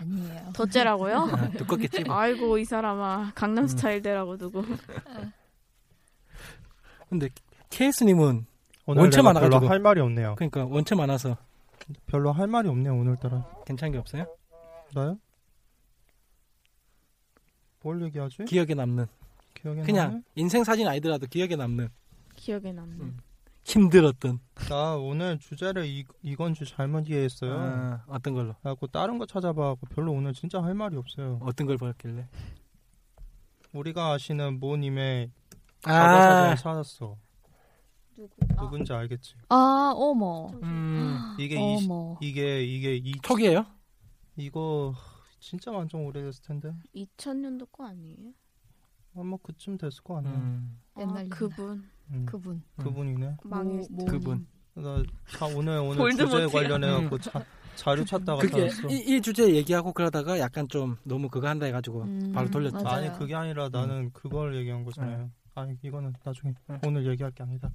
Speaker 5: 아니에요.
Speaker 2: 덧째라고요? [laughs]
Speaker 4: 아, 두껍게 찝어.
Speaker 2: 아이고 이 사람아 강남 스타일 대라고 누구?
Speaker 4: 근데 케이스님은
Speaker 6: 오늘
Speaker 4: 원체
Speaker 6: 내가
Speaker 4: 많아가지고.
Speaker 6: 별로 할 말이 없네요.
Speaker 4: 그러니까 원체 많아서
Speaker 6: 별로 할 말이 없네요 오늘따라.
Speaker 4: 괜찮은 게 없어요?
Speaker 6: 나요? 뭘 얘기하지?
Speaker 4: 기억에 남는
Speaker 6: 기억이
Speaker 4: 그냥 인생 사진 아니더라도 기억에 남는
Speaker 2: 기억에 남는.
Speaker 4: 음. 힘들었던
Speaker 6: 나 오늘 주제를 이, 이건 주 잘못 이해했어요.
Speaker 4: 아, 어떤 걸로
Speaker 6: 하고 다른 거 찾아봐갖고 별로 오늘 진짜 할 말이 없어요.
Speaker 4: 어떤 걸 보였길래
Speaker 6: 우리가 아시는 모님의
Speaker 4: 아
Speaker 6: 과거사진을 찾았어.
Speaker 2: 누구?
Speaker 6: 누군지 알겠지.
Speaker 5: 아, 어머. [gasps]
Speaker 4: 음,
Speaker 6: 이게 이,
Speaker 5: 어머.
Speaker 6: 이게 이게 이
Speaker 4: 톡이에요?
Speaker 6: 이거 진짜 완전 오래됐을 텐데
Speaker 2: 이 2000년도 거 아니에요?
Speaker 6: 아마 그쯤 됐을 거 아니야.
Speaker 4: 음,
Speaker 5: 옛날
Speaker 2: 아, 그분
Speaker 6: 음, 그,
Speaker 5: 그분.
Speaker 6: 그분이네.
Speaker 2: 망했.
Speaker 5: 모- 모-
Speaker 4: 그분
Speaker 6: 나 자, 오늘 오늘 주제에
Speaker 2: 볼드모트야.
Speaker 6: 관련해갖고 자, 자료 찾다가
Speaker 4: 음. 그게
Speaker 6: 찾았어.
Speaker 4: 이, 이 주제 얘기하고 그러다가 약간 좀 너무 그거 한다 해가지고
Speaker 5: 음,
Speaker 4: 바로 돌렸죠.
Speaker 5: 맞아요.
Speaker 6: 아니 그게 아니라 나는
Speaker 4: 음.
Speaker 6: 그걸 얘기한 거잖아요. 아니 이거는 나중에
Speaker 4: 네.
Speaker 6: 오늘 얘기할 게 아니다.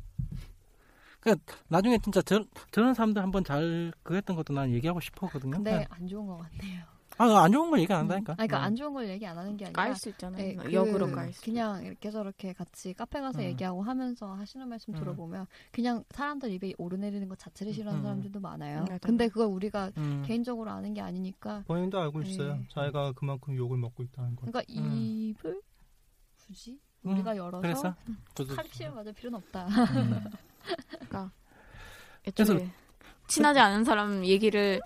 Speaker 4: 나중에 진짜 저, 저런 사람들 한번 잘 그랬던 것도 난 얘기하고 싶었거든요.
Speaker 5: 근데 안 좋은 것 같네요.
Speaker 4: 아, 안 좋은 걸 얘기 안
Speaker 5: 네. 음.
Speaker 4: 한다니까.
Speaker 5: 아니, 그러니까
Speaker 4: 음.
Speaker 5: 안 좋은 걸 얘기 안 하는 게 아니라
Speaker 2: 깔 수 있잖아요.
Speaker 5: 예, 그
Speaker 2: 역으로 깔 수.
Speaker 5: 그냥 이렇게 저렇게 같이 카페 가서
Speaker 4: 음.
Speaker 5: 얘기하고 하면서 하시는 말씀
Speaker 4: 음.
Speaker 5: 들어보면 그냥 사람들 입에 오르내리는 것 자체를 싫어하는
Speaker 4: 음.
Speaker 5: 사람들도 많아요.
Speaker 2: 맞아요.
Speaker 5: 근데 그걸 우리가
Speaker 4: 음.
Speaker 5: 개인적으로 아는 게 아니니까
Speaker 6: 본인도 알고 있어요.
Speaker 5: 네.
Speaker 6: 자기가 그만큼 욕을 먹고 있다는 걸.
Speaker 4: 음.
Speaker 5: 그러니까 입을 굳이 우리가 열어서 음,
Speaker 4: 그래서 저도-
Speaker 5: 칼집을 맞을 필요는 없다. [laughs]
Speaker 4: 음.
Speaker 2: 애초에
Speaker 4: 그래서-
Speaker 2: 친하지 않은 사람 얘기를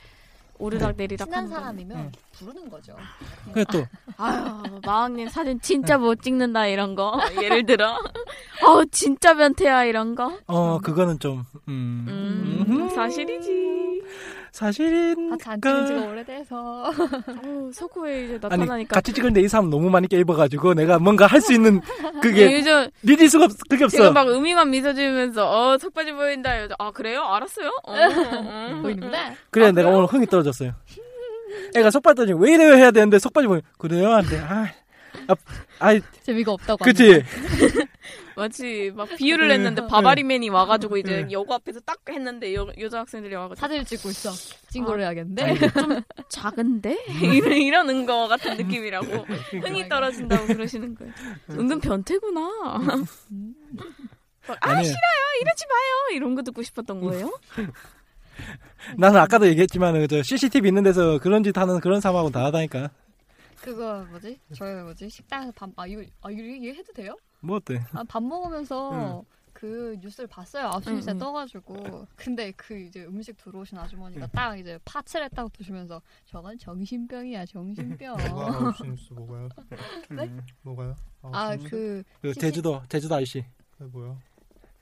Speaker 2: 오르락
Speaker 4: 네.
Speaker 2: 내리락
Speaker 5: 친한
Speaker 2: 하는 거는.
Speaker 5: 사람이면
Speaker 4: 음.
Speaker 5: 부르는 거죠. 아,
Speaker 4: 그래 또
Speaker 2: 아유 마왕님 사진 진짜
Speaker 4: 네.
Speaker 2: 못 찍는다 이런 거
Speaker 4: 아,
Speaker 2: 예를 들어 [laughs] 어 진짜 변태야 이런 거
Speaker 4: 어, 그거는 좀 음.
Speaker 2: 음,
Speaker 4: 음흠.
Speaker 2: 사실이지
Speaker 4: 사실인
Speaker 5: 같이 아, 안 찍은 지가 오래돼서
Speaker 2: 어, 서구에 이제
Speaker 4: 아니
Speaker 2: 나타나니까
Speaker 4: 같이 찍을 데이 사람 너무 많이 깨입어가지고 내가 뭔가 할
Speaker 5: [laughs]
Speaker 4: 수 있는
Speaker 5: 예.
Speaker 4: 그게
Speaker 2: 요즘
Speaker 4: 리디 수가 없, 그게 없어.
Speaker 2: 지금 막 음흉한 미소 지으면서 어 속바지 보인다 이러죠. 아 그래요? 알았어요? 어,
Speaker 4: [laughs]
Speaker 2: 어, 어.
Speaker 5: 보이는데
Speaker 4: 그래 내가 오늘 흥이 떨어졌어요. 애가 속바지 떨어지고 왜 이래요 해야 되는데 속바지 보면 그래요 안돼. 아, 아, 아,
Speaker 5: 재미가 없다고.
Speaker 4: 그치.
Speaker 2: 마치 막 비유를 했는데 바바리맨이 와가지고 이제 여고 앞에서 딱 했는데 여, 여자학생들이 와가지고
Speaker 5: 사진을 찍고 있어. 찡고를 해야겠는데.
Speaker 4: 아니,
Speaker 5: [laughs]
Speaker 2: 작은데? [laughs] 이런, 이러는 거 같은 느낌이라고 [laughs]
Speaker 6: 음.
Speaker 2: 흥이 떨어진다고 그러시는
Speaker 5: [laughs]
Speaker 2: 거예요. 은근 변태구나.
Speaker 6: [laughs]
Speaker 2: 막, 아
Speaker 4: 아니,
Speaker 2: 이러지 마요 이런 거 듣고 싶었던 거예요?
Speaker 4: 나는 아까도 얘기했지만 그 저 CCTV 있는 데서 그런 짓 하는 그런 사람하고 다르다니까.
Speaker 5: 그거 뭐지? 저희 뭐지? 식당에서 밥, 아, 이거, 아, 이거 얘기 해도 돼요?
Speaker 4: 뭐 어때?
Speaker 5: 아, 밥
Speaker 4: [laughs]
Speaker 5: 먹으면서 그 뉴스를 봤어요. 아홉 시
Speaker 2: 응,
Speaker 5: 뉴스에
Speaker 2: 응.
Speaker 5: 떠가지고. 근데 그 이제 음식 들어오신 아주머니가 딱 이제 파츠를 딱 드시면서 저건 정신병이야,
Speaker 4: [laughs]
Speaker 5: 정신병.
Speaker 6: 뭐가 아홉시 뉴스 뭐가요? 네?
Speaker 2: 음,
Speaker 6: 뭐가요?
Speaker 5: 아,
Speaker 6: 아홉시 뉴스?
Speaker 5: 그,
Speaker 4: 그
Speaker 5: CC
Speaker 4: 제주도 제주도 아저씨,
Speaker 6: 그게 뭐야?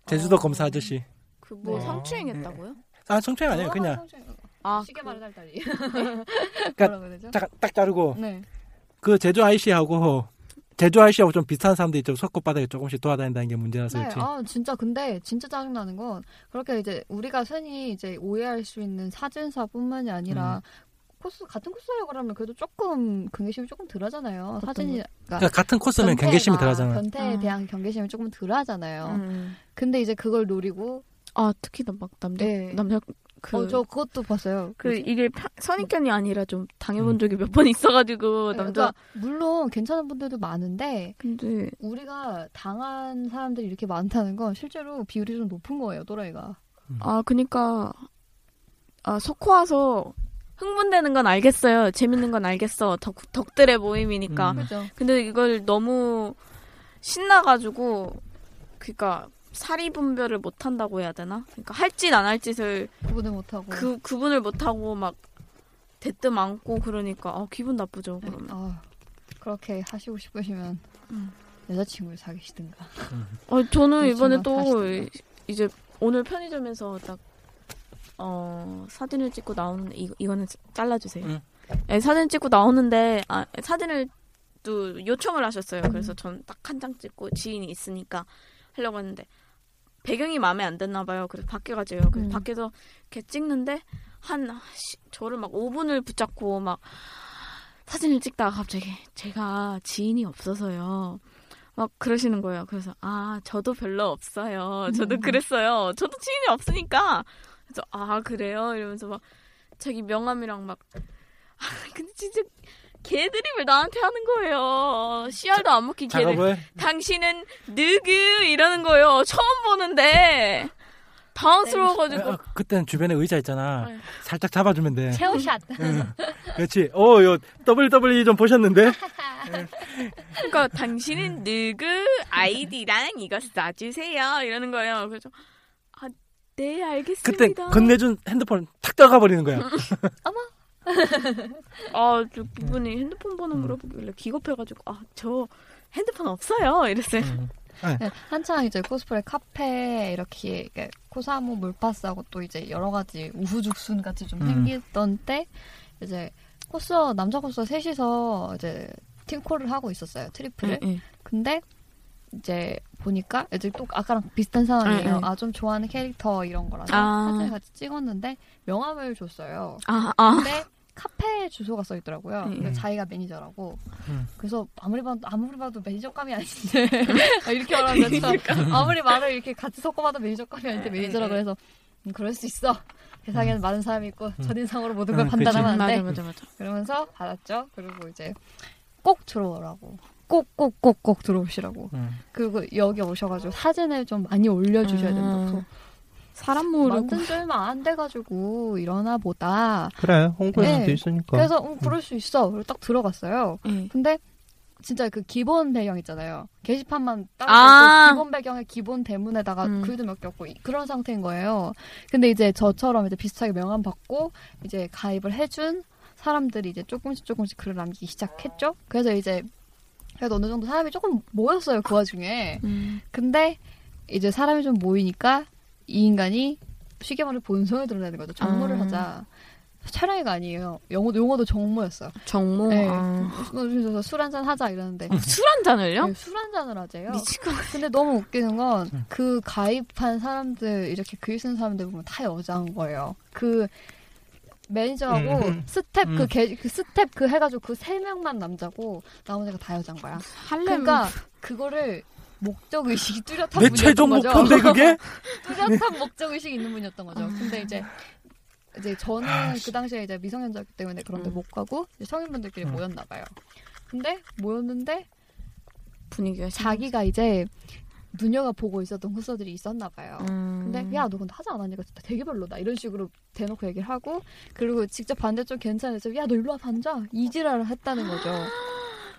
Speaker 4: 제주도 검사 아저씨.
Speaker 2: 그 뭐
Speaker 6: 네.
Speaker 2: 성추행했다고요?
Speaker 4: 아 성추행 아니에요.
Speaker 5: 저거
Speaker 4: 그냥
Speaker 5: 성추행-
Speaker 2: 아
Speaker 5: 쉽게 말해 달달이.
Speaker 4: 그러니까
Speaker 5: [laughs] 뭐라 그러죠?
Speaker 4: 딱, 딱 자르고
Speaker 5: 네.
Speaker 4: 그 제주 아이씨하고 제주 아저씨하고 좀 비슷한 사람들이 좀 손바닥에 조금씩 돌아다닌다는 게 문제라서
Speaker 5: 네,
Speaker 4: 그렇지.
Speaker 5: 아 진짜 근데 진짜 짜증 나는 건 그렇게 이제 우리가 흔히 이제 오해할 수 있는 사진사뿐만이
Speaker 4: 음.
Speaker 5: 아니라 코스 같은 코스라고 그러면 그래도 조금 경계심이 조금 덜하잖아요. 사진이
Speaker 4: 그러니까 같은 [laughs] 코스면 경계심이 들어가잖아. 요
Speaker 5: 변태에
Speaker 2: 아.
Speaker 5: 대한 경계심이 조금 덜하잖아요.
Speaker 2: 음.
Speaker 5: 근데 이제 그걸 노리고
Speaker 2: 아 특히 나 막 남자
Speaker 5: 네.
Speaker 2: 남자 그
Speaker 5: 어, 저 그것도 봤어요.
Speaker 2: 그
Speaker 5: 뭐지?
Speaker 2: 이게 파- 선입견이 아니라 좀 당해본
Speaker 4: 음.
Speaker 2: 적이 몇 번 있어가지고
Speaker 5: 네,
Speaker 2: 남자
Speaker 5: 그러니까 물론 괜찮은 분들도 많은데
Speaker 2: 근데
Speaker 5: 우리가 당한 사람들이 이렇게 많다는 건 실제로 비율이 좀 높은 거예요, 또라이가.
Speaker 2: 아 그니까 아 석호 와서 흥분되는 건 알겠어요 재밌는 건 알겠어 덕 덕들의 모임이니까
Speaker 4: 음.
Speaker 5: 그죠?
Speaker 2: 근데 이걸 너무 신나가지고 그니까 사리 분별을 못 한다고 해야 되나 그니까 할 짓 안 할 짓을
Speaker 5: 구분을 못하고.
Speaker 2: 그 구분을 못 하고 막 대뜸 안고 그러니까 아 기분 나쁘죠
Speaker 5: 네,
Speaker 2: 그러면
Speaker 5: 아, 그렇게 하시고 싶으시면
Speaker 2: 음.
Speaker 5: 여자친구를 사귀시든가.
Speaker 2: 어, 저는 이번에
Speaker 5: 그렇지만
Speaker 2: 또
Speaker 5: 다시 듣나?
Speaker 2: 이제 오늘 편의점에서 딱 어, 사진을 찍고 나오는데 이, 이거는 잘라주세요.
Speaker 4: 응.
Speaker 2: 예, 사진 찍고 나오는데 아, 사진을 또 요청을 하셨어요. 그래서 전 딱 한 장 찍고 지인이 있으니까 하려고 했는데 배경이 마음에 안 드나 봐요. 그래서 밖에 가져요. 그래서
Speaker 5: 음.
Speaker 2: 밖에서 이렇게 찍는데 한 시- 저를 막 5분을 붙잡고 막 사진을 찍다가 갑자기 제가 지인이 없어서요. 막 그러시는 거예요. 그래서 아 저도 별로 없어요. 아, 저도
Speaker 5: 음.
Speaker 2: 그랬어요. 저도 지인이 없으니까 그래서 아 그래요 이러면서 막 자기 명함이랑 막 아, 근데 진짜 개드립을 나한테 하는 거예요. 씨알도 안 먹힌 개드립.
Speaker 4: 작업을
Speaker 2: 당신은 누구 이러는 거예요. 처음 보는데 당황스러워가지고
Speaker 4: 아, 그때는 주변에 의자 있잖아.
Speaker 2: 네.
Speaker 4: 살짝 잡아주면 돼.
Speaker 5: 체오샷.
Speaker 4: 그렇지. 어, 요 WWE 좀 보셨는데?
Speaker 2: 그러니까 당신은 누구 아이디랑 이거 써주세요 이러는 거예요. 그래서 아네
Speaker 4: 그때
Speaker 2: 알겠습니다.
Speaker 4: 건네준 핸드폰 탁 떨어가 버리는 거야.
Speaker 2: 아저 그분이 핸드폰 번호
Speaker 4: 음.
Speaker 2: 물어보길래 기겁해가지고 아 저 핸드폰 없어요 이랬어요.
Speaker 5: 네, 한창 이제 코스프레 카페 이렇게 이렇게 코사모 물파스하고 또 이제 여러 가지 우후죽순 같이 좀
Speaker 4: 음.
Speaker 5: 생기던 때 이제 코스어 남자 코스어 셋이서 이제 팀콜을 하고 있었어요 트리플을.
Speaker 2: 네. 음.
Speaker 5: 근데 이제 보니까 이제 또 아까랑 비슷한 상황이에요.
Speaker 2: 응, 응.
Speaker 5: 아 좀 좋아하는 캐릭터 이런 거라서
Speaker 2: 아.
Speaker 5: 사진을 같이 찍었는데 명함을 줬어요.
Speaker 2: 아 아.
Speaker 5: 근데 카페 주소가 써 있더라고요.
Speaker 2: 응,
Speaker 5: 그러니까
Speaker 4: 응.
Speaker 5: 자기가 매니저라고.
Speaker 4: 응.
Speaker 5: 그래서 아무리 봐도 아무리 봐도 매니저감이 아닌데 [laughs] 이렇게 말하면 참
Speaker 2: 그러니까.
Speaker 5: 아무리 말을 이렇게 같이 섞어봐도 매니저감이 아닌데
Speaker 2: 응,
Speaker 5: 매니저라고
Speaker 2: 응.
Speaker 5: 해서 음, 그럴 수 있어. 세상에는 많은 사람이 있고
Speaker 4: 응.
Speaker 5: 첫인상으로 모든 걸
Speaker 4: 응, 음. 그치.
Speaker 5: 판단하면 안 돼.
Speaker 2: 맞아 맞아 맞아.
Speaker 5: 그러면서 받았죠. 그리고 이제 꼭 들어오라고. 꼭 꼭 꼭 꼭 들어오시라고.
Speaker 4: 음.
Speaker 5: 그리고 여기 오셔가지고 사진을 좀 많이 올려주셔야
Speaker 2: 아.
Speaker 5: 된다고.
Speaker 2: 사람 모으려고
Speaker 5: 만든 지 얼마 안 돼가지고 이러나 보다.
Speaker 6: 그래 홍보에도
Speaker 5: 네.
Speaker 6: 있으니까.
Speaker 5: 그래서 음, 그럴 수 있어. 그리고 딱 들어갔어요.
Speaker 2: 예.
Speaker 5: 근데 진짜 그 기본 배경 있잖아요. 게시판만 따로
Speaker 2: 아.
Speaker 5: 있고 기본 배경에 기본 대문에다가
Speaker 2: 음.
Speaker 5: 글도 몇 개 없고 이- 그런 상태인 거예요. 근데 이제 저처럼 이제 비슷하게 명함 받고 이제 가입을 해준 사람들이 이제 조금씩 조금씩 글을 남기기 시작했죠. 그래서 이제 그래도 어느 정도 사람이 조금 모였어요 그 와중에.
Speaker 2: 음.
Speaker 5: 근데 이제 사람이 좀 모이니까 이 인간이 쉽게 말해 본성을 드러내는 거죠. 정모를
Speaker 2: 아.
Speaker 5: 하자. 촬영이가 아니에요. 영어도 영어도 정모였어.
Speaker 2: 정모
Speaker 5: 네.
Speaker 2: 아.
Speaker 5: 그래서 술 한잔 하자 이러는데
Speaker 2: 술 한 잔을요?
Speaker 5: 네, 술 한잔을 하재요.
Speaker 2: 미친 거
Speaker 5: 근데 너무 웃기는 건 그 가입한 사람들 이렇게 글 쓰는 사람들 보면 다 여자인 거예요. 그 매니저하고
Speaker 6: 음.
Speaker 5: 스텝 그,
Speaker 4: 음.
Speaker 5: 개, 그 스텝 그 해가지고 그 세 명만 남자고 나머지가 다 여자인 거야.
Speaker 2: 할래
Speaker 5: 그러니까 그거를 목적 의식이 뚜렷한
Speaker 4: 내
Speaker 5: 분이었던
Speaker 4: 최종
Speaker 5: 거죠.
Speaker 4: 목표인데 그게?
Speaker 5: [laughs] 뚜렷한 목적 의식이 있는 분이었던 거죠. 근데 이제 이제 저는 그 당시에 이제 미성년자였기 때문에 그런데
Speaker 2: 음.
Speaker 5: 못 가고 이제 성인분들끼리
Speaker 4: 음.
Speaker 5: 모였나 봐요. 근데 모였는데
Speaker 2: 분위기가
Speaker 5: 자기가 이제 누녀가 보고 있었던 후서들이 있었나 봐요.
Speaker 2: 음.
Speaker 5: 근데 야 너 근데 하지 않았니까 진짜 되게 별로다 이런 식으로 대놓고 얘기를 하고 그리고 직접 봤는데 좀 괜찮아서 야너 일로 와 앉아 이지랄을
Speaker 2: [gasps]
Speaker 5: 했다는 거죠.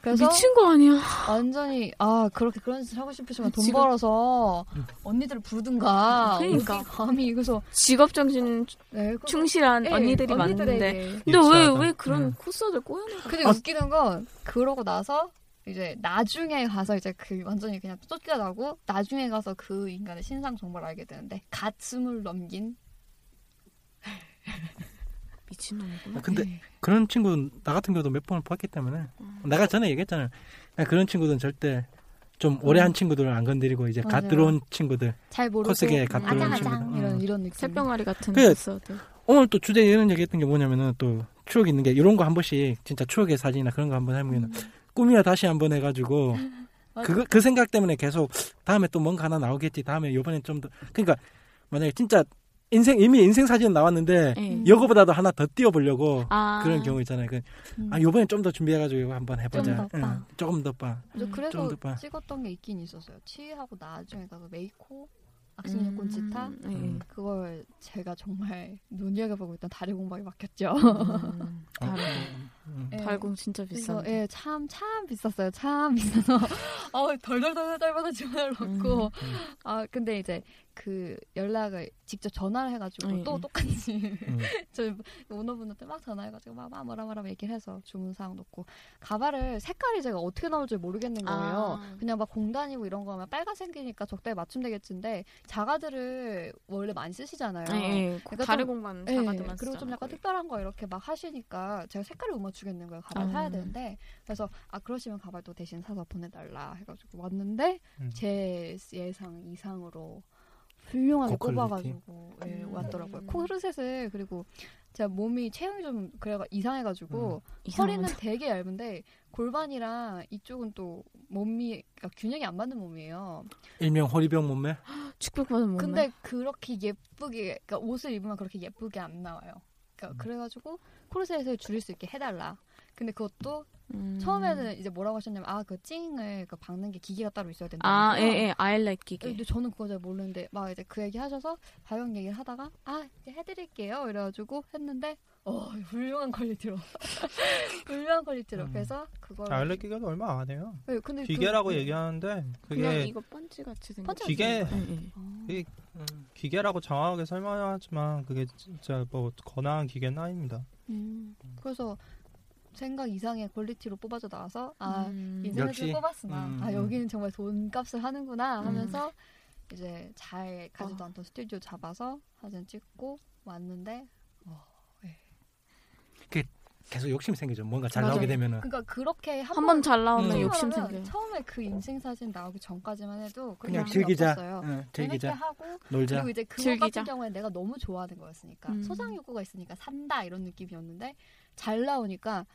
Speaker 5: 그래서
Speaker 2: 미친 거 아니야?
Speaker 5: 완전히 아 그렇게 그런 짓을 하고 싶으시면 돈
Speaker 2: 지금-
Speaker 5: 벌어서 언니들을 부르든가
Speaker 2: 그러니까.
Speaker 5: 어디 감히 이래서
Speaker 2: 직업 정신
Speaker 5: 네, 그-
Speaker 2: 충실한
Speaker 5: 예,
Speaker 2: 언니들이 많은데.
Speaker 5: 언니들에게.
Speaker 2: 근데 왜 왜
Speaker 4: 유치하다.
Speaker 2: 그런
Speaker 4: 음.
Speaker 2: 코스들 꼬여나?
Speaker 5: 근데
Speaker 4: 아,
Speaker 5: 웃기는 건 그러고 나서 이제 나중에 가서 이제 그 완전히 그냥 쫓겨나고 나중에 가서 그 인간의 신상 정보를 알게 되는데 가슴을 넘긴
Speaker 2: 미친놈이구나. 음.
Speaker 4: 아,
Speaker 5: 네. 음.
Speaker 4: 근데 그런 친구 나 같은 경우도 몇 번을 봤기 때문에 내가 전에 얘기했잖아요. 네, 그런 친구들은 절대 좀 오래 한 친구들은 안 건드리고 이제 갓
Speaker 5: 음. 맞아요.
Speaker 4: 들어온 친구들
Speaker 5: 잘 모르고 음,
Speaker 4: 코스게 갓 들어온
Speaker 5: 아장아장
Speaker 4: 친구들.
Speaker 5: 이런
Speaker 4: 음.
Speaker 5: 이런 느낌.
Speaker 2: 새병아리 같은
Speaker 4: 그-
Speaker 2: 그, 에피소드.
Speaker 4: 오늘 또 주제에 이런 얘기했던 게 뭐냐면은 또 추억이 있는 게 이런 거 한 번씩 진짜 추억의 사진이나 그런 거 한 번 해보면
Speaker 5: 음.
Speaker 4: 꿈이야 다시 한
Speaker 5: [laughs]
Speaker 4: 번 해가지고 그, 그 생각 때문에 계속 다음에 또 뭔가 하나 나오겠지 다음에 요번엔 좀 더 그러니까 만약에 진짜 인생 이미 인생 사진은 나왔는데
Speaker 2: 예.
Speaker 4: 이거보다도 하나 더 띄워보려고
Speaker 2: 아,
Speaker 4: 그런 경우 있잖아요. 그,
Speaker 5: 음.
Speaker 4: 아 요번엔 좀 더 준비해가지고 이거 한번 해보자.
Speaker 5: 좀더 빠.
Speaker 4: 응, 조금 더 빠.
Speaker 5: 저
Speaker 4: 좀
Speaker 5: 그래서
Speaker 4: 더 봐.
Speaker 5: 찍었던 게 있긴 있었어요. 치하고 나중에다가 메이코, 악신여권 지타
Speaker 2: 예.
Speaker 4: 음.
Speaker 5: 그걸 제가 정말 눈여겨보고 있던 다리 공방이 바뀌었죠.
Speaker 2: 음. 달고.
Speaker 5: [laughs]
Speaker 4: 음.
Speaker 5: 예.
Speaker 2: 달공 진짜
Speaker 5: 그래서
Speaker 2: 비싼.
Speaker 5: 예, 참, 참 비쌌어요. 참 비싸서. [laughs] 어, 덜덜덜덜덜 전화를 받고.
Speaker 2: 음.
Speaker 5: 아, 근데 이제 그 연락을 직접 전화를 해가지고
Speaker 2: 음,
Speaker 5: 또
Speaker 2: 음.
Speaker 5: 똑같이.
Speaker 4: 음.
Speaker 5: [laughs] 저희 오너분한테 막 전화해가지고 막, 막 뭐라 뭐라 얘기를 해서 주문사항 넣고. 가발을 색깔이 제가 어떻게 나올지 모르겠는 거예요.
Speaker 2: 아.
Speaker 5: 그냥 막 공단이고 이런 거면 빨간색이니까 적당히 맞춤되겠지인데 자가들을 원래 많이 쓰시잖아요.
Speaker 2: 예.
Speaker 5: 그러니까
Speaker 2: 다른
Speaker 5: 좀-
Speaker 2: 공간
Speaker 5: 예,
Speaker 2: 사가드만
Speaker 5: 그리고 좀
Speaker 2: 네.
Speaker 5: 약간 특별한 거 이렇게 막 하시니까 제가 색깔을 못 맞추겠는 거예요. 가발
Speaker 2: 음.
Speaker 5: 사야 되는데 그래서 아 그러시면 가발도 대신 사서 보내달라 해가지고 왔는데
Speaker 6: 음.
Speaker 5: 제 예상 이상으로 훌륭하게
Speaker 4: 고퀄리티.
Speaker 5: 뽑아가지고 예,
Speaker 2: 음.
Speaker 5: 왔더라고요. 코르셋을 그리고 제가 몸이 체형이 좀 그래가 이상해가지고
Speaker 4: 음.
Speaker 5: 허리는 되게 얇은데 골반이랑 이쪽은 또 몸이 그러니까 균형이 안 맞는 몸이에요.
Speaker 4: 일명 호리병 몸매.
Speaker 2: 축복받은 몸매.
Speaker 5: 근데 그렇게 예쁘게 그러니까 옷을 입으면 그렇게 예쁘게 안 나와요.
Speaker 6: 음.
Speaker 5: 그러니까 그래가지고 코르셋을 줄일 수 있게 해달라. 근데 그것도
Speaker 2: 음.
Speaker 5: 처음에는 이제 뭐라고 하셨냐면 아 그 찡을 그 박는 게 기계가 따로 있어야 된다.
Speaker 2: 아, 예, 예. 아일렛 기계.
Speaker 5: 근데 저는 그거 잘 모르는데 막 이제 그 얘기 하셔서 바형 얘기를 하다가 아 이제 해드릴게요 이래가지고 했는데 어 훌륭한 퀄리티로 [laughs] 훌륭한 퀄리티로
Speaker 6: 음.
Speaker 5: 그래서 그거
Speaker 6: 알렉 기계도 얼마 안 해요.
Speaker 5: 근데 그-
Speaker 6: 기계라고 얘기하는데
Speaker 2: 그냥
Speaker 6: 그게
Speaker 2: 이거 펀치 같이 생긴.
Speaker 5: 펀치
Speaker 6: 기계
Speaker 2: 예, 예.
Speaker 5: 어.
Speaker 6: 기계라고 정확하게 설명하지만 그게 진짜 뭐 거나한 기계는 아닙니다.
Speaker 5: 음. 그래서 생각 이상의 퀄리티로 뽑아져 나와서 아
Speaker 2: 음.
Speaker 4: 역시.
Speaker 5: 인터넷을 뽑았으나
Speaker 4: 음.
Speaker 5: 아 여기는 정말 돈값을 하는구나
Speaker 2: 음.
Speaker 5: 하면서 이제 잘 가지도
Speaker 2: 어.
Speaker 5: 않던 스튜디오 잡아서 사진 찍고 왔는데
Speaker 4: 계속 욕심이 생기죠. 뭔가 잘
Speaker 5: 맞아요.
Speaker 4: 나오게 되면은.
Speaker 5: 그러니까 그렇게 한
Speaker 2: 한번
Speaker 5: 번
Speaker 2: 잘 나오면
Speaker 4: 음.
Speaker 2: 욕심
Speaker 5: 찍으면
Speaker 2: 생겨.
Speaker 5: 처음에 그 인생 사진 나오기 전까지만 해도 그런
Speaker 4: 그냥
Speaker 5: 욕심이
Speaker 4: 즐기자.
Speaker 5: 없었어요.
Speaker 4: 응,
Speaker 5: 재밌게
Speaker 4: 즐기자.
Speaker 5: 하고
Speaker 4: 놀자.
Speaker 5: 그리고 이제 그거
Speaker 2: 즐기자.
Speaker 5: 같은 경우에 내가 너무 좋아하는 거였으니까
Speaker 2: 음.
Speaker 5: 소장 욕구가 있으니까 산다 이런 느낌이었는데 잘 나오니까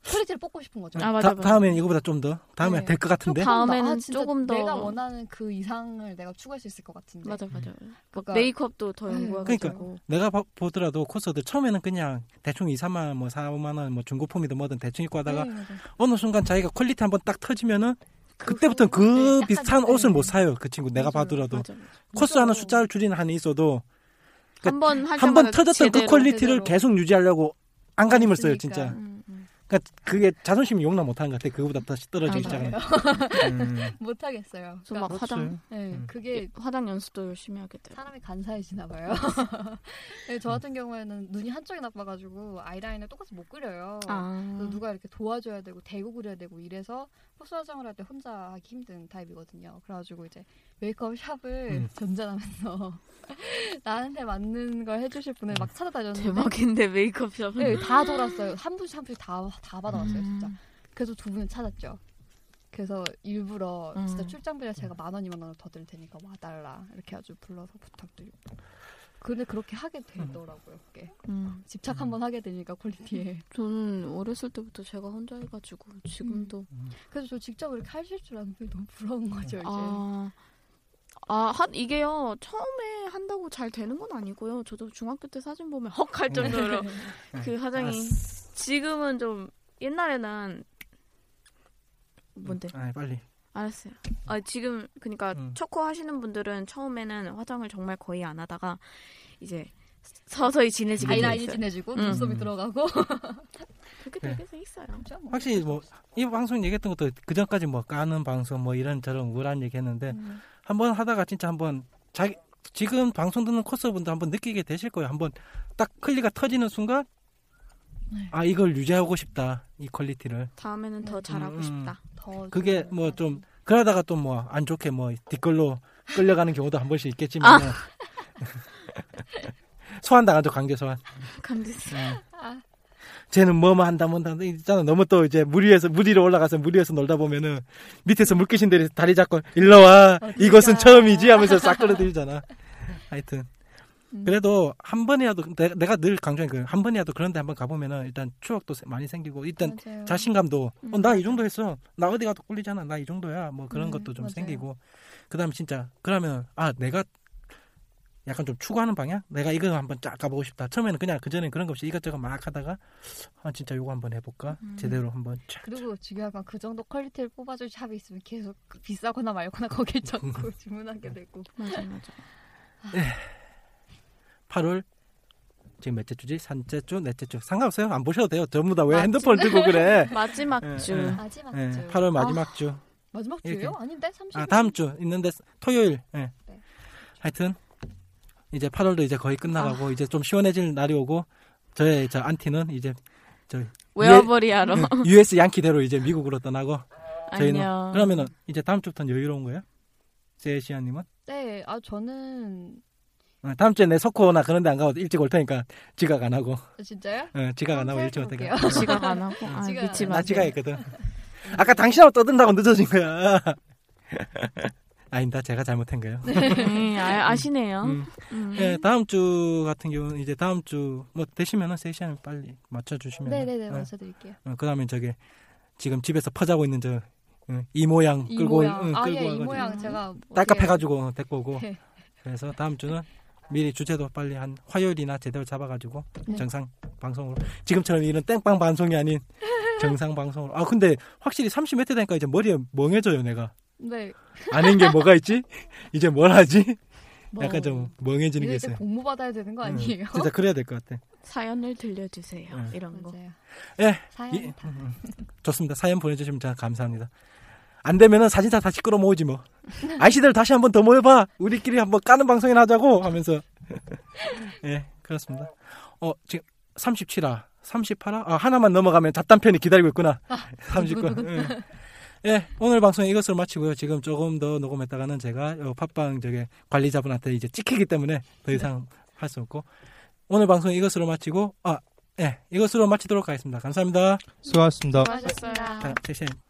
Speaker 5: 퀄리티를 뽑고 싶은 거죠.
Speaker 2: 아, 맞아,
Speaker 4: 다,
Speaker 2: 맞아.
Speaker 4: 다음엔 이거보다 좀 더. 다음엔
Speaker 5: 네.
Speaker 4: 될 것 같은데.
Speaker 2: 다- 다음에는
Speaker 5: 아, 진짜
Speaker 2: 조금 더-
Speaker 5: 내가 원하는 그 이상을 내가 추구할 수 있을 것 같은데
Speaker 2: 맞아, 맞아. 막
Speaker 5: 그러니까-
Speaker 2: 메이크업도 더
Speaker 5: 예.
Speaker 4: 그러니까
Speaker 2: 연구해가지고.
Speaker 4: 내가 봐- 보더라도 코스들 처음에는 그냥 대충 2, 3만 뭐 4, 5만 원 뭐 중고품이든 뭐든 대충 입고 하다가
Speaker 5: 네, 맞아.
Speaker 4: 어느 순간 자기가 퀄리티 한번 딱 터지면은 그때부터
Speaker 5: 그거- 네,
Speaker 4: 그
Speaker 5: 약간-
Speaker 4: 비슷한 옷을
Speaker 5: 네.
Speaker 4: 못 사요. 그 친구 내가
Speaker 5: 맞아요.
Speaker 4: 봐더라도
Speaker 2: 맞아. 맞아.
Speaker 4: 코스 하나 숫자를 줄이는 한이 있어도
Speaker 2: 한 번 할
Speaker 4: 한 번
Speaker 2: 때마다
Speaker 4: 터졌던 그
Speaker 2: 제대로.
Speaker 4: 퀄리티를
Speaker 5: 제대로.
Speaker 4: 계속 유지하려고 안간힘을 써요,
Speaker 5: 그러니까.
Speaker 4: 진짜.
Speaker 2: 음, 음.
Speaker 4: 그러니까 그게 자존심이 용납 못하는 것 같아. 그거보다 다시 떨어지기
Speaker 2: 맞아요.
Speaker 4: 시작하는. 음.
Speaker 5: [laughs] 네. 못하겠어요.
Speaker 2: 그래서 막 예.
Speaker 5: 그러니까
Speaker 2: 화장,
Speaker 5: 네,
Speaker 4: 음.
Speaker 5: 그게
Speaker 2: 화장 연습도 열심히 하게 돼.
Speaker 5: 사람이 간사해지나
Speaker 2: [laughs]
Speaker 5: 봐요. 네, 저
Speaker 4: 음.
Speaker 5: 같은 경우에는 눈이 한쪽이 나빠가지고 아이라인을 똑같이 못 그려요.
Speaker 2: 아.
Speaker 5: 그래서 누가 이렇게 도와줘야 되고 대고 그려야 되고 이래서 포스 화장을 할 때 혼자 하기 힘든 타입이거든요. 그래가지고 이제 메이크업 샵을
Speaker 4: 음.
Speaker 5: 전전하면서 [laughs] 나한테 맞는 걸 해주실 분을 막 찾아다녔는데
Speaker 2: 대박인데 메이크업 샵은.
Speaker 5: 네,
Speaker 4: 아.
Speaker 5: 다 돌았어요. 한 분씩 한 분씩 다, 다 받아왔어요,
Speaker 4: 음.
Speaker 5: 진짜. 그래서 두 분을 찾았죠. 그래서 일부러
Speaker 2: 음.
Speaker 5: 진짜 출장비를 제가 만 원, 이만 원을 더 드릴 테니까 와달라. 이렇게 아주 불러서 부탁드리고. 근데 그렇게
Speaker 4: 음.
Speaker 5: 하게 되더라고요, 그게.
Speaker 2: 음.
Speaker 5: 집착 한번 하게 되니까, 퀄리티에.
Speaker 2: 저는 어렸을 때부터 제가 혼자 해가지고 지금도
Speaker 5: 그래서 저 직접 이렇게 하실 줄 아는 게 너무 부러운 거죠, 이제.
Speaker 2: 아, 아, 한, 이게요, 처음에 한다고 잘 되는 건 아니고요. 저도 중학교 때 사진 보면 [laughs] 헉 할 정도로 그 화장이. 지금은 좀, 옛날에는, 뭔데?
Speaker 4: 아, 빨리.
Speaker 2: 알았어요. 아, 지금, 그니까,
Speaker 4: 음.
Speaker 2: 초코 하시는 분들은 처음에는 화장을 정말 거의 안 하다가, 이제, 서서히 진해지게 돼
Speaker 5: 아이라인이
Speaker 2: 있어요.
Speaker 5: 진해지고,
Speaker 2: 음.
Speaker 5: 눈썹이 들어가고.
Speaker 2: 그렇게
Speaker 4: 네.
Speaker 2: 되게 돼 있어요.
Speaker 5: 진짜 뭐.
Speaker 4: 확실히 뭐 이 방송 얘기했던 것도 그 전까지 뭐 까는 방송 뭐 이런 저런 우울한 얘기했는데
Speaker 2: 음.
Speaker 4: 한번 하다가 진짜 한번 자기 지금 방송 듣는 코스분도 한번 느끼게 되실 거예요. 한번 딱 클리가 터지는 순간 아 이걸 유지하고 싶다 이 퀄리티를
Speaker 2: 다음에는 더
Speaker 5: 음,
Speaker 2: 잘하고
Speaker 4: 음.
Speaker 2: 싶다.
Speaker 5: [laughs]
Speaker 2: [laughs]
Speaker 5: 더
Speaker 4: 그게
Speaker 5: 좀-
Speaker 4: 뭐 좀 그러다가 또 뭐 안 좋게 뭐 뒷걸로 끌려가는 경우도 한 번씩 있겠지만
Speaker 5: 아.
Speaker 4: [laughs] 소환 당하죠 강제 소환.
Speaker 2: 강제스.
Speaker 5: 아,
Speaker 4: 쟤는 뭐만 한다 뭔다 한다 있잖아 너무 또 이제 물 위에서 물 위로 올라가서 물 위에서 놀다 보면은 밑에서 물귀신들이 다리 잡고 일로 와
Speaker 5: 어디가.
Speaker 4: 이것은 처음이지 하면서
Speaker 5: [laughs]
Speaker 4: 싹 끌어들이잖아 하여튼
Speaker 5: 음.
Speaker 4: 그래도 한 번이라도 내, 내가 늘 강조한 거한 번이라도 그런데 한번 가보면은 일단 추억도 세- 많이 생기고 일단
Speaker 5: 맞아요.
Speaker 4: 자신감도
Speaker 5: 음.
Speaker 4: 어, 나 이 정도 했어 나 어디 가도 꿀리잖아 나 이 정도야 뭐 그런
Speaker 5: 음,
Speaker 4: 것도 좀
Speaker 5: 맞아요.
Speaker 4: 생기고 그다음에 진짜 그러면 아 내가 약간 좀 추구하는 방향 내가 이거 한번 쫙 가보고 싶다 처음에는 그냥 그전엔 그런 거 없이 이것저것 막 하다가 아 진짜 요거 한번 해볼까
Speaker 5: 음.
Speaker 4: 제대로 한번 쫙
Speaker 5: 그리고 중요한 건 그 정도 퀄리티를 뽑아줄 샵이 있으면 계속 그 비싸거나 말거나 [laughs] 거길
Speaker 4: [laughs]
Speaker 5: 찾고 주문하게 되고
Speaker 2: 맞아 맞아.
Speaker 4: 8월 지금 몇째 주지? 삼째 주, 넷째 주 상관없어요 안 보셔도 돼요 전부 다 왜
Speaker 5: 맞지.
Speaker 4: 핸드폰
Speaker 5: [laughs]
Speaker 4: 들고 그래
Speaker 2: 마지막
Speaker 4: 예,
Speaker 2: 주.
Speaker 4: 예.
Speaker 5: 마지막
Speaker 4: 예,
Speaker 5: 주
Speaker 4: 8월 마지막
Speaker 5: 아,
Speaker 4: 주
Speaker 5: 마지막 주예요?
Speaker 4: 이렇게.
Speaker 5: 아닌데 30일
Speaker 4: 아, 다음 주 있는데 토요일. 예.
Speaker 5: 네.
Speaker 4: 하여튼 이제 8월도 이제 거의 끝나가고
Speaker 5: 아.
Speaker 4: 이제 좀 시원해질 날이 오고 저의 저 안티는 이제 [laughs]
Speaker 2: 웨어버리하러.
Speaker 4: US 양키대로 이제 미국으로 떠나고
Speaker 5: 어.
Speaker 4: 저희는
Speaker 2: 안녕.
Speaker 4: [laughs] 그러면은 이제 다음 주부터는 여유로운 거예요? 제시아 님은?
Speaker 5: 네, 아 저는
Speaker 4: 어, 다음 주에 내 소코나 그런 데 안 가고 일찍 올 테니까 지각 안 하고.
Speaker 5: 아, 진짜요?
Speaker 4: 어, 지각 안 하고 일찍 올 테니까.
Speaker 5: 생각해볼게요. 네.
Speaker 2: 지각 안 하고. 아,
Speaker 5: 지각 안
Speaker 2: 믿지
Speaker 5: 하고.
Speaker 2: 마.
Speaker 4: 나 지각했거든. 아까 당신하고 떠든다고 늦어진 거야. [laughs] 아닙니다. 제가 잘못한 거예요.
Speaker 2: 네, 아, 아시네요.
Speaker 4: 음.
Speaker 2: 음.
Speaker 4: 예, 다음 주 같은 경우는 이제 다음 주 뭐 되시면은 세시간 빨리 맞춰
Speaker 5: [laughs]
Speaker 4: 주시면
Speaker 5: 네, 네, 네, 맞춰드릴게요.
Speaker 4: 그다음에 저기 지금 집에서 퍼자고 있는 저 응, 이모양
Speaker 5: 이
Speaker 4: 끌고
Speaker 5: 모양,
Speaker 4: 응,
Speaker 5: 아
Speaker 4: 끌고
Speaker 5: 예, 이
Speaker 4: 와가지고 음.
Speaker 5: 모양 제가 뭐 네.
Speaker 4: 딸값
Speaker 5: 어떻게-
Speaker 4: 해가지고 데리고 오고
Speaker 5: 네.
Speaker 4: 그래서 다음 주는 미리 주제도 빨리 한 화요일이나 제대로 잡아가지고
Speaker 5: 네.
Speaker 4: 정상 방송으로 지금처럼 이런 땡빵 방송이 아닌
Speaker 5: [laughs]
Speaker 4: 정상 방송으로 아 근데 확실히 30m 되니까 이제 머리에 멍해져요 내가
Speaker 5: 네,
Speaker 4: 아는 게 뭐가 있지 이제 뭘 하지
Speaker 5: 뭐,
Speaker 4: 약간 좀 멍해지는
Speaker 5: 이거
Speaker 4: 게
Speaker 5: 이제
Speaker 4: 있어요 음. 네.
Speaker 5: 공모 받아야 되는 거 아니에요? [laughs]
Speaker 4: 응, 진짜 그래야 될 것 같아.
Speaker 2: 사연을 들려주세요.
Speaker 4: 네.
Speaker 2: 이런 거.
Speaker 5: 맞아요.
Speaker 4: 예.
Speaker 5: 사연
Speaker 4: 이-
Speaker 5: 다.
Speaker 4: 음, 음. 좋습니다. 사연 보내주시면 제가 감사합니다. 안 되면은 사진사 다시 끌어 모으지 뭐. 아이씨들 다시 한번 더 모여봐. 우리끼리 한번 까는 방송이나 하자고 하면서. [laughs] 예, 그렇습니다. 어, 지금 37화, 38화? 아, 하나만 넘어가면 잡담편이 기다리고 있구나. 39화. 예. 예, 오늘 방송 이것으로 마치고요. 지금 조금 더 녹음했다가는 제가 요 팟빵 저게 관리자분한테 이제 찍히기 때문에 더 이상 할 수 없고. 오늘 방송 이것으로 마치고, 아, 예, 이것으로 마치도록 하겠습니다. 감사합니다.
Speaker 6: 수고하셨습니다.
Speaker 5: 아.
Speaker 2: 수고하셨어요.
Speaker 4: 자, 제시
Speaker 2: 그그